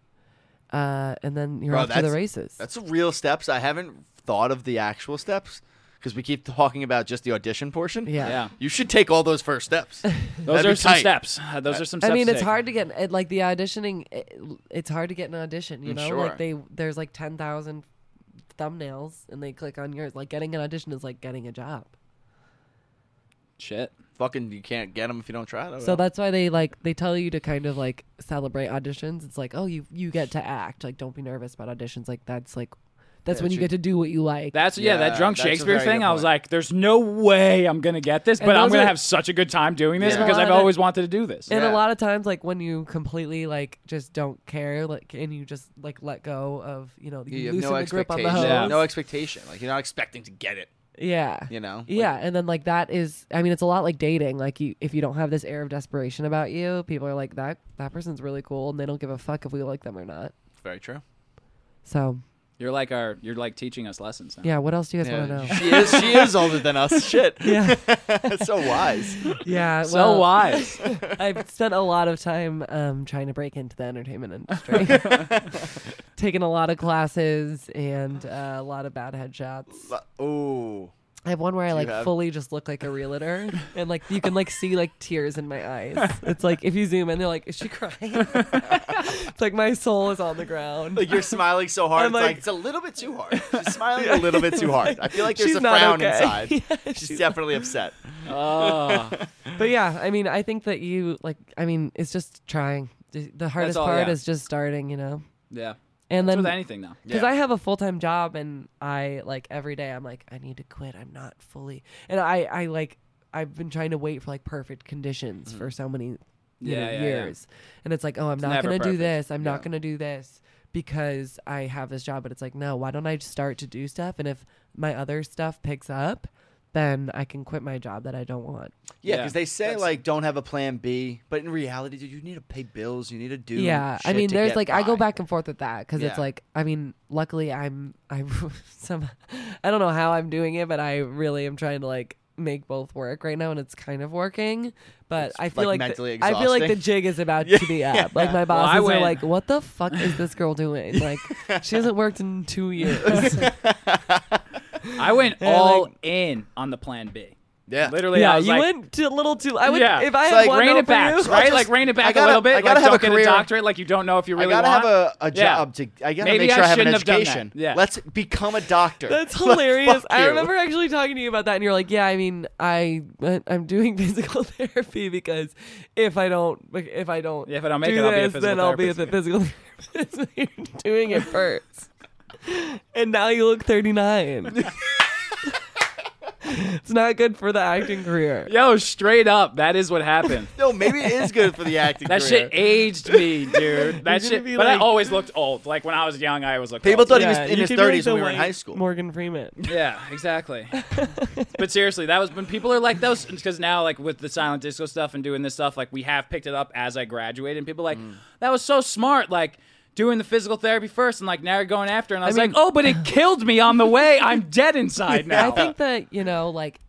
Speaker 4: Uh, and then you're
Speaker 2: Bro,
Speaker 4: off to the
Speaker 2: that's-
Speaker 4: races.
Speaker 2: That's the real steps. I haven't thought of the actual steps because we keep talking about just the audition portion.
Speaker 4: Yeah.
Speaker 3: Yeah.
Speaker 2: You should take all those first steps.
Speaker 3: Those
Speaker 2: That'd
Speaker 3: are
Speaker 2: be
Speaker 3: some
Speaker 2: tight.
Speaker 3: steps. Uh, Those are some
Speaker 4: I
Speaker 3: steps.
Speaker 4: mean,
Speaker 3: to
Speaker 4: it's
Speaker 3: take.
Speaker 4: hard to get it, like the auditioning. It, it's hard to get an audition. You
Speaker 2: Mm,
Speaker 4: know,
Speaker 2: sure.
Speaker 4: like they there's like ten thousand thumbnails and they click on yours. Like getting an audition is like getting a job.
Speaker 3: Shit.
Speaker 2: Fucking, you can't get them if you don't try. Though,
Speaker 4: So that's why they like they tell you to kind of like celebrate auditions. It's like, oh, you you get to act. Like, don't be nervous about auditions. Like, that's like, that's when you get to do what you like.
Speaker 3: That's yeah,
Speaker 2: Yeah,
Speaker 3: that drunk
Speaker 2: that's a
Speaker 3: Shakespeare
Speaker 2: very good
Speaker 3: thing. I was
Speaker 2: point.
Speaker 3: like, there's no way I'm gonna get this,
Speaker 4: And
Speaker 3: but I'm
Speaker 4: those
Speaker 3: gonna
Speaker 4: are-
Speaker 3: have such a good time doing this
Speaker 2: Yeah.
Speaker 3: because
Speaker 4: A lot
Speaker 3: I've
Speaker 4: of-
Speaker 3: always wanted to do this.
Speaker 4: and
Speaker 2: yeah.
Speaker 4: a lot of times, like when you completely like just don't care, like and you just like let go of you know you,
Speaker 2: you have
Speaker 4: loosen
Speaker 2: no
Speaker 4: the grip on
Speaker 2: expectation.
Speaker 4: the hose.
Speaker 3: Yeah.
Speaker 2: No expectation. Like you're not expecting to get it.
Speaker 4: yeah,
Speaker 2: You know. Like,
Speaker 4: yeah. And then like that is, I mean, it's a lot like dating. Like you, if you don't have this air of desperation about you, people are like that that person's really cool, and they don't give a fuck if we like them or not.
Speaker 2: very true.
Speaker 4: So
Speaker 3: You're like our, you're like teaching us lessons now.
Speaker 4: yeah, what else do you guys want to know?
Speaker 2: She is. She is older than us. Shit.
Speaker 4: Yeah,
Speaker 2: so wise.
Speaker 4: yeah.
Speaker 3: So
Speaker 4: well,
Speaker 3: wise.
Speaker 4: I've spent a lot of time um, trying to break into the entertainment industry. Taken a lot of classes and uh, a lot of bad headshots.
Speaker 2: Oh.
Speaker 4: I have one where I like
Speaker 2: have-
Speaker 4: fully just look like a realtor, and like you can like see like tears in my eyes. It's like if you zoom in, they're like, "Is she crying?" it's like my soul is on the ground.
Speaker 2: Like you're smiling so hard.
Speaker 4: I'm
Speaker 2: It's like,
Speaker 4: like-
Speaker 2: it's a little bit too hard. She's smiling a little bit too hard. I feel like there's
Speaker 4: She's
Speaker 2: a
Speaker 4: not
Speaker 2: frown
Speaker 4: okay.
Speaker 2: inside.
Speaker 4: Yeah,
Speaker 2: she's, definitely upset.
Speaker 3: oh,
Speaker 4: But yeah, I mean, I think that you like. I mean, it's just trying. The the hardest
Speaker 3: all,
Speaker 4: part
Speaker 3: yeah.
Speaker 4: is just starting, you know.
Speaker 3: yeah.
Speaker 4: And
Speaker 3: It's
Speaker 4: then
Speaker 3: with anything now.
Speaker 4: because
Speaker 2: Yeah.
Speaker 4: I have a full time job and I like every day I'm like I need to quit. I'm not fully and I I like I've been trying to wait for like perfect conditions for so many you
Speaker 3: Mm. Yeah,
Speaker 4: know,
Speaker 3: yeah, yeah.
Speaker 4: years, and it's like oh I'm not
Speaker 3: never
Speaker 4: gonna do
Speaker 3: perfect.
Speaker 4: this. I'm
Speaker 2: Yeah.
Speaker 4: not gonna do this because I have this job. But it's like no, why don't I start to do stuff? And if my other stuff picks up, then I can quit my job that I don't want.
Speaker 3: Yeah.
Speaker 2: Yeah, because they say
Speaker 3: That's-
Speaker 2: like don't have a plan B, but in reality, dude, you need to pay bills. You need to do.
Speaker 4: yeah i
Speaker 2: shit
Speaker 4: mean
Speaker 2: to
Speaker 4: there's
Speaker 2: get
Speaker 4: like i go
Speaker 2: by.
Speaker 4: back and forth with that because it's
Speaker 2: Yeah.
Speaker 4: like i mean luckily i'm i some i don't know how i'm doing it but i really am trying to like make both work right now and it's kind of working but i feel
Speaker 2: like,
Speaker 4: like,
Speaker 2: mentally
Speaker 4: the, i feel like the
Speaker 2: exhausting.
Speaker 4: jig is about to be up like my
Speaker 3: Well, I
Speaker 4: bosses are
Speaker 3: went-
Speaker 4: like what the fuck is this girl doing like she hasn't worked in two years
Speaker 3: I went
Speaker 4: Yeah,
Speaker 3: all
Speaker 4: like-
Speaker 3: in on the plan B.
Speaker 2: Yeah,
Speaker 3: Literally, I
Speaker 4: yeah
Speaker 3: was
Speaker 4: you
Speaker 3: like,
Speaker 4: went to a little too i would
Speaker 3: yeah.
Speaker 4: if i
Speaker 3: It's
Speaker 4: had
Speaker 3: like
Speaker 4: one
Speaker 3: rein
Speaker 4: over
Speaker 3: it back,
Speaker 4: you,
Speaker 3: right?
Speaker 2: just-
Speaker 3: like rein it back
Speaker 2: I gotta-
Speaker 3: a little bit.
Speaker 2: I gotta
Speaker 3: like,
Speaker 2: have
Speaker 3: don't
Speaker 2: a
Speaker 3: get
Speaker 2: career.
Speaker 3: a doctorate, like you don't know if you really
Speaker 2: I gotta
Speaker 3: want.
Speaker 2: have a, a
Speaker 3: Yeah.
Speaker 2: job to. I gotta
Speaker 3: Maybe
Speaker 2: make sure
Speaker 3: I
Speaker 2: I, have an
Speaker 3: shouldn't have done that.
Speaker 2: education.
Speaker 3: Yeah.
Speaker 2: let's become a doctor.
Speaker 4: That's
Speaker 2: Like,
Speaker 4: hilarious.
Speaker 2: fuck
Speaker 4: I
Speaker 2: you.
Speaker 4: remember actually talking to you about that, and you're like, "Yeah, I mean, I I'm doing physical therapy because if I don't if I don't
Speaker 3: Yeah, if I don't make
Speaker 4: do
Speaker 3: it, I'll be a
Speaker 4: this, then
Speaker 3: physical
Speaker 4: I'll be at the physical therapist. you're doing it first, and now you look 39. it's not good for the acting career.
Speaker 3: Yo, straight up, that is what happened.
Speaker 2: No, maybe it is good for the acting.
Speaker 3: That
Speaker 2: career.
Speaker 3: shit aged me, dude. That
Speaker 4: gonna
Speaker 3: shit.
Speaker 4: be
Speaker 3: But I
Speaker 4: like-
Speaker 3: always looked old. Like when I was young, I always looked.
Speaker 2: People
Speaker 3: old.
Speaker 2: thought he was in
Speaker 4: you
Speaker 2: his
Speaker 4: could be like
Speaker 2: 30s when
Speaker 4: the
Speaker 2: we were in
Speaker 4: white
Speaker 2: high school.
Speaker 4: Morgan Freeman.
Speaker 3: Yeah, exactly. but seriously, that was when people are like, that was because now, like with the silent disco stuff and doing this stuff, like we have picked it up as I graduated, and people are like,
Speaker 2: Mm.
Speaker 3: that was so smart, like doing the physical therapy first, and like now you're going after, and I was
Speaker 4: mean-
Speaker 3: like, oh, but it killed me on the way. I'm dead inside now.
Speaker 4: I think that you know, like,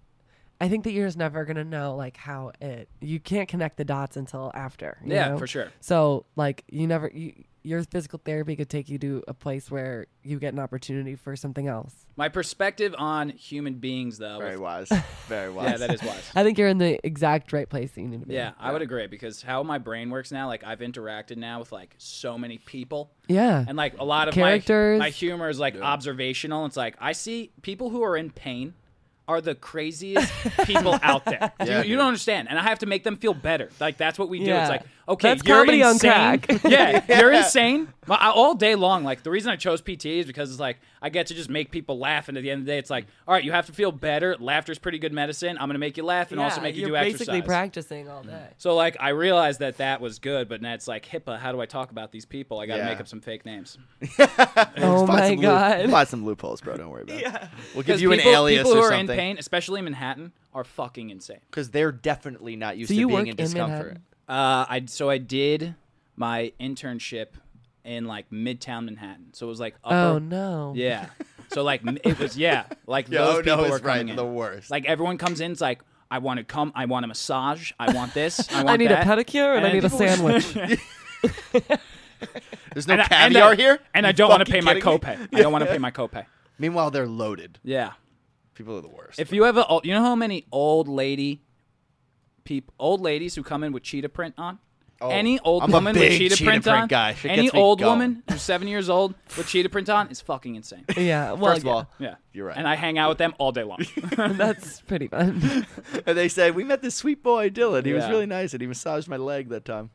Speaker 4: I think that you're just never gonna know like how it. You can't connect the dots until after. you
Speaker 3: Yeah,
Speaker 4: know?
Speaker 3: for sure.
Speaker 4: So like, you never you, your physical therapy could take you to a place where you get an opportunity for something else.
Speaker 3: My perspective on human beings, though,
Speaker 2: Very
Speaker 3: was-
Speaker 2: wise. Very wise.
Speaker 3: yeah, that is wise.
Speaker 4: I think you're in the exact right place that you need to be.
Speaker 3: Yeah, I would agree because how my brain works now, like I've interacted now with like so many people.
Speaker 4: Yeah.
Speaker 3: And like a lot of
Speaker 4: Characters.
Speaker 3: my my humor is like observational. It's like I see people who are in pain are the craziest people out there. you,
Speaker 2: Yeah, dude.
Speaker 3: you don't understand. And I have to make them feel better. Like that's what we do.
Speaker 4: Yeah.
Speaker 3: It's like okay,
Speaker 4: That's
Speaker 3: you're
Speaker 4: comedy on
Speaker 3: insane.
Speaker 4: crack.
Speaker 3: yeah, you're insane. My, I- all day long. Like the reason I chose PT is because it's like I get to just make people laugh, and at the end of the day, it's like all right, you have to feel better. Laughter's pretty good medicine. I'm gonna make you laugh and also make you
Speaker 4: you're
Speaker 3: do
Speaker 4: basically
Speaker 3: exercise.
Speaker 4: practicing all day.
Speaker 3: So like I realized that that was good, but now it's like HIPAA. How do I talk about these people? I got to
Speaker 2: Yeah.
Speaker 3: make up some fake names.
Speaker 4: Oh
Speaker 2: Find
Speaker 4: my
Speaker 2: some loop-
Speaker 4: god.
Speaker 2: Find some loopholes, bro. Don't worry about it. We'll give
Speaker 3: Because
Speaker 2: you
Speaker 3: people,
Speaker 2: an alias
Speaker 3: people who
Speaker 2: or
Speaker 3: are in
Speaker 2: something.
Speaker 3: pain, especially in Manhattan, are fucking insane.
Speaker 2: Because they're definitely not used
Speaker 4: So
Speaker 2: to
Speaker 4: you
Speaker 2: being
Speaker 4: work
Speaker 2: in
Speaker 4: in
Speaker 2: discomfort.
Speaker 4: Manhattan?
Speaker 3: Uh, I so I did my internship in like Midtown Manhattan. So it was like upper,
Speaker 4: Oh no.
Speaker 3: yeah. So like m- it was yeah, oh, like those people were coming in.
Speaker 2: worst.
Speaker 3: Like everyone comes in, it's like I want to come, I want a massage, I want this, I want
Speaker 4: I need
Speaker 3: that.
Speaker 4: a pedicure and, I
Speaker 3: And
Speaker 4: need a
Speaker 3: people were-
Speaker 4: sandwich.
Speaker 2: There's no
Speaker 3: I-
Speaker 2: caviar
Speaker 3: I,
Speaker 2: here.
Speaker 3: and I don't want to
Speaker 2: fucking
Speaker 3: pay my
Speaker 2: kidding me?
Speaker 3: copay. I don't want to pay my copay.
Speaker 2: Meanwhile, they're loaded.
Speaker 3: Yeah.
Speaker 2: People are the worst.
Speaker 3: If you have a, old- you know how many old lady, peop, old ladies who come in with cheetah print on, any old
Speaker 2: Oh, I'm a
Speaker 3: woman with
Speaker 2: big
Speaker 3: cheetah,
Speaker 2: cheetah
Speaker 3: print,
Speaker 2: print
Speaker 3: on,
Speaker 2: guy. Shit
Speaker 3: any
Speaker 2: gets me
Speaker 3: old
Speaker 2: going.
Speaker 3: woman who's seven years old with cheetah print on is fucking insane.
Speaker 4: Yeah. Well,
Speaker 2: First of all,
Speaker 3: Yeah,
Speaker 2: You're right.
Speaker 3: And I hang out with them all day long.
Speaker 4: yeah, that's pretty fun.
Speaker 2: and they said we met this sweet boy Dylan. He was
Speaker 3: Yeah.
Speaker 2: really nice, and he massaged my leg that time.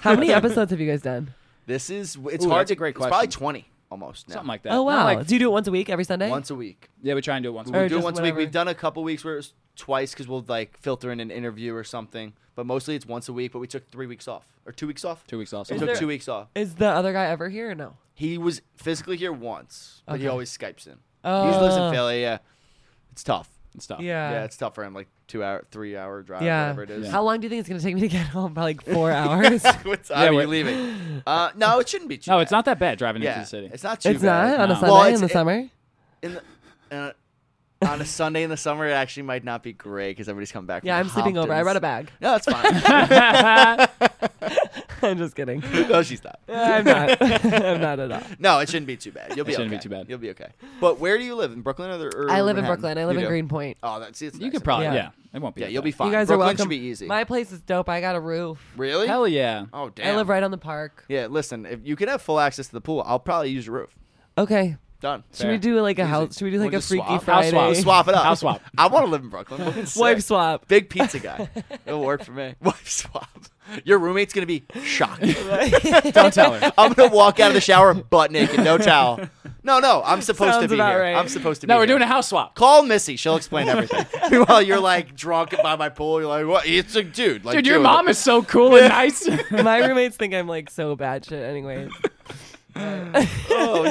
Speaker 4: How many episodes have you guys done?
Speaker 2: This is it's
Speaker 3: Ooh,
Speaker 2: hard.
Speaker 3: that's
Speaker 2: to-
Speaker 3: a great
Speaker 2: It's probably
Speaker 3: question.
Speaker 2: twenty almost now.
Speaker 3: Something like that.
Speaker 4: Oh
Speaker 3: Not
Speaker 4: wow!
Speaker 3: Like,
Speaker 4: do you do it once a week every Sunday?
Speaker 2: once a week.
Speaker 3: yeah, we try and do it once. a week.
Speaker 4: Or
Speaker 2: We do it
Speaker 4: just
Speaker 2: once a week.
Speaker 4: whenever.
Speaker 2: We've done a couple weeks where it's twice because we'll like filter in an interview or something. But mostly it's once a week. But we took three weeks off or two weeks off.
Speaker 3: Two weeks off.
Speaker 2: We
Speaker 3: something
Speaker 2: took
Speaker 3: like
Speaker 2: two
Speaker 3: that.
Speaker 2: weeks off.
Speaker 4: Is the other guy ever here or no?
Speaker 2: He was physically here once, but he
Speaker 4: Okay.
Speaker 2: always skypes in. he just lives in
Speaker 4: Oh.
Speaker 2: Philly. Yeah, it's tough.
Speaker 3: and stuff.
Speaker 4: Yeah.
Speaker 2: yeah, it's tough for him. Like two hour, three hour
Speaker 3: uh,
Speaker 2: drive,
Speaker 4: Uh. Yeah.
Speaker 2: whatever it is.
Speaker 4: How long do you think it's gonna take me to get home? Probably like four hours.
Speaker 2: what time are
Speaker 3: we're-
Speaker 2: you leaving? Uh, no, it shouldn't be. Too
Speaker 3: No, it's
Speaker 2: bad.
Speaker 3: not that bad driving
Speaker 2: Yeah,
Speaker 3: into the city.
Speaker 2: it's not too
Speaker 4: it's
Speaker 2: bad.
Speaker 4: not on a
Speaker 3: No.
Speaker 4: Sunday
Speaker 2: Well,
Speaker 4: in
Speaker 2: it's-
Speaker 4: the
Speaker 2: it-
Speaker 4: summer.
Speaker 2: in the, uh, on a Sunday in the summer, it actually might not be great because everybody's coming back.
Speaker 4: Yeah,
Speaker 2: from
Speaker 4: I'm
Speaker 2: the
Speaker 4: sleeping over. I
Speaker 2: Hamptons.
Speaker 4: brought a bag.
Speaker 2: No, it's fine.
Speaker 4: I'm just kidding.
Speaker 2: no, she's not.
Speaker 4: I'm not. I'm not at all.
Speaker 2: No, it shouldn't be too bad. You'll be
Speaker 3: It shouldn't be
Speaker 2: okay.
Speaker 3: too bad.
Speaker 2: You'll be okay. But where do you live in Brooklyn or, the- or
Speaker 4: I live in
Speaker 2: Manhattan?
Speaker 4: Brooklyn. I live
Speaker 2: You
Speaker 4: in
Speaker 2: do?
Speaker 4: Greenpoint.
Speaker 2: Oh, that's see, it's
Speaker 3: You
Speaker 2: nice.
Speaker 3: could probably,
Speaker 4: Yeah.
Speaker 3: yeah. It won't be.
Speaker 2: Yeah,
Speaker 3: that
Speaker 2: you'll be
Speaker 3: bad.
Speaker 2: fine.
Speaker 4: You guys
Speaker 2: Brooklyn
Speaker 4: are welcome.
Speaker 2: should be easy.
Speaker 4: My place is dope. I got a roof.
Speaker 2: really?
Speaker 3: Hell yeah.
Speaker 2: Oh damn.
Speaker 4: I live right on the park.
Speaker 2: Yeah, listen. If you can have full access to the pool, I'll probably use your roof.
Speaker 4: Okay.
Speaker 2: Done.
Speaker 4: Should we do like a house? Should we do like
Speaker 2: Wanna
Speaker 4: a
Speaker 2: just
Speaker 4: freaky
Speaker 2: swap? House
Speaker 4: Friday?
Speaker 3: swap.
Speaker 2: We'll swap it up.
Speaker 3: House swap.
Speaker 2: I want to live in Brooklyn. Brooklyn's sick.
Speaker 4: Wife swap.
Speaker 2: Big pizza guy. It'll work for me. Wife swap. Your roommate's gonna be shocked.
Speaker 3: Don't tell her.
Speaker 2: I'm gonna walk out of the shower butt naked, no towel. No, no, I'm supposed to
Speaker 4: Sounds
Speaker 2: be
Speaker 4: about
Speaker 2: here.
Speaker 4: right.
Speaker 2: I'm supposed to be.
Speaker 3: No, we're
Speaker 2: here.
Speaker 3: doing a house swap.
Speaker 2: Call Missy. She'll explain everything. Meanwhile, you're like drunk by my pool. You're like, what? It's a dude. Like,
Speaker 3: Dude, your mom is so cool and nice.
Speaker 4: My roommates think I'm like so bad shit. Anyways,
Speaker 2: Oh,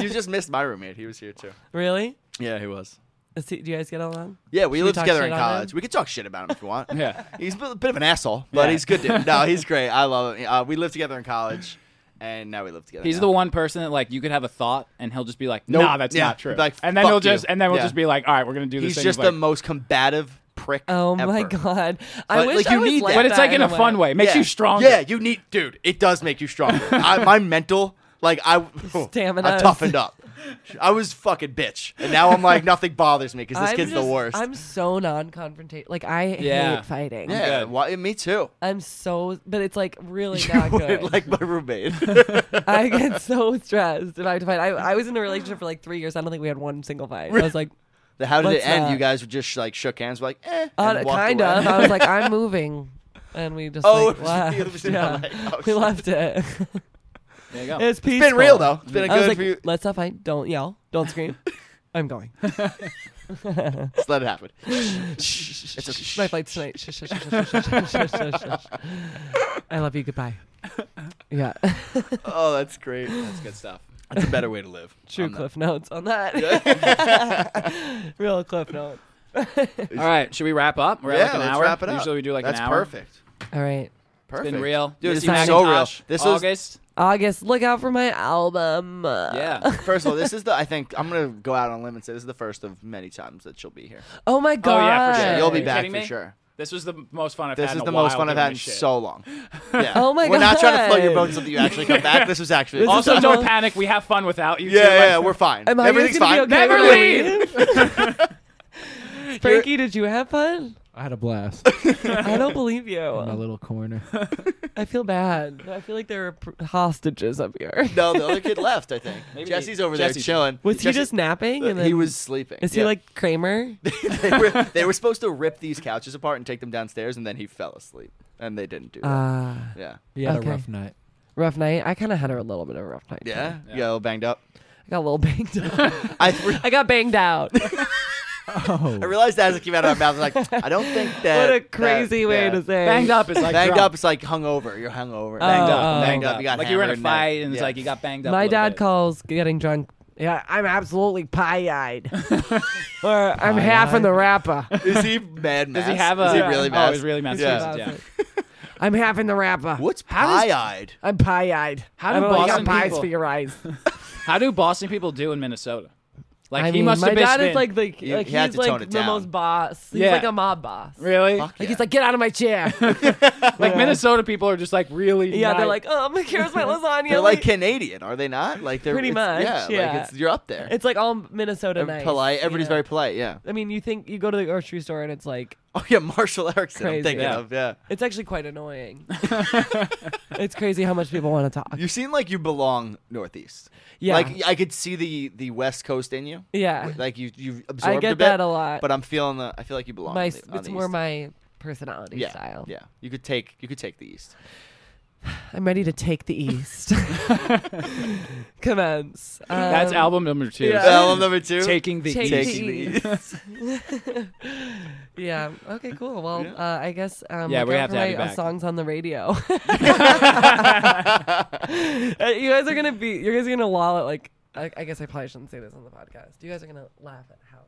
Speaker 2: you just missed my roommate. He was here too.
Speaker 4: really?
Speaker 2: Yeah, he was.
Speaker 4: Is he- do you guys get along?
Speaker 2: Yeah, we
Speaker 4: we
Speaker 2: lived
Speaker 4: talk
Speaker 2: together
Speaker 4: shit
Speaker 2: in
Speaker 4: on him?
Speaker 2: college. We could talk shit about him if you want.
Speaker 3: yeah.
Speaker 2: He's a bit of an asshole, but
Speaker 3: Yeah.
Speaker 2: he's good dude. No, he's great. I love him. Uh, we lived together in college, and now we live together.
Speaker 3: He's
Speaker 2: now.
Speaker 3: the one person that like you could have a thought and he'll just be like,
Speaker 2: Nope.
Speaker 3: "Nah, that's
Speaker 2: Yeah.
Speaker 3: not true."
Speaker 2: Like,
Speaker 3: and then
Speaker 2: fuck
Speaker 3: he'll just
Speaker 2: you.
Speaker 3: and then we'll
Speaker 2: Yeah.
Speaker 3: just be like, "All right, we're gonna do this."
Speaker 2: He's
Speaker 3: thing."
Speaker 2: just
Speaker 3: like,
Speaker 2: the most combative prick.
Speaker 4: Oh my
Speaker 2: ever.
Speaker 4: god! I
Speaker 2: But,
Speaker 4: wish
Speaker 2: like,
Speaker 4: I
Speaker 2: you
Speaker 4: was
Speaker 2: need that.
Speaker 3: but it's like in a fun way. It makes
Speaker 2: Yeah.
Speaker 3: you stronger.
Speaker 2: Yeah, you need, dude. It does make you stronger. I, my mental, like I,
Speaker 4: Stamina
Speaker 2: I
Speaker 4: is-
Speaker 2: toughened up. I was fucking bitch, and now I'm like nothing bothers me because this
Speaker 4: I'm
Speaker 2: kid's
Speaker 4: just-
Speaker 2: the worst.
Speaker 4: I'm so non-confrontational. Like I
Speaker 3: Yeah.
Speaker 4: hate fighting.
Speaker 2: yeah,
Speaker 3: good.
Speaker 2: why, me too.
Speaker 4: I'm so, but it's like really
Speaker 2: You
Speaker 4: not
Speaker 2: wouldn't
Speaker 4: good.
Speaker 2: like my roommate.
Speaker 4: I get so stressed if I have to fight. I, I was in a relationship for like three years. I don't think we had one single fight. I was like,
Speaker 2: How did
Speaker 4: What's
Speaker 2: it end?
Speaker 4: that?
Speaker 2: You guys were just like shook hands, like eh,
Speaker 4: uh,
Speaker 2: and walked
Speaker 4: kind
Speaker 2: away.
Speaker 4: of. I was like, I'm moving, and we just
Speaker 2: Oh, it was- it
Speaker 4: like, left.
Speaker 2: was
Speaker 4: yeah.
Speaker 2: not like, oh,
Speaker 4: we
Speaker 2: shit.
Speaker 4: left it.
Speaker 3: There you go.
Speaker 2: it's
Speaker 4: it's
Speaker 2: been real though. It's been a
Speaker 4: I was
Speaker 2: good
Speaker 4: like,
Speaker 2: for you.
Speaker 4: let's not fight. Don't yell. Don't scream. I'm going.
Speaker 2: Just let it happen.
Speaker 4: It's My flight's tonight. Shh, shh, shh, shh, shh, shh, shh, shh, shh, shh. I love you. Goodbye. Yeah.
Speaker 2: Oh, that's great.
Speaker 3: That's good stuff.
Speaker 2: That's a better way to live.
Speaker 4: True
Speaker 2: I'm not-
Speaker 4: cliff notes on that. Real cliff notes.
Speaker 3: All right, should we wrap up? We're
Speaker 2: yeah,
Speaker 3: at like an
Speaker 2: let's
Speaker 3: hour.
Speaker 2: wrap it up.
Speaker 3: Usually we do like
Speaker 2: that's
Speaker 3: an hour.
Speaker 2: perfect.
Speaker 4: All right.
Speaker 2: Perfect.
Speaker 3: Been real,
Speaker 2: Dude,
Speaker 3: Missy
Speaker 2: this is so real.
Speaker 3: McIntosh,
Speaker 2: This was
Speaker 3: August.
Speaker 4: August, look out for my album.
Speaker 3: yeah.
Speaker 2: First of all, this is the. I think I'm gonna go out on a limb and say this is the first of many times that she'll be here.
Speaker 4: Oh my god.
Speaker 3: yeah, for sure.
Speaker 2: Yeah, you'll be
Speaker 3: Are you
Speaker 2: back
Speaker 3: kidding
Speaker 2: for
Speaker 3: me?
Speaker 2: sure.
Speaker 3: This was the most fun I've
Speaker 2: This
Speaker 3: had.
Speaker 2: is
Speaker 3: in
Speaker 2: the
Speaker 3: a
Speaker 2: most
Speaker 3: while
Speaker 2: fun I've
Speaker 3: giving
Speaker 2: had
Speaker 3: a
Speaker 2: in
Speaker 3: shit.
Speaker 2: so long. Yeah.
Speaker 4: Oh my
Speaker 2: We're not trying to float your
Speaker 4: God.
Speaker 2: boats until you actually come back. This was actually
Speaker 4: This is
Speaker 3: Also,
Speaker 4: so
Speaker 3: don't
Speaker 4: much-
Speaker 3: panic. We have fun without you.
Speaker 2: yeah,
Speaker 3: too.
Speaker 2: yeah,
Speaker 3: Like,
Speaker 2: yeah, we're fine.
Speaker 4: Am I
Speaker 2: Everything's
Speaker 4: gonna
Speaker 2: fine.
Speaker 4: Be okay
Speaker 3: Never
Speaker 4: when I leave? Frankie, did you have fun?
Speaker 5: I had a blast in
Speaker 4: I don't believe
Speaker 5: my
Speaker 4: you.
Speaker 5: little corner.
Speaker 4: I feel bad. I feel like there are pr- hostages up here.
Speaker 2: No, the other kid left. I think
Speaker 3: Maybe
Speaker 2: Jesse's
Speaker 3: they-
Speaker 2: over there
Speaker 3: Jesse's-
Speaker 2: chilling.
Speaker 4: Was
Speaker 2: Jesse-
Speaker 4: he just napping?
Speaker 2: Uh,
Speaker 4: And then,
Speaker 2: he was sleeping.
Speaker 4: Is he
Speaker 2: Yeah.
Speaker 4: like Kramer?
Speaker 2: they, were, they were supposed to rip these couches apart and take them downstairs, and then he fell asleep, and they didn't do that.
Speaker 4: Ah.
Speaker 2: yeah,
Speaker 5: He had
Speaker 4: Okay.
Speaker 5: a rough night.
Speaker 4: rough night. I kind of had a little bit of a rough night. too.
Speaker 2: yeah, yeah, a little banged up.
Speaker 4: I got a little banged out.
Speaker 2: I re-
Speaker 4: I got banged out.
Speaker 5: Oh,
Speaker 2: I realized as it came out of my mouth, I was like, I don't think that.
Speaker 4: what a crazy
Speaker 2: that-
Speaker 4: way
Speaker 2: yeah.
Speaker 4: to say.
Speaker 3: Banged up is like
Speaker 2: banged
Speaker 3: drunk.
Speaker 2: up is like hungover. You're hungover.
Speaker 4: Banged up, Oh.
Speaker 2: Banged up. You got
Speaker 3: like you were in a
Speaker 2: hammered that-
Speaker 3: fight and it's
Speaker 2: yeah.
Speaker 3: like you got banged up. a
Speaker 4: My
Speaker 3: little
Speaker 4: dad
Speaker 3: bit.
Speaker 4: calls getting drunk. Yeah, I'm absolutely pie-eyed. or I'm half in the rapper.
Speaker 2: Is he mad?
Speaker 3: Does
Speaker 2: Mass?
Speaker 3: he have a?
Speaker 2: Is he really
Speaker 3: Oh,
Speaker 2: mad?
Speaker 3: he's really mad.
Speaker 2: Yeah.
Speaker 3: Yeah.
Speaker 4: I'm half in the rapper.
Speaker 2: What's pie-eyed?
Speaker 4: I'm pie-eyed.
Speaker 3: How
Speaker 4: I
Speaker 3: do
Speaker 4: don't know, you
Speaker 3: Boston
Speaker 4: got pies
Speaker 3: people-
Speaker 4: for your eyes?
Speaker 3: How do Boston people do in Minnesota? Like
Speaker 4: I
Speaker 3: he
Speaker 4: mean,
Speaker 3: must
Speaker 4: my
Speaker 3: have been.
Speaker 4: dad
Speaker 3: spin-
Speaker 4: is like the
Speaker 2: You-
Speaker 4: like
Speaker 2: he had
Speaker 4: he's
Speaker 2: to tone
Speaker 4: like
Speaker 2: it
Speaker 4: the
Speaker 2: down.
Speaker 4: most boss. He's
Speaker 3: Yeah.
Speaker 4: like a mob boss.
Speaker 3: really
Speaker 2: Fuck
Speaker 4: Like
Speaker 2: yeah.
Speaker 4: he's like, get out of my chair.
Speaker 3: like Minnesota people are just like really.
Speaker 4: yeah, they're
Speaker 3: nice.
Speaker 4: like, um, here's my lasagna.
Speaker 2: They're like Canadian, are they not? Like they're
Speaker 4: Pretty
Speaker 2: it's-
Speaker 4: much,
Speaker 2: Yeah,
Speaker 4: yeah.
Speaker 2: like it's you're up there.
Speaker 4: it's like all Minnesota
Speaker 2: They're
Speaker 4: nice.
Speaker 2: polite.
Speaker 4: you
Speaker 2: Everybody's
Speaker 4: know?
Speaker 2: very polite. Yeah.
Speaker 4: I mean, you think you go to the grocery store and it's like
Speaker 2: Oh yeah, Marshall Erickson.
Speaker 7: Crazy.
Speaker 2: I'm thinking
Speaker 3: Yeah.
Speaker 2: of yeah.
Speaker 7: It's actually quite annoying. it's crazy how much people want to talk.
Speaker 2: You seem like you belong Northeast.
Speaker 7: Yeah.
Speaker 2: like I could see the the West Coast in you.
Speaker 7: Yeah.
Speaker 2: like you you absorbed
Speaker 7: I
Speaker 2: a
Speaker 7: get
Speaker 2: bit,
Speaker 7: that a lot.
Speaker 2: but I'm feeling the I feel like you belong.
Speaker 7: my
Speaker 2: on
Speaker 7: s-
Speaker 2: the, on
Speaker 7: it's
Speaker 2: the
Speaker 7: more
Speaker 2: East.
Speaker 7: my personality
Speaker 2: yeah,
Speaker 7: style.
Speaker 2: Yeah, you could take you could take the East.
Speaker 7: I'm ready to take the East. Commence.
Speaker 3: That's
Speaker 7: Um,
Speaker 3: album number two.
Speaker 7: yeah.
Speaker 2: Album number two.
Speaker 3: Taking the
Speaker 7: Take
Speaker 3: E.
Speaker 2: Taking the
Speaker 7: yeah. Okay. Cool. Well, uh, I guess. Um,
Speaker 3: Yeah,
Speaker 7: look
Speaker 3: we
Speaker 7: out
Speaker 3: have
Speaker 7: for
Speaker 3: to have
Speaker 7: my,
Speaker 3: you
Speaker 7: uh,
Speaker 3: back.
Speaker 7: Songs on the radio.
Speaker 2: Oh,
Speaker 7: Uh, you guys are gonna be. You guys are gonna loll at like. I, I guess I probably shouldn't say this on the podcast. You guys are gonna laugh at how.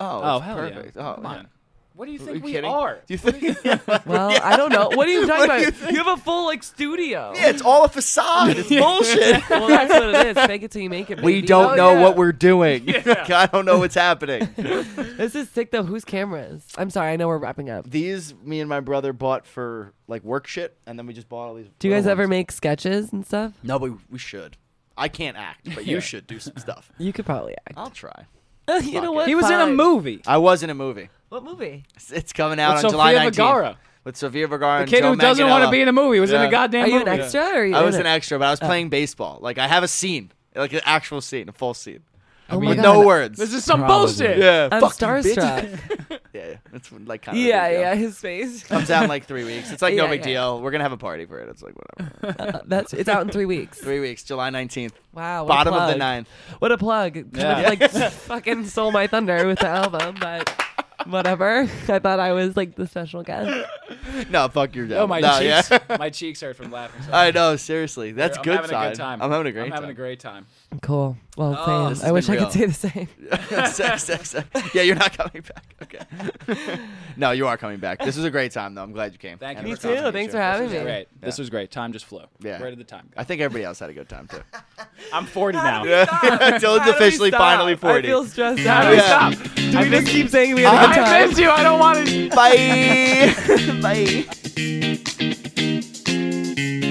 Speaker 2: oh,
Speaker 3: Oh,
Speaker 2: it's
Speaker 3: hell
Speaker 2: perfect.
Speaker 3: yeah!
Speaker 2: Oh,
Speaker 3: Come
Speaker 2: man.
Speaker 3: on. What do you
Speaker 2: Are
Speaker 3: think
Speaker 2: you
Speaker 3: we
Speaker 2: kidding?
Speaker 3: are?
Speaker 2: Do you think? yeah,
Speaker 7: Well, I don't know. What are you talking
Speaker 2: What do
Speaker 7: about?
Speaker 2: you
Speaker 7: You, have a full like studio.
Speaker 2: it's all a facade. It's bullshit.
Speaker 7: Well, that's what it is. Fake it till you make it.
Speaker 2: We
Speaker 7: baby.
Speaker 2: don't
Speaker 7: Oh,
Speaker 2: know
Speaker 7: yeah.
Speaker 2: what we're doing. I don't know what's happening.
Speaker 7: This is sick though. Whose cameras? I'm sorry. I know we're wrapping up.
Speaker 2: These me and my brother bought for like work shit, and then we just bought all these.
Speaker 7: Do you guys
Speaker 2: little
Speaker 7: ever
Speaker 2: ones.
Speaker 7: make sketches and stuff?
Speaker 2: No, but we should. I can't act, but you should do some stuff.
Speaker 7: You could probably act.
Speaker 2: I'll try.
Speaker 7: you
Speaker 2: Fuck
Speaker 7: know
Speaker 2: it.
Speaker 7: what?
Speaker 3: He was in a
Speaker 7: Fine.
Speaker 3: movie.
Speaker 2: I was in a movie.
Speaker 7: What movie?
Speaker 2: It's- It's coming
Speaker 3: With
Speaker 2: out on
Speaker 3: Sofia
Speaker 2: July 19th
Speaker 3: Vergara.
Speaker 2: with Sofia Vergara
Speaker 3: The
Speaker 2: and
Speaker 3: kid
Speaker 2: Joe
Speaker 3: who doesn't want
Speaker 2: Manganiello.
Speaker 3: to be in a movie was in
Speaker 2: Yeah.
Speaker 3: a goddamn
Speaker 7: Are you an
Speaker 3: movie.
Speaker 7: extra or are you
Speaker 2: I
Speaker 7: in
Speaker 2: was
Speaker 7: it?
Speaker 2: an extra, but I was playing baseball. Like I have a scene, like an actual scene, a full scene,
Speaker 7: Oh my
Speaker 5: mean,
Speaker 7: God.
Speaker 2: no words.
Speaker 3: This is some
Speaker 5: Probably.
Speaker 3: bullshit.
Speaker 2: yeah,
Speaker 7: I'm
Speaker 2: fuck you, bitch.
Speaker 7: starstruck.
Speaker 2: Yeah, yeah, that's like kind of
Speaker 7: yeah, yeah, his face.
Speaker 2: Comes out in like three weeks. It's like no
Speaker 7: Yeah,
Speaker 2: big
Speaker 7: yeah.
Speaker 2: deal. We're gonna have a party for it. It's like whatever.
Speaker 7: Uh, that's it's out in three weeks.
Speaker 2: Three weeks, July nineteenth,
Speaker 7: Wow. what a
Speaker 2: bottom of the
Speaker 7: plug.
Speaker 2: ninth.
Speaker 7: What a plug! Kind
Speaker 3: Yeah.
Speaker 7: of, like fucking stole my thunder with the album, but whatever. I thought I was like the special guest.
Speaker 2: No, fuck your dad.
Speaker 3: Oh my
Speaker 2: no,
Speaker 3: cheeks!
Speaker 2: Yeah.
Speaker 3: my cheeks hurt from laughing. So
Speaker 2: I know. Seriously, that's
Speaker 3: I'm
Speaker 2: good
Speaker 3: having
Speaker 2: sign.
Speaker 3: a good time.
Speaker 2: I'm having a great
Speaker 3: I'm
Speaker 2: time.
Speaker 3: having a great time.
Speaker 7: Cool. Well,
Speaker 2: Oh,
Speaker 7: same.
Speaker 2: this has
Speaker 7: I wish
Speaker 2: been
Speaker 7: I could say
Speaker 2: real.
Speaker 7: the same.
Speaker 2: Sex, sex, sex. Yeah, you're not coming back. Okay. no, you are coming back. This was a great time, though. I'm glad you came.
Speaker 3: Thank
Speaker 2: And
Speaker 3: you
Speaker 2: for
Speaker 3: for
Speaker 2: coming.
Speaker 3: coming.
Speaker 7: Thanks for having me.
Speaker 3: Great. This was great. Time just flew.
Speaker 2: Yeah.
Speaker 3: Where did the time go?
Speaker 2: I think everybody else had a good time too.
Speaker 3: I'm 40 now.
Speaker 2: Until it's
Speaker 7: How do we
Speaker 2: officially
Speaker 7: stop?
Speaker 2: finally forty.
Speaker 7: I feel stressed
Speaker 3: How
Speaker 7: out.
Speaker 3: do we
Speaker 2: Yeah.
Speaker 3: stop?
Speaker 7: Do we just keep saying we had a good time?
Speaker 3: I missed you. I don't want to.
Speaker 2: Bye. Bye.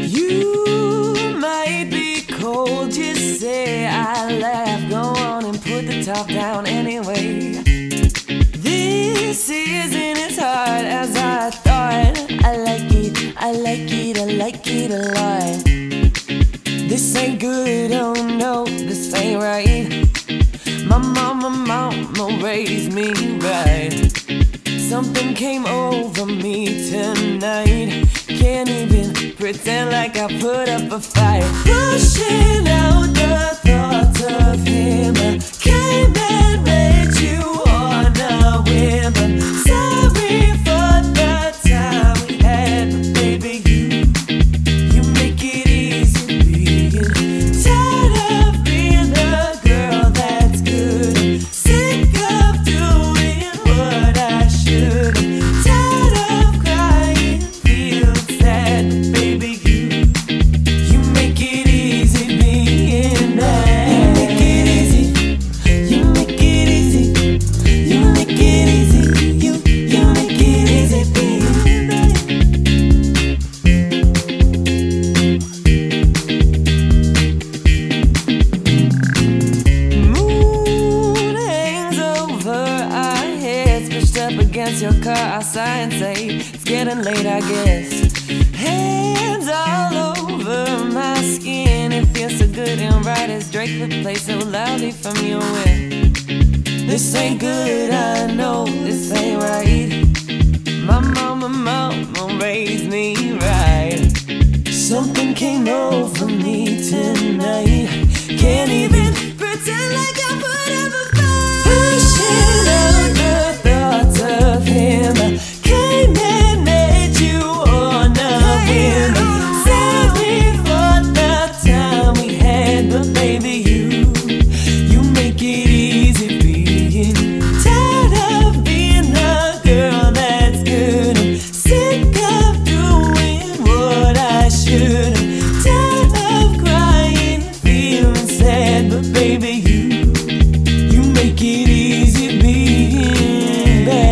Speaker 4: You might be cold, you say I laugh. Go on and put the top down anyway. This isn't as hard as I thought. I like it, I like it, I like it a lot. This ain't good, oh no, this ain't right. My mama, mama raised me right. Something came over me tonight. Can't even pretend like I put up a fight. Pushing out the thoughts of him. Came and made you on a whim. Sorry for the time we had, but baby. You, you make it easy being tired of being the girl that's good. Sick of doing what I should. Tired of crying, feel sad, baby. You, you make it easy being mad. You make it easy. You make it easy. You make it easy. You, you make it easy being mad. Moon hangs over our heads, pushed up against your car. I sigh and say, It's getting late, I guess. Hands all over my skin. It feels so good and right as Drake would play so loudly from your way. This ain't good, I know this ain't right. My mama, mama raised me right. Something came over me tonight. Can't even pretend like I put up a fight. Pushing out the thoughts of him. Came and made you on a whim. Sorry for the time we had, but baby, you, you make it easy being tired of being the girl that's good. I'm sick of doing what I should. I'm tired of crying, feeling sad, but baby, you, you make it easy being.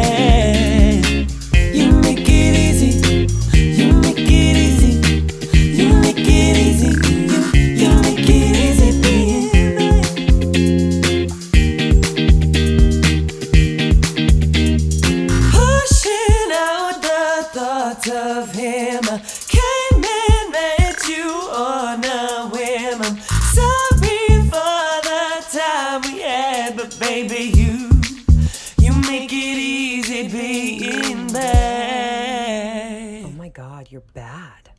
Speaker 8: bad.